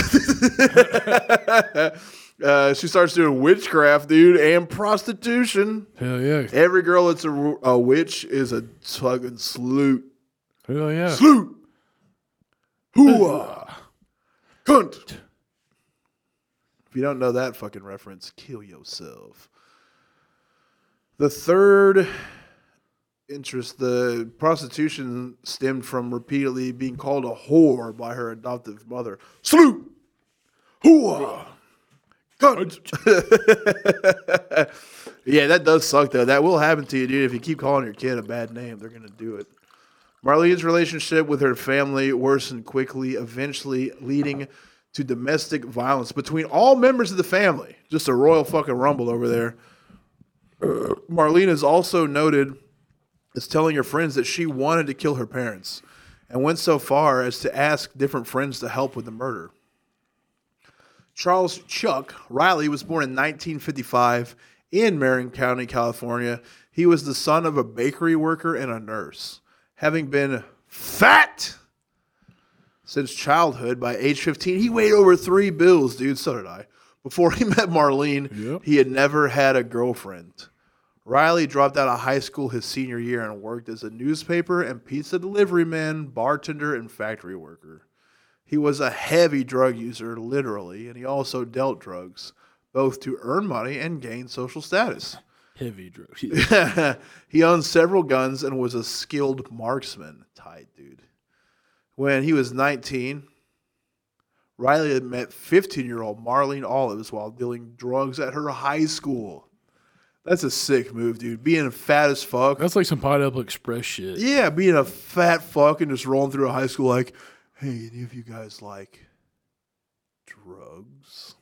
uh, she starts doing witchcraft, dude, and prostitution. Hell yeah. Every girl that's a, a witch is a fucking sleut. Hell yeah. Sleut! Hooah! Cunt! If you don't know that fucking reference, kill yourself. The third interest, the prostitution stemmed from repeatedly being called a whore by her adoptive mother. Sleut! Hooah! Cunt! yeah, that does suck though. That will happen to you, dude. If you keep calling your kid a bad name, they're gonna do it. Marlene's relationship with her family worsened quickly, eventually leading to domestic violence between all members of the family. Just a royal fucking rumble over there. Uh, Marlene is also noted as telling her friends that she wanted to kill her parents and went so far as to ask different friends to help with the murder. Charles Chuck Riley was born in 1955 in Marin County, California. He was the son of a bakery worker and a nurse. Having been fat since childhood, by age 15, he weighed over three bills, dude. So did I. Before he met Marlene, Yep. he had never had a girlfriend. Riley dropped out of high school his senior year and worked as a newspaper and pizza delivery man, bartender, and factory worker. He was a heavy drug user, literally, and he also dealt drugs, both to earn money and gain social status. Heavy drugs. he owned several guns and was a skilled marksman. Tight, dude. When he was 19, Riley had met 15 year old Marlene Olives while dealing drugs at her high school. That's a sick move, dude. Being fat as fuck. That's like some Pineapple Express shit. Yeah, being a fat fuck and just rolling through a high school like, hey, any of you guys like drugs?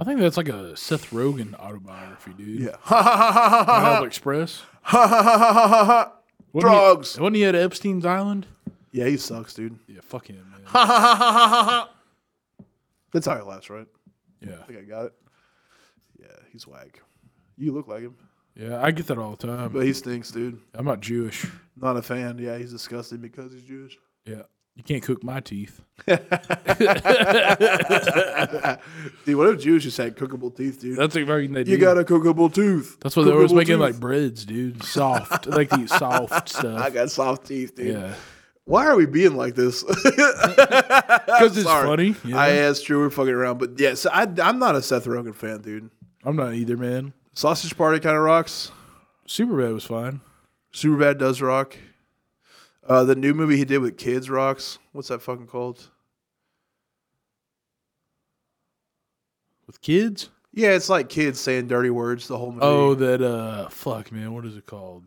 I think that's like a Seth Rogen autobiography, dude. Yeah. Ha ha ha ha ha Pineapple Express. ha ha ha ha ha ha. Wasn't he- Drugs. wasn't he at Epstein's Island? Yeah, he sucks, dude. Yeah, fuck him, man. Ha ha ha ha ha ha. That's how he laughs, right? Yeah. I think I got it. Yeah, he's whack. You look like him. Yeah, I get that all the time. But he stinks, dude. I'm not Jewish. Not a fan. Yeah, he's disgusting because he's Jewish. Yeah. You can't cook my teeth. Dude, what if Jews just had cookable teeth, dude? That's like everything they do. you got a cookable tooth. That's why they're always Cookable making tooth. like breads, dude. Soft. like these soft I stuff. got soft teeth, dude. Yeah. Why are we being like this? Because it's Sorry. funny. Yeah. I asked Drew, we're fucking around, but yeah, so I, I'm not a Seth Rogen fan, dude. I'm not either, man. Sausage Party kind of rocks. Superbad was fine. Superbad does rock. Uh, the new movie he did with kids rocks. What's that fucking called? With kids? Yeah, it's like kids saying dirty words the whole movie. Oh, that uh fuck man, what is it called?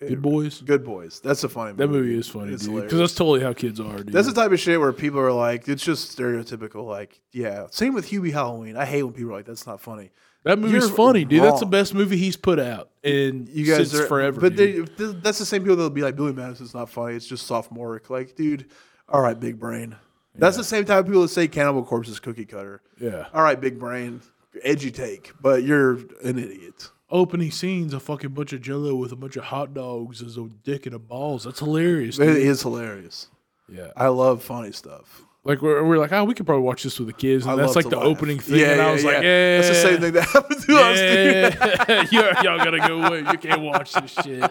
Good boys. Good Boys. That's a funny movie. That movie is funny, It's dude. hilarious. Because that's totally how kids are, dude. That's the type of shit where people are like, it's just stereotypical. Like, yeah. Same with Hubie Halloween. I hate when people are like, that's not funny. that movie's you're funny, dude. That's the wrong. best movie he's put out, and You guys since are forever. but dude. they, th- that's the same people that'll be like, Billy Madison's not funny. It's just sophomoric. Like, dude, all right, big brain. That's the same type of people that say Cannibal Corpse is cookie cutter. yeah. All right, big brain, edgy take, but you're an idiot. Opening scenes a fucking bunch of Jello with a bunch of hot dogs as a dick and a balls. That's hilarious. It Dude. is hilarious. Yeah. I love funny stuff. Like we're, we're like, oh, we could probably watch this with the kids, and I that's love like to the laugh. opening thing. and I was like, yeah, that's the same thing that happened to us. Dude. Yeah, y'all, y'all gotta go away. You can't watch this shit.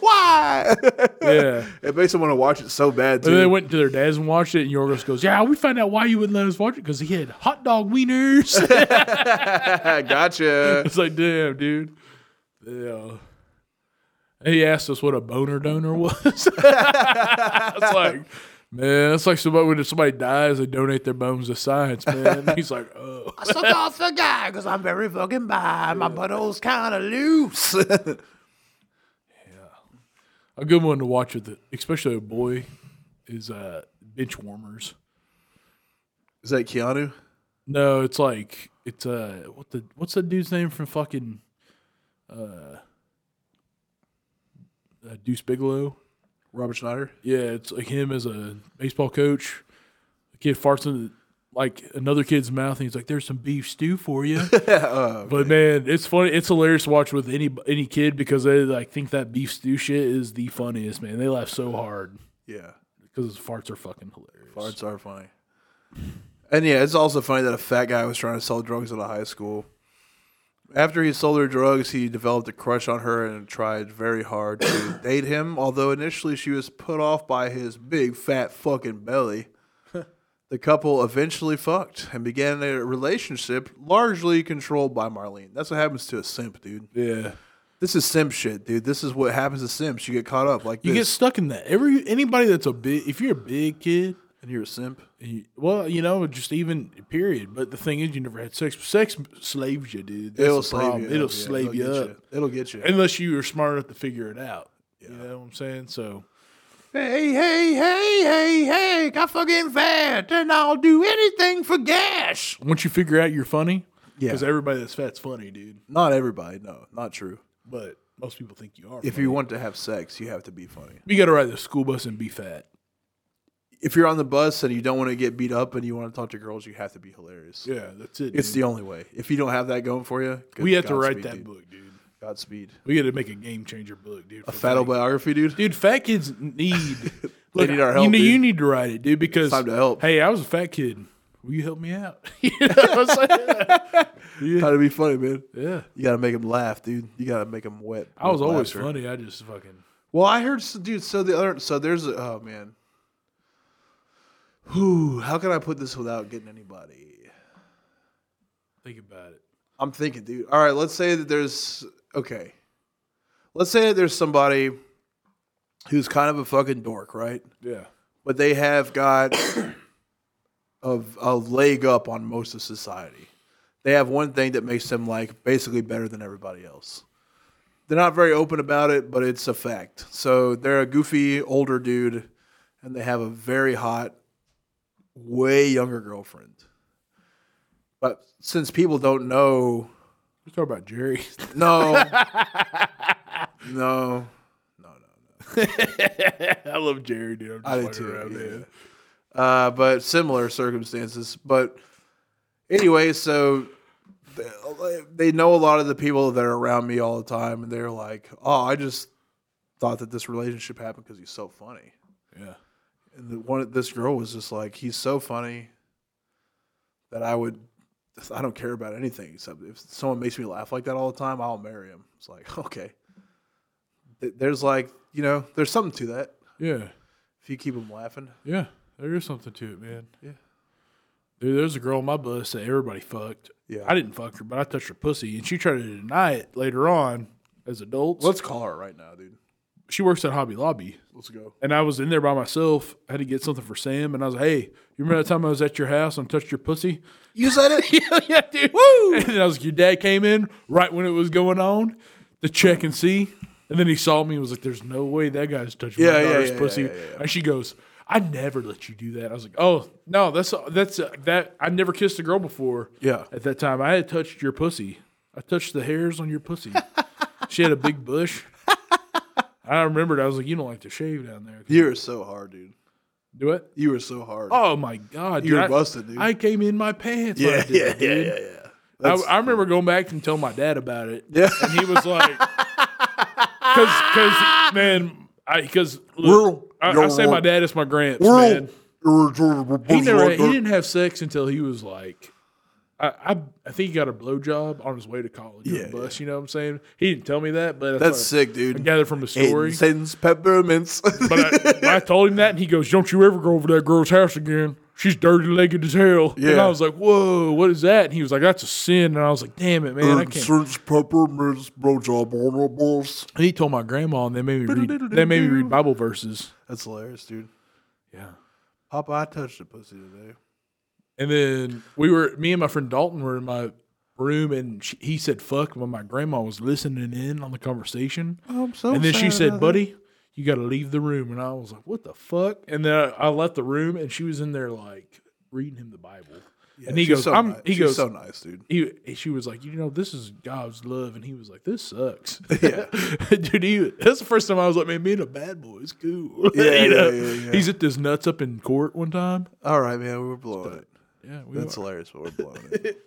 Why? Yeah. it makes them want to watch it so bad And too. they went to their dad's and watched it, and Yorgos goes, "Yeah, we found out why you wouldn't let us watch it because he had hot dog wieners." gotcha. it's like, damn, dude. Yeah. And he asked us what a boner donor was. it's like, man, that's like somebody when somebody dies, they donate their bones to science, man. He's like, oh, I suck off a guy because I'm very fucking bi. My butthole's kind of loose. a good one to watch with, the, especially a boy, is uh, bench warmers. Is that Keanu? No, it's like it's uh what the what's the dude's name from fucking uh, uh Deuce Bigelow? Robert Schneider? Yeah, it's like him as a baseball coach. The kid farts in like another kid's mouth and he's like, There's some beef stew for you. But man, it's funny it's hilarious to watch with any any kid because they like think that beef stew shit is the funniest, man. They laugh so hard Yeah. because farts are fucking hilarious. Farts are funny. And yeah, it's also funny that a fat guy was trying to sell drugs at a high school. After he sold her drugs, he developed a crush on her and tried very hard to date him, although initially she was put off by his big fat fucking belly. the couple eventually fucked and began a relationship largely controlled by Marlene. That's what happens to a simp, dude. Yeah. This is simp shit, dude. This is what happens to simps. You get caught up like You get this, stuck in that. Every anybody that's a big if you're a big kid and you're a simp. You- Well, you know, just even period. But the thing is, you never had sex. Sex slaves you, dude. That's It'll the slave problem. you. It'll up, yeah. slave you It'll get up, you. It'll get you. unless you are smart enough to figure it out. You know what I'm saying? So Hey, hey, hey, hey, hey, got fucking fat, and I'll do anything for gas. once you figure out you're funny, Yeah. because everybody that's fat's funny, dude. Not everybody, no, not true. But most people think you are. If funny. you want to have sex, you have to be funny. you got to ride the school bus and be fat. If you're on the bus and you don't want to get beat up and you want to talk to girls, you have to be hilarious. Yeah, that's it. It's dude. the only way. If you don't have that going for you, good we have to Godspeed, write that dude. book, dude. Godspeed. We got to make a game changer book, dude. A fat biography, dude. Dude, fat kids need. They need our You help, need, you dude. need to write it, dude, because time to help. Hey, I was a fat kid. Will you help me out? you know what I'm saying? How to be funny, man. yeah, You got to make them laugh, dude. You got to make them wet. I was with always laughter. funny. I just fucking Well, I heard, s- dude. So the other, so there's, a, oh man, who? How can I put this without getting anybody? think about it. I'm thinking, dude. All right, let's say that there's okay. Let's say that there's somebody who's kind of a fucking dork, right? Yeah, But they have got a, a leg up on most of society. They have one thing that makes them like basically better than everybody else. They're not very open about it, but it's a fact. So they're a goofy older dude, and they have a very hot, way younger girlfriend. But since people don't know we talk about Jerry. no. no. I love Jerry, dude. I'm just I do fucking too. around, man. yeah. Uh, but similar circumstances. But anyway, so they- they know a lot of the people that are around me all the time, and they're like, "Oh, I just thought that this relationship happened because he's so funny." Yeah. And the one this girl was just like, "He's so funny that I would." I don't care about anything except if someone makes me laugh like that all the time, I'll marry him. It's like, okay. Th- There's like, you know, there's something to that. Yeah, If you keep them laughing, yeah. There is something to it, man. Yeah. Dude, there's a girl on my bus that everybody fucked. Yeah. I didn't fuck her, but I touched her pussy, and she tried to deny it later on as adults. let's call her right now, dude. she works at Hobby Lobby. Let's go. and I was in there by myself. I had to get something for Sam, and I was like, "Hey, you remember that time I was at your house and touched your pussy?" You said it. yeah, yeah, dude. Woo! And then I was, your dad came in right when it was going on to check and see. And then he saw me and was like, "There's no way that guy's touching Yeah, my yeah, daughter's yeah, pussy." yeah, yeah, And she goes, "I never let you do that." I was like, "Oh no, that's that's uh, that. I never kissed a girl before. Yeah. at that time, I had touched your pussy. I touched the hairs on your pussy. she had a big bush. I remembered. I was like, "You don't like to shave down there, You were so hard, dude. do it." You were so hard. Oh my god, dude, were I- busted, dude. I came in my pants. when I yeah, did yeah, that, yeah, dude. yeah, yeah. I, I remember going back and telling my dad about it. Yeah. and he was like, "Cause, cause, man, I, cause, look, I, I say my dad is my gramps, man. He never, he didn't have sex until he was like, I, I, I think he got a blowjob on his way to college on Yeah, the bus. You know what I'm saying? He didn't tell me that, but That's what sick, I, I dude. gathered from the story. Aiden sends peppermints. But I, but I told him that, and he goes, "Don't you ever go over to that girl's house again? She's dirty legged as hell." And Yeah. I was like, "Whoa, what is that?" And he was like, "That's a sin." And I was like, "Damn it, man, I Aiden can't." sends peppermints, blowjob on the balls. And he told my grandma, and they made me read. They made me read Bible verses. That's hilarious, dude. Yeah. Papa, I touched a pussy today. And then we were, me and my friend Dalton were in my room, and she, he said, "Fuck," when my grandma was listening in on the conversation. I'm so and then she sad said, about "Buddy, you got to leave the room." And I was like, "What the fuck?" And then I, I left the room, and she was in there like reading him the Bible. and he She's goes, so "I'm." ni- He she's goes, so nice, dude. he, she was like, you know, this is God's love, and he was like, this sucks. Yeah. dude, he, that's the first time I was like, man, being a bad boy is cool. Yeah, You yeah, know? yeah, yeah. He's at this nuts up in court one time. All right, man, we were blowing it. Yeah, we That's are. hilarious, but we're blowing it.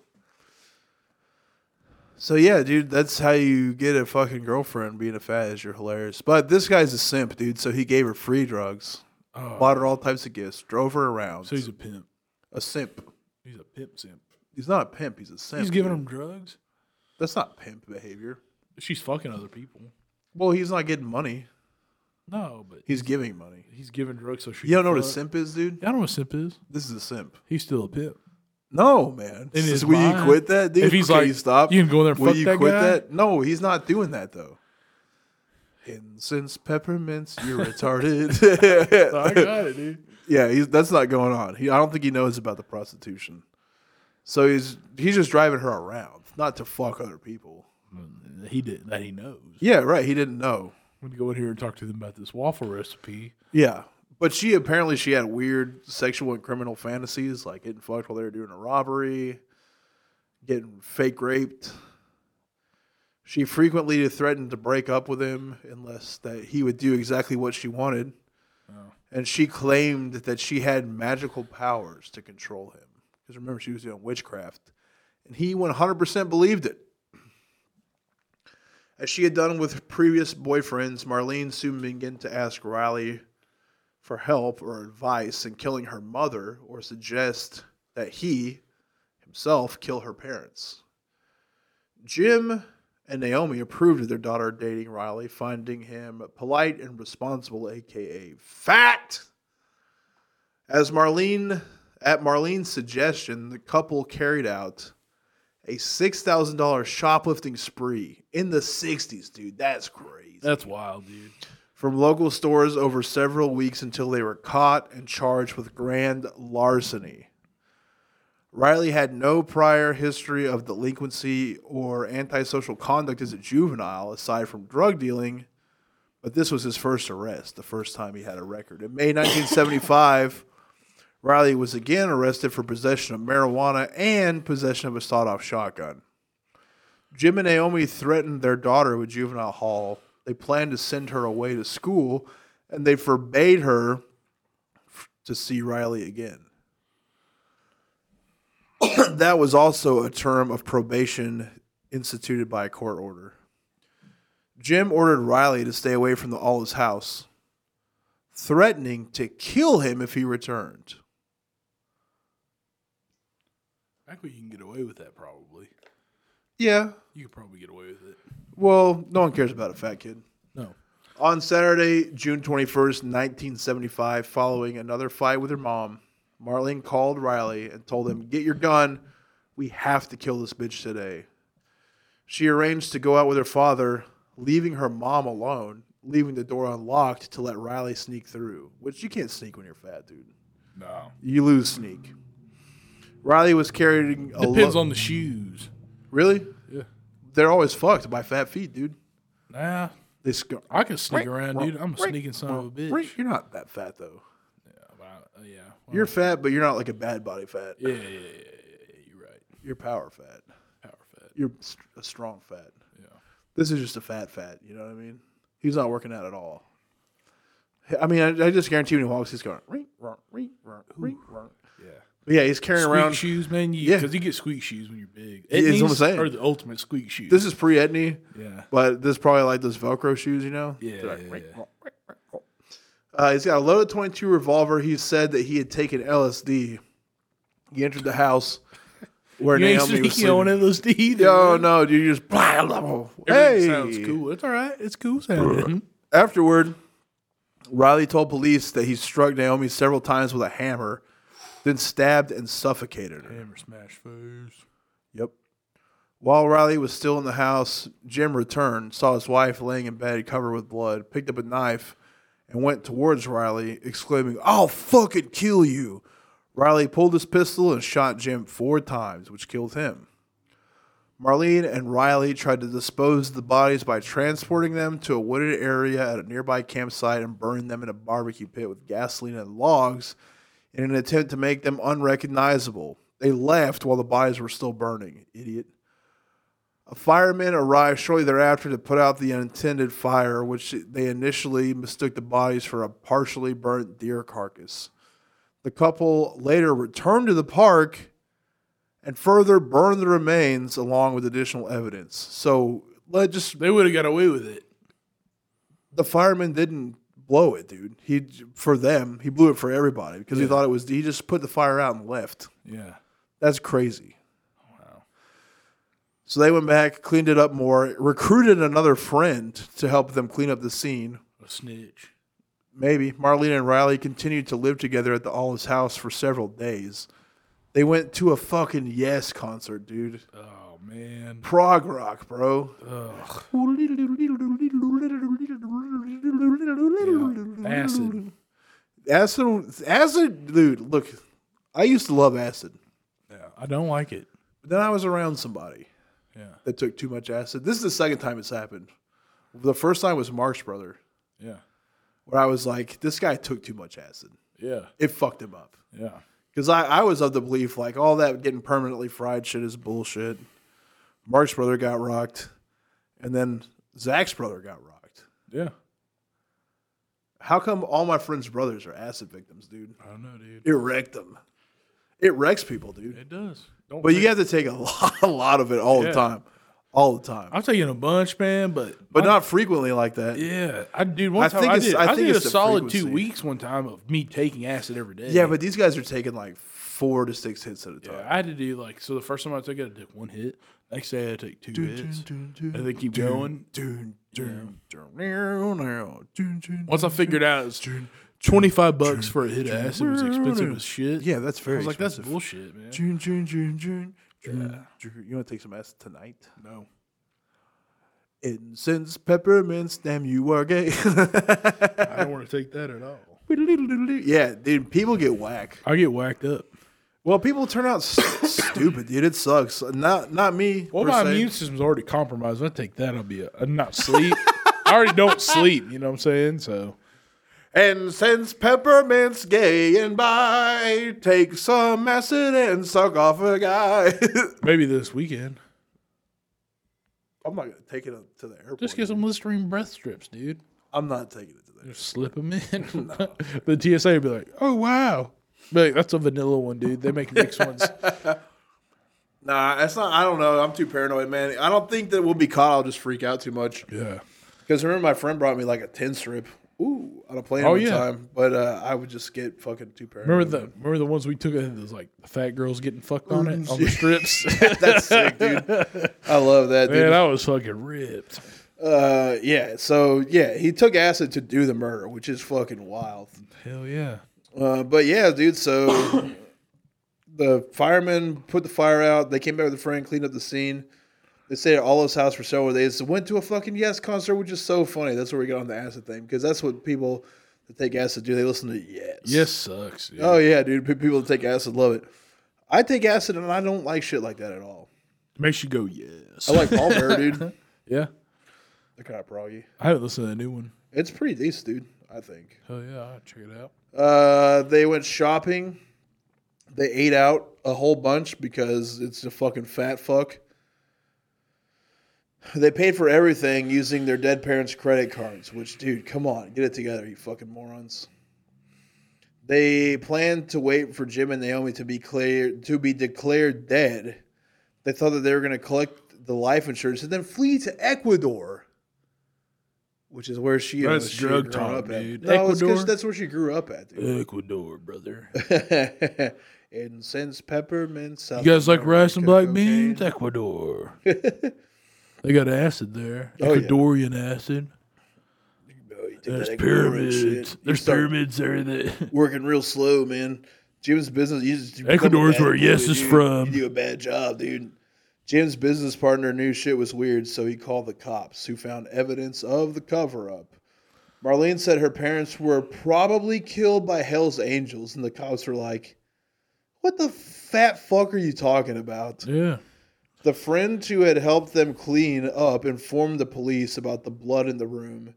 So yeah, dude, that's how you get a fucking girlfriend. Being a fat is you're hilarious. But this guy's a simp, dude. So he gave her free drugs, bought her all types of gifts, drove her around. Oh. so he's a pimp. a simp. He's a pimp simp. He's not a pimp. He's a simp. He's giving dude. him drugs. That's not pimp behavior. She's fucking other people. Well, he's not getting money. No, but He's giving money. he's giving drugs so she. You don't know can what a fuck. simp is, dude. I don't know what a simp is. This is a simp. He's still a pimp. No, man. In his will you mind. quit that, dude? If he's Can like, you stop. "You can go in there and Will fuck you that quit guy?" that? No, he's not doing that though. Incense peppermints, you're retarded. I got it, dude. yeah, he's that's not going on. He, I don't think he knows about the prostitution. So he's he's just driving her around, not to fuck other people. He did that. He knows. Yeah, right. He didn't know. I'm gonna go in here and talk to them about this waffle recipe. Yeah. But she apparently she had weird sexual and criminal fantasies, like getting fucked while they were doing a robbery, getting fake raped. She frequently threatened to break up with him unless that he would do exactly what she wanted. And she claimed that she had magical powers to control him. Because remember, she was doing witchcraft. And he 100% believed it. As she had done with previous boyfriends, Marlene soon began to ask Riley for help or advice in killing her mother or suggest that he himself kill her parents. Jim and Naomi approved of their daughter dating Riley, finding him polite and responsible, aka fat. As Marlene, at Marlene's suggestion, the couple carried out a $6,000 shoplifting spree in the 60s, dude. That's crazy That's wild, dude. from local stores over several weeks until they were caught and charged with grand larceny. Riley had no prior history of delinquency or antisocial conduct as a juvenile, aside from drug dealing, but this was his first arrest, the first time he had a record. In May 1975, Riley was again arrested for possession of marijuana and possession of a sawed off shotgun. Jim and Naomi threatened their daughter with juvenile hall. They planned to send her away to school, and they forbade her f- to see Riley again. that was also a term of probation instituted by a court order. Jim ordered Riley to stay away from the Olive's house, threatening to kill him if he returned. I think you can get away with that probably. Yeah. You could probably get away with it. Well, no one cares about a fat kid. No. On Saturday, June 21st, 1975, following another fight with her mom, Marlene called Riley and told him, Get your gun. We have to kill this bitch today. She arranged to go out with her father, leaving her mom alone, leaving the door unlocked to let Riley sneak through, which you can't sneak when you're fat, dude. No. You lose sneak. Riley was carrying a Depends lo- on the shoes. Really? Yeah. They're always fucked by fat feet, dude. Nah. They scar- I could sneak around, dude. I'm a sneaking son of a bitch. You're not that fat though. Uh, yeah. Well, You're fat, but you're not like a bad body fat. yeah, yeah, yeah, yeah, yeah, You're right. You're power fat. Power fat. You're st- a strong fat. Yeah. This is just a fat fat. You know what I mean? He's not working out at all. I mean, I, I just guarantee when he walks, he's going. "Ring, ring, ring, ring, ring, ring." Yeah. But yeah, he's carrying Squeak around. shoes, man. You, Yeah. Because you get squeak shoes when you're big. it's what I'm Etnies saying. Are the ultimate squeak shoes. This is pre Etney, yeah. but this is probably like those Velcro shoes, you know? Yeah. They're like, yeah, "Ring, yeah. Uh, he's got a loaded 22 revolver. He said that he had taken LSD. He entered the house where You ain't Naomi was sneaky on sleeping. LSD either. Oh man. no, dude! You just blah, blah, blah. Everything hey. sounds cool. It's all right. It's cool sounding. Mm-hmm. Afterward, Riley told police that he struck Naomi several times with a hammer, then stabbed and suffocated her. Hammer smash face. Yep. While Riley was still in the house, Jim returned, saw his wife laying in bed covered with blood, picked up a knife, and went towards Riley, exclaiming, I'll fucking kill you. Riley pulled his pistol and shot Jim four times, which killed him. Marlene and Riley tried to dispose of the bodies by transporting them to a wooded area at a nearby campsite and burning them in a barbecue pit with gasoline and logs in an attempt to make them unrecognizable. They left while the bodies were still burning. Idiot. A fireman arrived shortly thereafter to put out the unintended fire, which they initially mistook the bodies for a partially burnt deer carcass. The couple later returned to the park and further burned the remains along with additional evidence. So let just They would have got away with it. the fireman didn't blow it, dude. He for them, he blew it for everybody because he thought it was. He just put the fire out and left. Yeah. That's crazy. Wow. So they went back, cleaned it up more, recruited another friend to help them clean up the scene. A snitch. Maybe Marlene and Riley continued to live together at the Olive's house for several days. They went to a fucking Yes concert, dude. Oh man. Prog rock, bro. Acid. Acid, acid, dude. Look, I used to love acid, Yeah. I don't like it. but then I was around somebody Yeah. that took too much acid. This is the second time it's happened. The first time was Mark's brother, Yeah. where I was like, this guy took too much acid. Yeah. It fucked him up. Yeah. Because I, I was of the belief like all that getting permanently fried shit is bullshit. Mark's brother got rocked, and then Zach's brother got rocked. Yeah. How come all my friends' brothers are acid victims, dude? I don't know, dude. It wrecked them. It wrecks people, dude. It does. Don't But you drink- have to take a lot, a lot of it all Yeah. the time, all the time. I'm taking a bunch, man, but but not frequently like that. Yeah, yeah, I dude. One I time think I it's- did. I I, think did a it's the solid two frequency. weeks one time of me taking acid every day. but these guys are taking like four to six hits at a time. I had to do like so. The first time I took it, I took one hit. Next day, I took two hits, and they keep going. Dun, dun, dun, dun, dun, dun, dun. Once I figured out it's twenty five bucks for a hit of acid was expensive as shit. Yeah, that's I very. was like, that's expensive. bullshit, man. Dun, dun, dun, dun, dun, dun. You want to take some acid tonight? No, Incense, peppermints, damn, you are gay. I don't want to take that at all. yeah, dude, people get whack. I get whacked up. Well, people turn out s- stupid, dude. It sucks. Not not me. Well, per my se. immune system's already compromised. When I take that, I'll be a, I'm not sleep. I already don't sleep. You know what I'm saying? So And since peppermint's gay and bi, take some acid and suck off a guy. maybe this weekend, I'm not gonna take it up to the airport. just get some Listerine breath strips, dude. I'm not taking it to the. Just slip them in. the TSA would be like, "Oh wow." Be like, that's a vanilla one, dude. They make mixed ones. Nah, it's not. I don't know. I'm too paranoid, man. I don't think that we'll be caught. I'll just freak out too much. Yeah. Because remember, my friend brought me like a ten strip. Ooh, on a plane Oh, one yeah. time, but uh, I would just get fucking too paranoid. Remember the remember the ones we took? It was like the fat girls getting fucked on it on the strips. That's sick, dude. I love that, dude. Man, I was fucking ripped. Uh, yeah. So yeah, he took acid to do the murder, which is fucking wild. Hell yeah. Uh, but yeah, dude. So the firemen put the fire out. They came back with a friend, cleaned up the scene. They stayed at Olive's house for several days. Went to a fucking Yes concert, which is so funny. That's where we got on the acid thing because that's what people that take acid do. They listen to Yes. Yes, sucks. Dude. Oh yeah, dude. Pe- People that take acid love it. I take acid and I don't like shit like that at all. Makes you go yes. I like Paul Bear, dude. yeah. They're kind of proggy. I haven't listened to the new one. It's pretty decent, dude. I think. Hell yeah, I'll check it out. Uh, they went shopping. They ate out a whole bunch because it's a fucking fat fuck. They paid for everything using their dead parents' credit cards, which, dude, come on, get it together, you fucking morons. They planned to wait for Jim and Naomi to be clear to be declared dead. They thought that they were going to collect the life insurance and then flee to Ecuador, which is where she That's she drug grew talk, up at. dude. No, it's 'cause Ecuador? that's where she grew up at, dude. Ecuador, brother. Incense, peppermint, You South guys like rice and black America beans? Ecuador. they got acid there. Oh, yeah. Ecuadorian acid. cocaine. Oh, you take There's that Ecuadorian shit. pyramids. You There's start pyramids there that Working real slow, man. Jim's business. You just, you become a Ecuador's bad where yes is dude. from. You do a bad job, dude. Jim's business partner knew shit was weird, so he called the cops, who found evidence of the cover up. Marlene said her parents were probably killed by Hell's Angels, and the cops were like, What the fat fuck are you talking about? Yeah. The friend who had helped them clean up informed the police about the blood in the room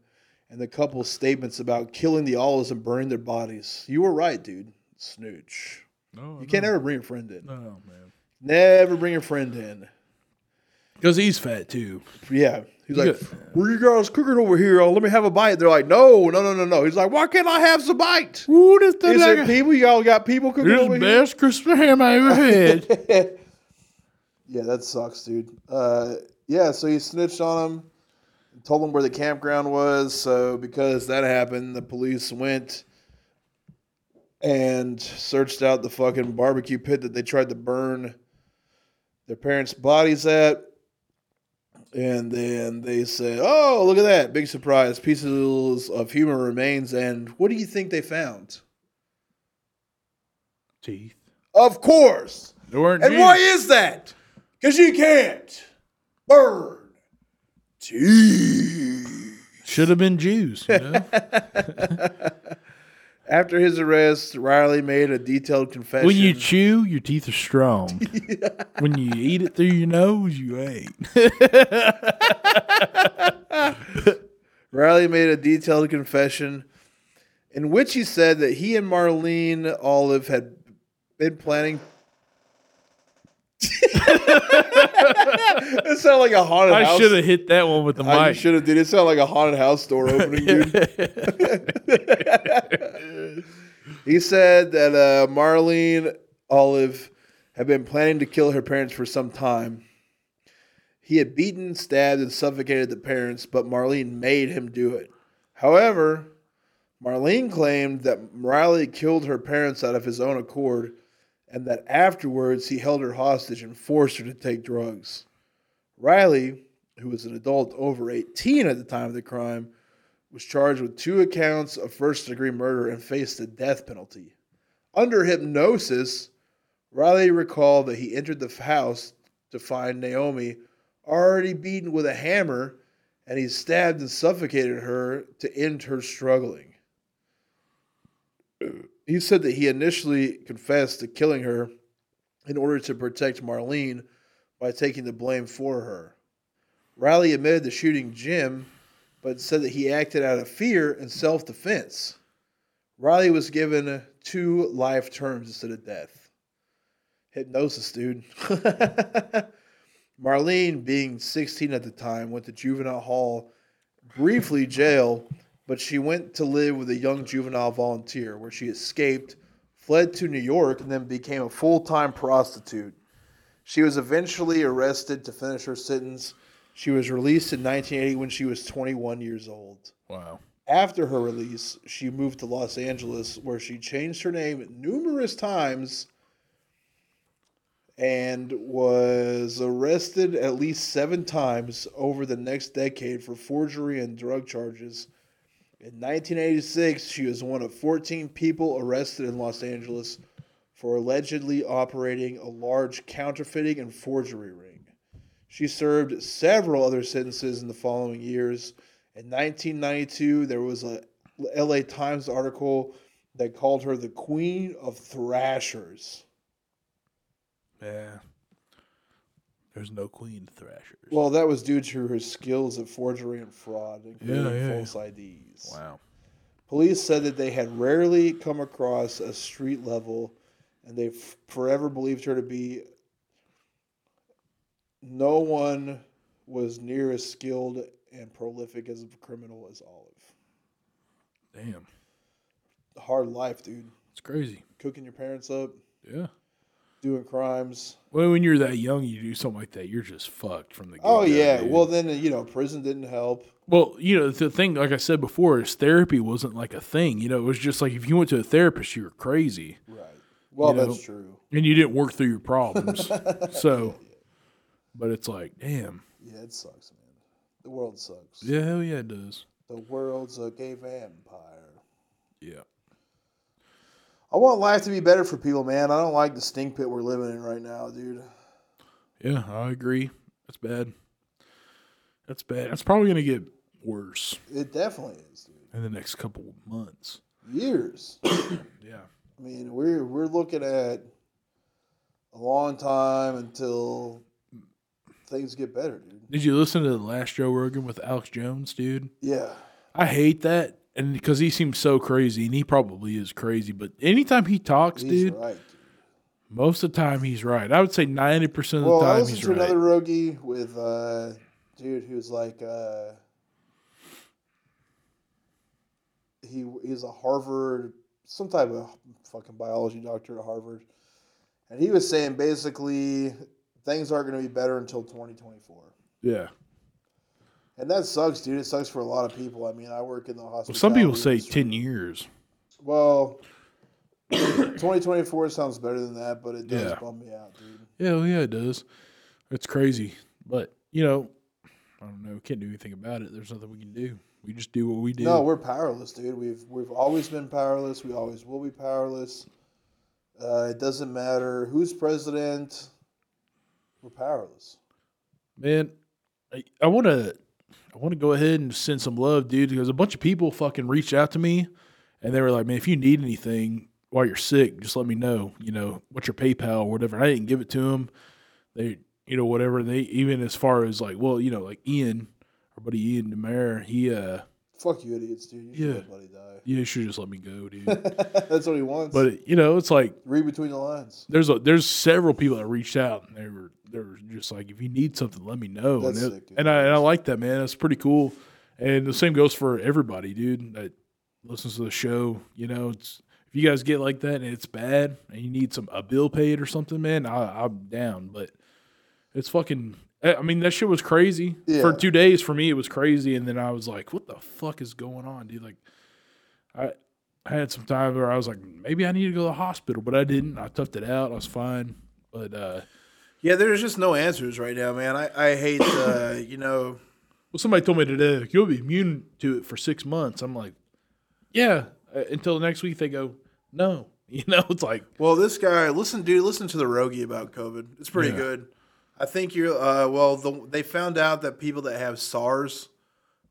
and the couple's statements about killing the olives and burning their bodies. You were right, dude. Snooch. No, You can't ever bring a friend in. no, man. Never bring a friend in. Because he's fat too. Yeah. He's You like, got- What are you guys cooking over here? Oh, let me have a bite. They're like, No, no, no, no, no. He's like, Why can't I have some bite? Ooh, this thing Is there people? Y'all got people cooking over here? Christmas ham I ever had. Yeah, that sucks, dude. Uh, yeah, so he snitched on him, told him where the campground was. So because that happened, the police went and searched out the fucking barbecue pit that they tried to burn their parents' bodies at. And then they said, "Oh, look at that! Big surprise! Pieces of human remains." And what do you think they found? Teeth. Of course, There weren't and why is that? Because you can't burn teeth. Should have been Jews. You know? After his arrest, Riley made a detailed confession. when you chew, your teeth are strong. when you eat it through your nose, you ain't. Riley made a detailed confession in which he said that he and Marlene Olive had been planning. it sounded like a haunted I house. should have hit that one with the I mic. should have did. It sounded like a haunted house door opening, dude. he said that uh, Marlene Olive had been planning to kill her parents for some time. He had beaten, stabbed, and suffocated the parents, but Marlene made him do it. However, Marlene claimed that Riley killed her parents out of his own accord and that afterwards he held her hostage and forced her to take drugs. Riley, who was an adult over 18 at the time of the crime, was charged with two accounts of first degree murder and faced the death penalty. Under hypnosis, Riley recalled that he entered the house to find Naomi already beaten with a hammer and he stabbed and suffocated her to end her struggling. He said that he initially confessed to killing her in order to protect Marlene by taking the blame for her. Riley admitted to shooting Jim, but said that he acted out of fear and self defense. Riley was given two life terms instead of death. Hypnosis, dude. Marlene, being 16 at the time, went to juvenile hall, briefly jail, but she went to live with a young juvenile volunteer where she escaped, fled to New York, and then became a full time prostitute. She was eventually arrested to finish her sentence. She was released in 1980 when she was 21 years old. Wow. After her release, she moved to Los Angeles where she changed her name numerous times and was arrested at least seven times over the next decade for forgery and drug charges. In 1986, she was one of 14 people arrested in Los Angeles for allegedly operating a large counterfeiting and forgery ring. She served several other sentences in the following years. In 1992, there was a LA Times article that called her the queen of thrashers. Yeah. There's no queen thrashers. Well, that was due to her skills at forgery and fraud, including Yeah, yeah, false IDs. Wow. Police said that they had rarely come across a street level, and they f- forever believed her to be. No one was near as skilled and prolific as a criminal as Olive. Damn. Hard life, dude. It's crazy. Cooking your parents up, Yeah. doing crimes. Well, when you're that young, you do something like that, you're just fucked from the get Oh yeah. Well, then you know, prison didn't help. Well, you know, the thing, like I said before, is therapy wasn't like a thing. You know, it was just like if you went to a therapist, you were crazy Right. Well, You know, that's true. and you didn't work through your problems. so, but it's like, damn. Yeah, it sucks, man. The world sucks. Yeah, hell yeah, it does. The world's a gay vampire. Yeah. I want life to be better for people, man. I don't like the stink pit we're living in right now, dude. Yeah, I agree. That's bad. That's bad. That's probably going to get worse It definitely is, dude. in the next couple of months. Years. I Yeah. mean, we're we're looking at a long time until things get better, dude. Did you listen to the last Joe Rogan with Alex Jones, dude? Yeah. I hate that. And because he seems so crazy, and he probably is crazy, but anytime he talks, He's dude, right. Dude. most of the time he's right. I would say 90% of the Well, I time listened he's to right. another rogie with uh dude who was like uh he he's a Harvard some type of fucking biology doctor at Harvard. And he was saying basically things aren't gonna be better until twenty twenty four. yeah. And that sucks, dude. It sucks for a lot of people. I mean, I work in the hospital. Well, some people say 10 years. Well, 2024 sounds better than that, but it does Yeah. bum me out, dude. Yeah, well, yeah, it does. It's crazy. But, you know, I don't know. Can't do anything about it. There's nothing we can do. We just do what we do. No, we're powerless, dude. We've we've always been powerless. We always will be powerless. Uh, it doesn't matter who's president. We're powerless. Man, I, I want to I want to go ahead and send some love, dude, because a bunch of people fucking reached out to me and they were like, "Man, if you need anything while you're sick, just let me know, you know, what's your PayPal or whatever." And I didn't give it to them. They, you know, whatever. They even as far as like, well, you know, like Ian, our buddy Ian Demare, he uh Fuck you, idiots, dude. You should Yeah. let buddy die. you should just let me go, dude. That's what he wants. but you know, it's like Read between the lines. there's a there's several people that reached out and they were they were just like if you need something let me know That's and, it- sick, dude. and I and I like that man that's pretty cool and the same goes for everybody dude that listens to the show you know it's if you guys get like that and it's bad and you need some a bill paid or something man I, I'm down but it's fucking I I mean that shit was crazy Yeah. for two days for me it was crazy and then I was like what the fuck is going on dude like I I had some time where I was like, maybe I need to go to the hospital, but I didn't. I toughed it out. I was fine. But uh, Yeah, there's just no answers right now, man. I, I hate, uh, you know, well, somebody told me today like, you'll be immune to it for six months. I'm like, yeah. Uh, Until next week, they go, no. You know, it's like, Well, this guy, listen, dude, listen to the Rogie about COVID. It's pretty Yeah. good. I think you're. Uh, well, the, they found out that people that have SARS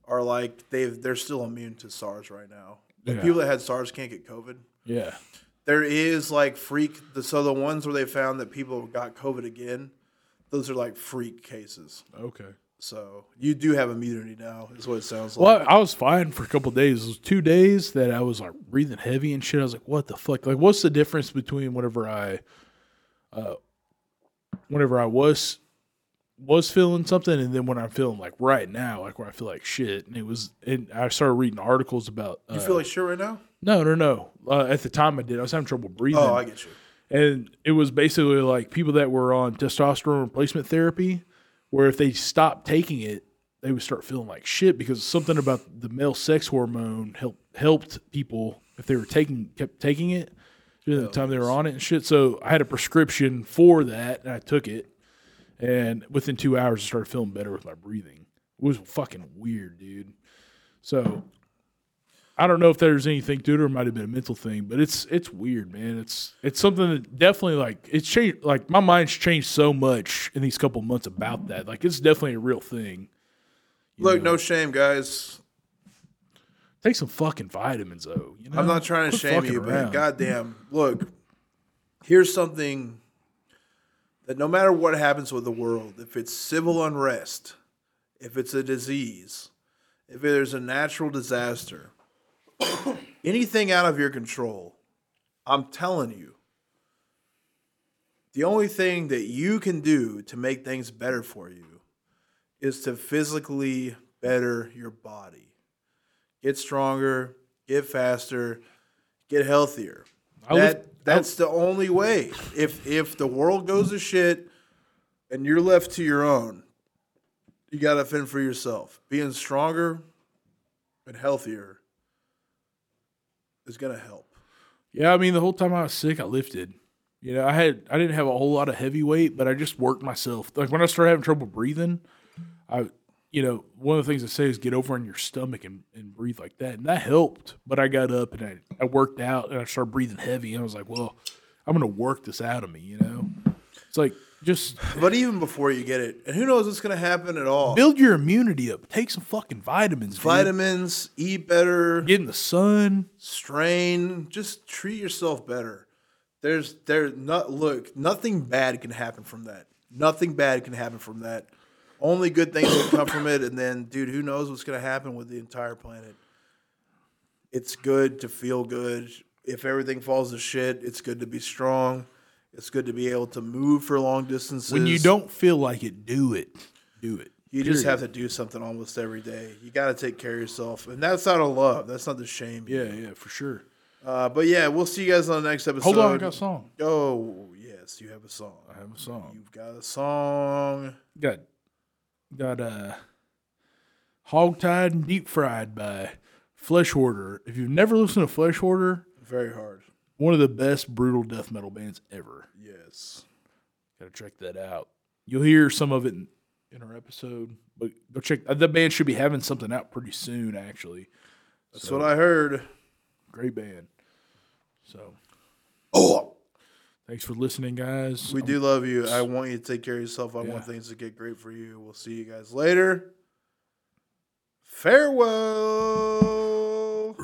are like they've they're still immune to SARS right now. Like, Yeah. People that had SARS can't get COVID. yeah, There is like freak. The, so the ones where they found that people got COVID again, those are like freak cases. okay. So you do have immunity now, is what it sounds like. Well, I was fine for a couple of days. It was two days that I was like breathing heavy and shit. I was like, what the fuck? Like, what's the difference between whenever I, uh, whenever I was was feeling something and then when I'm feeling like right now, like where I feel like shit. And it was, and I started reading articles about. Uh, You feel like shit right now? no, no, no. Uh, at the time, I did. I was having trouble breathing. Oh, I get you. And it was basically like people that were on testosterone replacement therapy, where if they stopped taking it, they would start feeling like shit because something about the male sex hormone helped helped people if they were taking kept taking it during the time they were on it and shit. So I had a prescription for that and I took it, and within two hours I started feeling better with my breathing. It was fucking weird, dude. So I don't know if there's anything to it or it might have been a mental thing, but it's it's weird, man. It's it's something that definitely like it's changed like my mind's changed so much in these couple months about that. Like it's definitely a real thing. Look, no shame, guys. Take some fucking vitamins though. You know? I'm not trying to Quit shame fucking you, but around. goddamn, look, here's something that no matter what happens with the world, if it's civil unrest, if it's a disease, if there's a natural disaster, anything out of your control, I'm telling you, the only thing that you can do to make things better for you is to physically better your body. Get stronger, get faster, get healthier. I that lift- that's the only way. If if the world goes to shit and you're left to your own, you gotta fend for yourself. Being stronger and healthier is gonna help. Yeah, I mean the whole time I was sick, I lifted. You know, I had I didn't have a whole lot of heavy weight, but I just worked myself. Like when I started having trouble breathing, I you know, one of the things I say is get over on your stomach and, and breathe like that. And that helped. But I got up and I, I worked out and I started breathing heavy and I was like, Well, I'm gonna work this out of me, you know? It's like just But even before you get it, and who knows what's gonna happen at all. build your immunity up. Take some fucking vitamins, dude. Vitamins, eat better, get in the sun. strain, just treat yourself better. There's there not look, nothing bad can happen from that. Nothing bad can happen from that. Only good things will come from it, and then dude, who knows what's gonna happen with the entire planet. It's good to feel good. If everything falls to shit, it's good to be strong. It's good to be able to move for long distances. When you don't feel like it, do it. Do it. You just have to do something almost every day. You got to take care of yourself, and that's out of love. That's not the shame. Yeah, yeah, for sure. Uh, but yeah, we'll see you guys on the next episode. Hold on, I got a song. Oh yes, you have a song. I have a song. You've got a song. Got got uh hog tied and deep fried by Flesh Order. If you've never listened to Flesh Order, Very hard. one of the best brutal death metal bands ever. Yes. Gotta check that out. You'll hear some of it in, in our episode, but go check. The band should be having something out pretty soon. Actually, That's what I heard. great band. So Oh, thanks for listening, guys. we do love you. I want you to take care of yourself. I Yeah. want things to get great for you. We'll see you guys later. Farewell.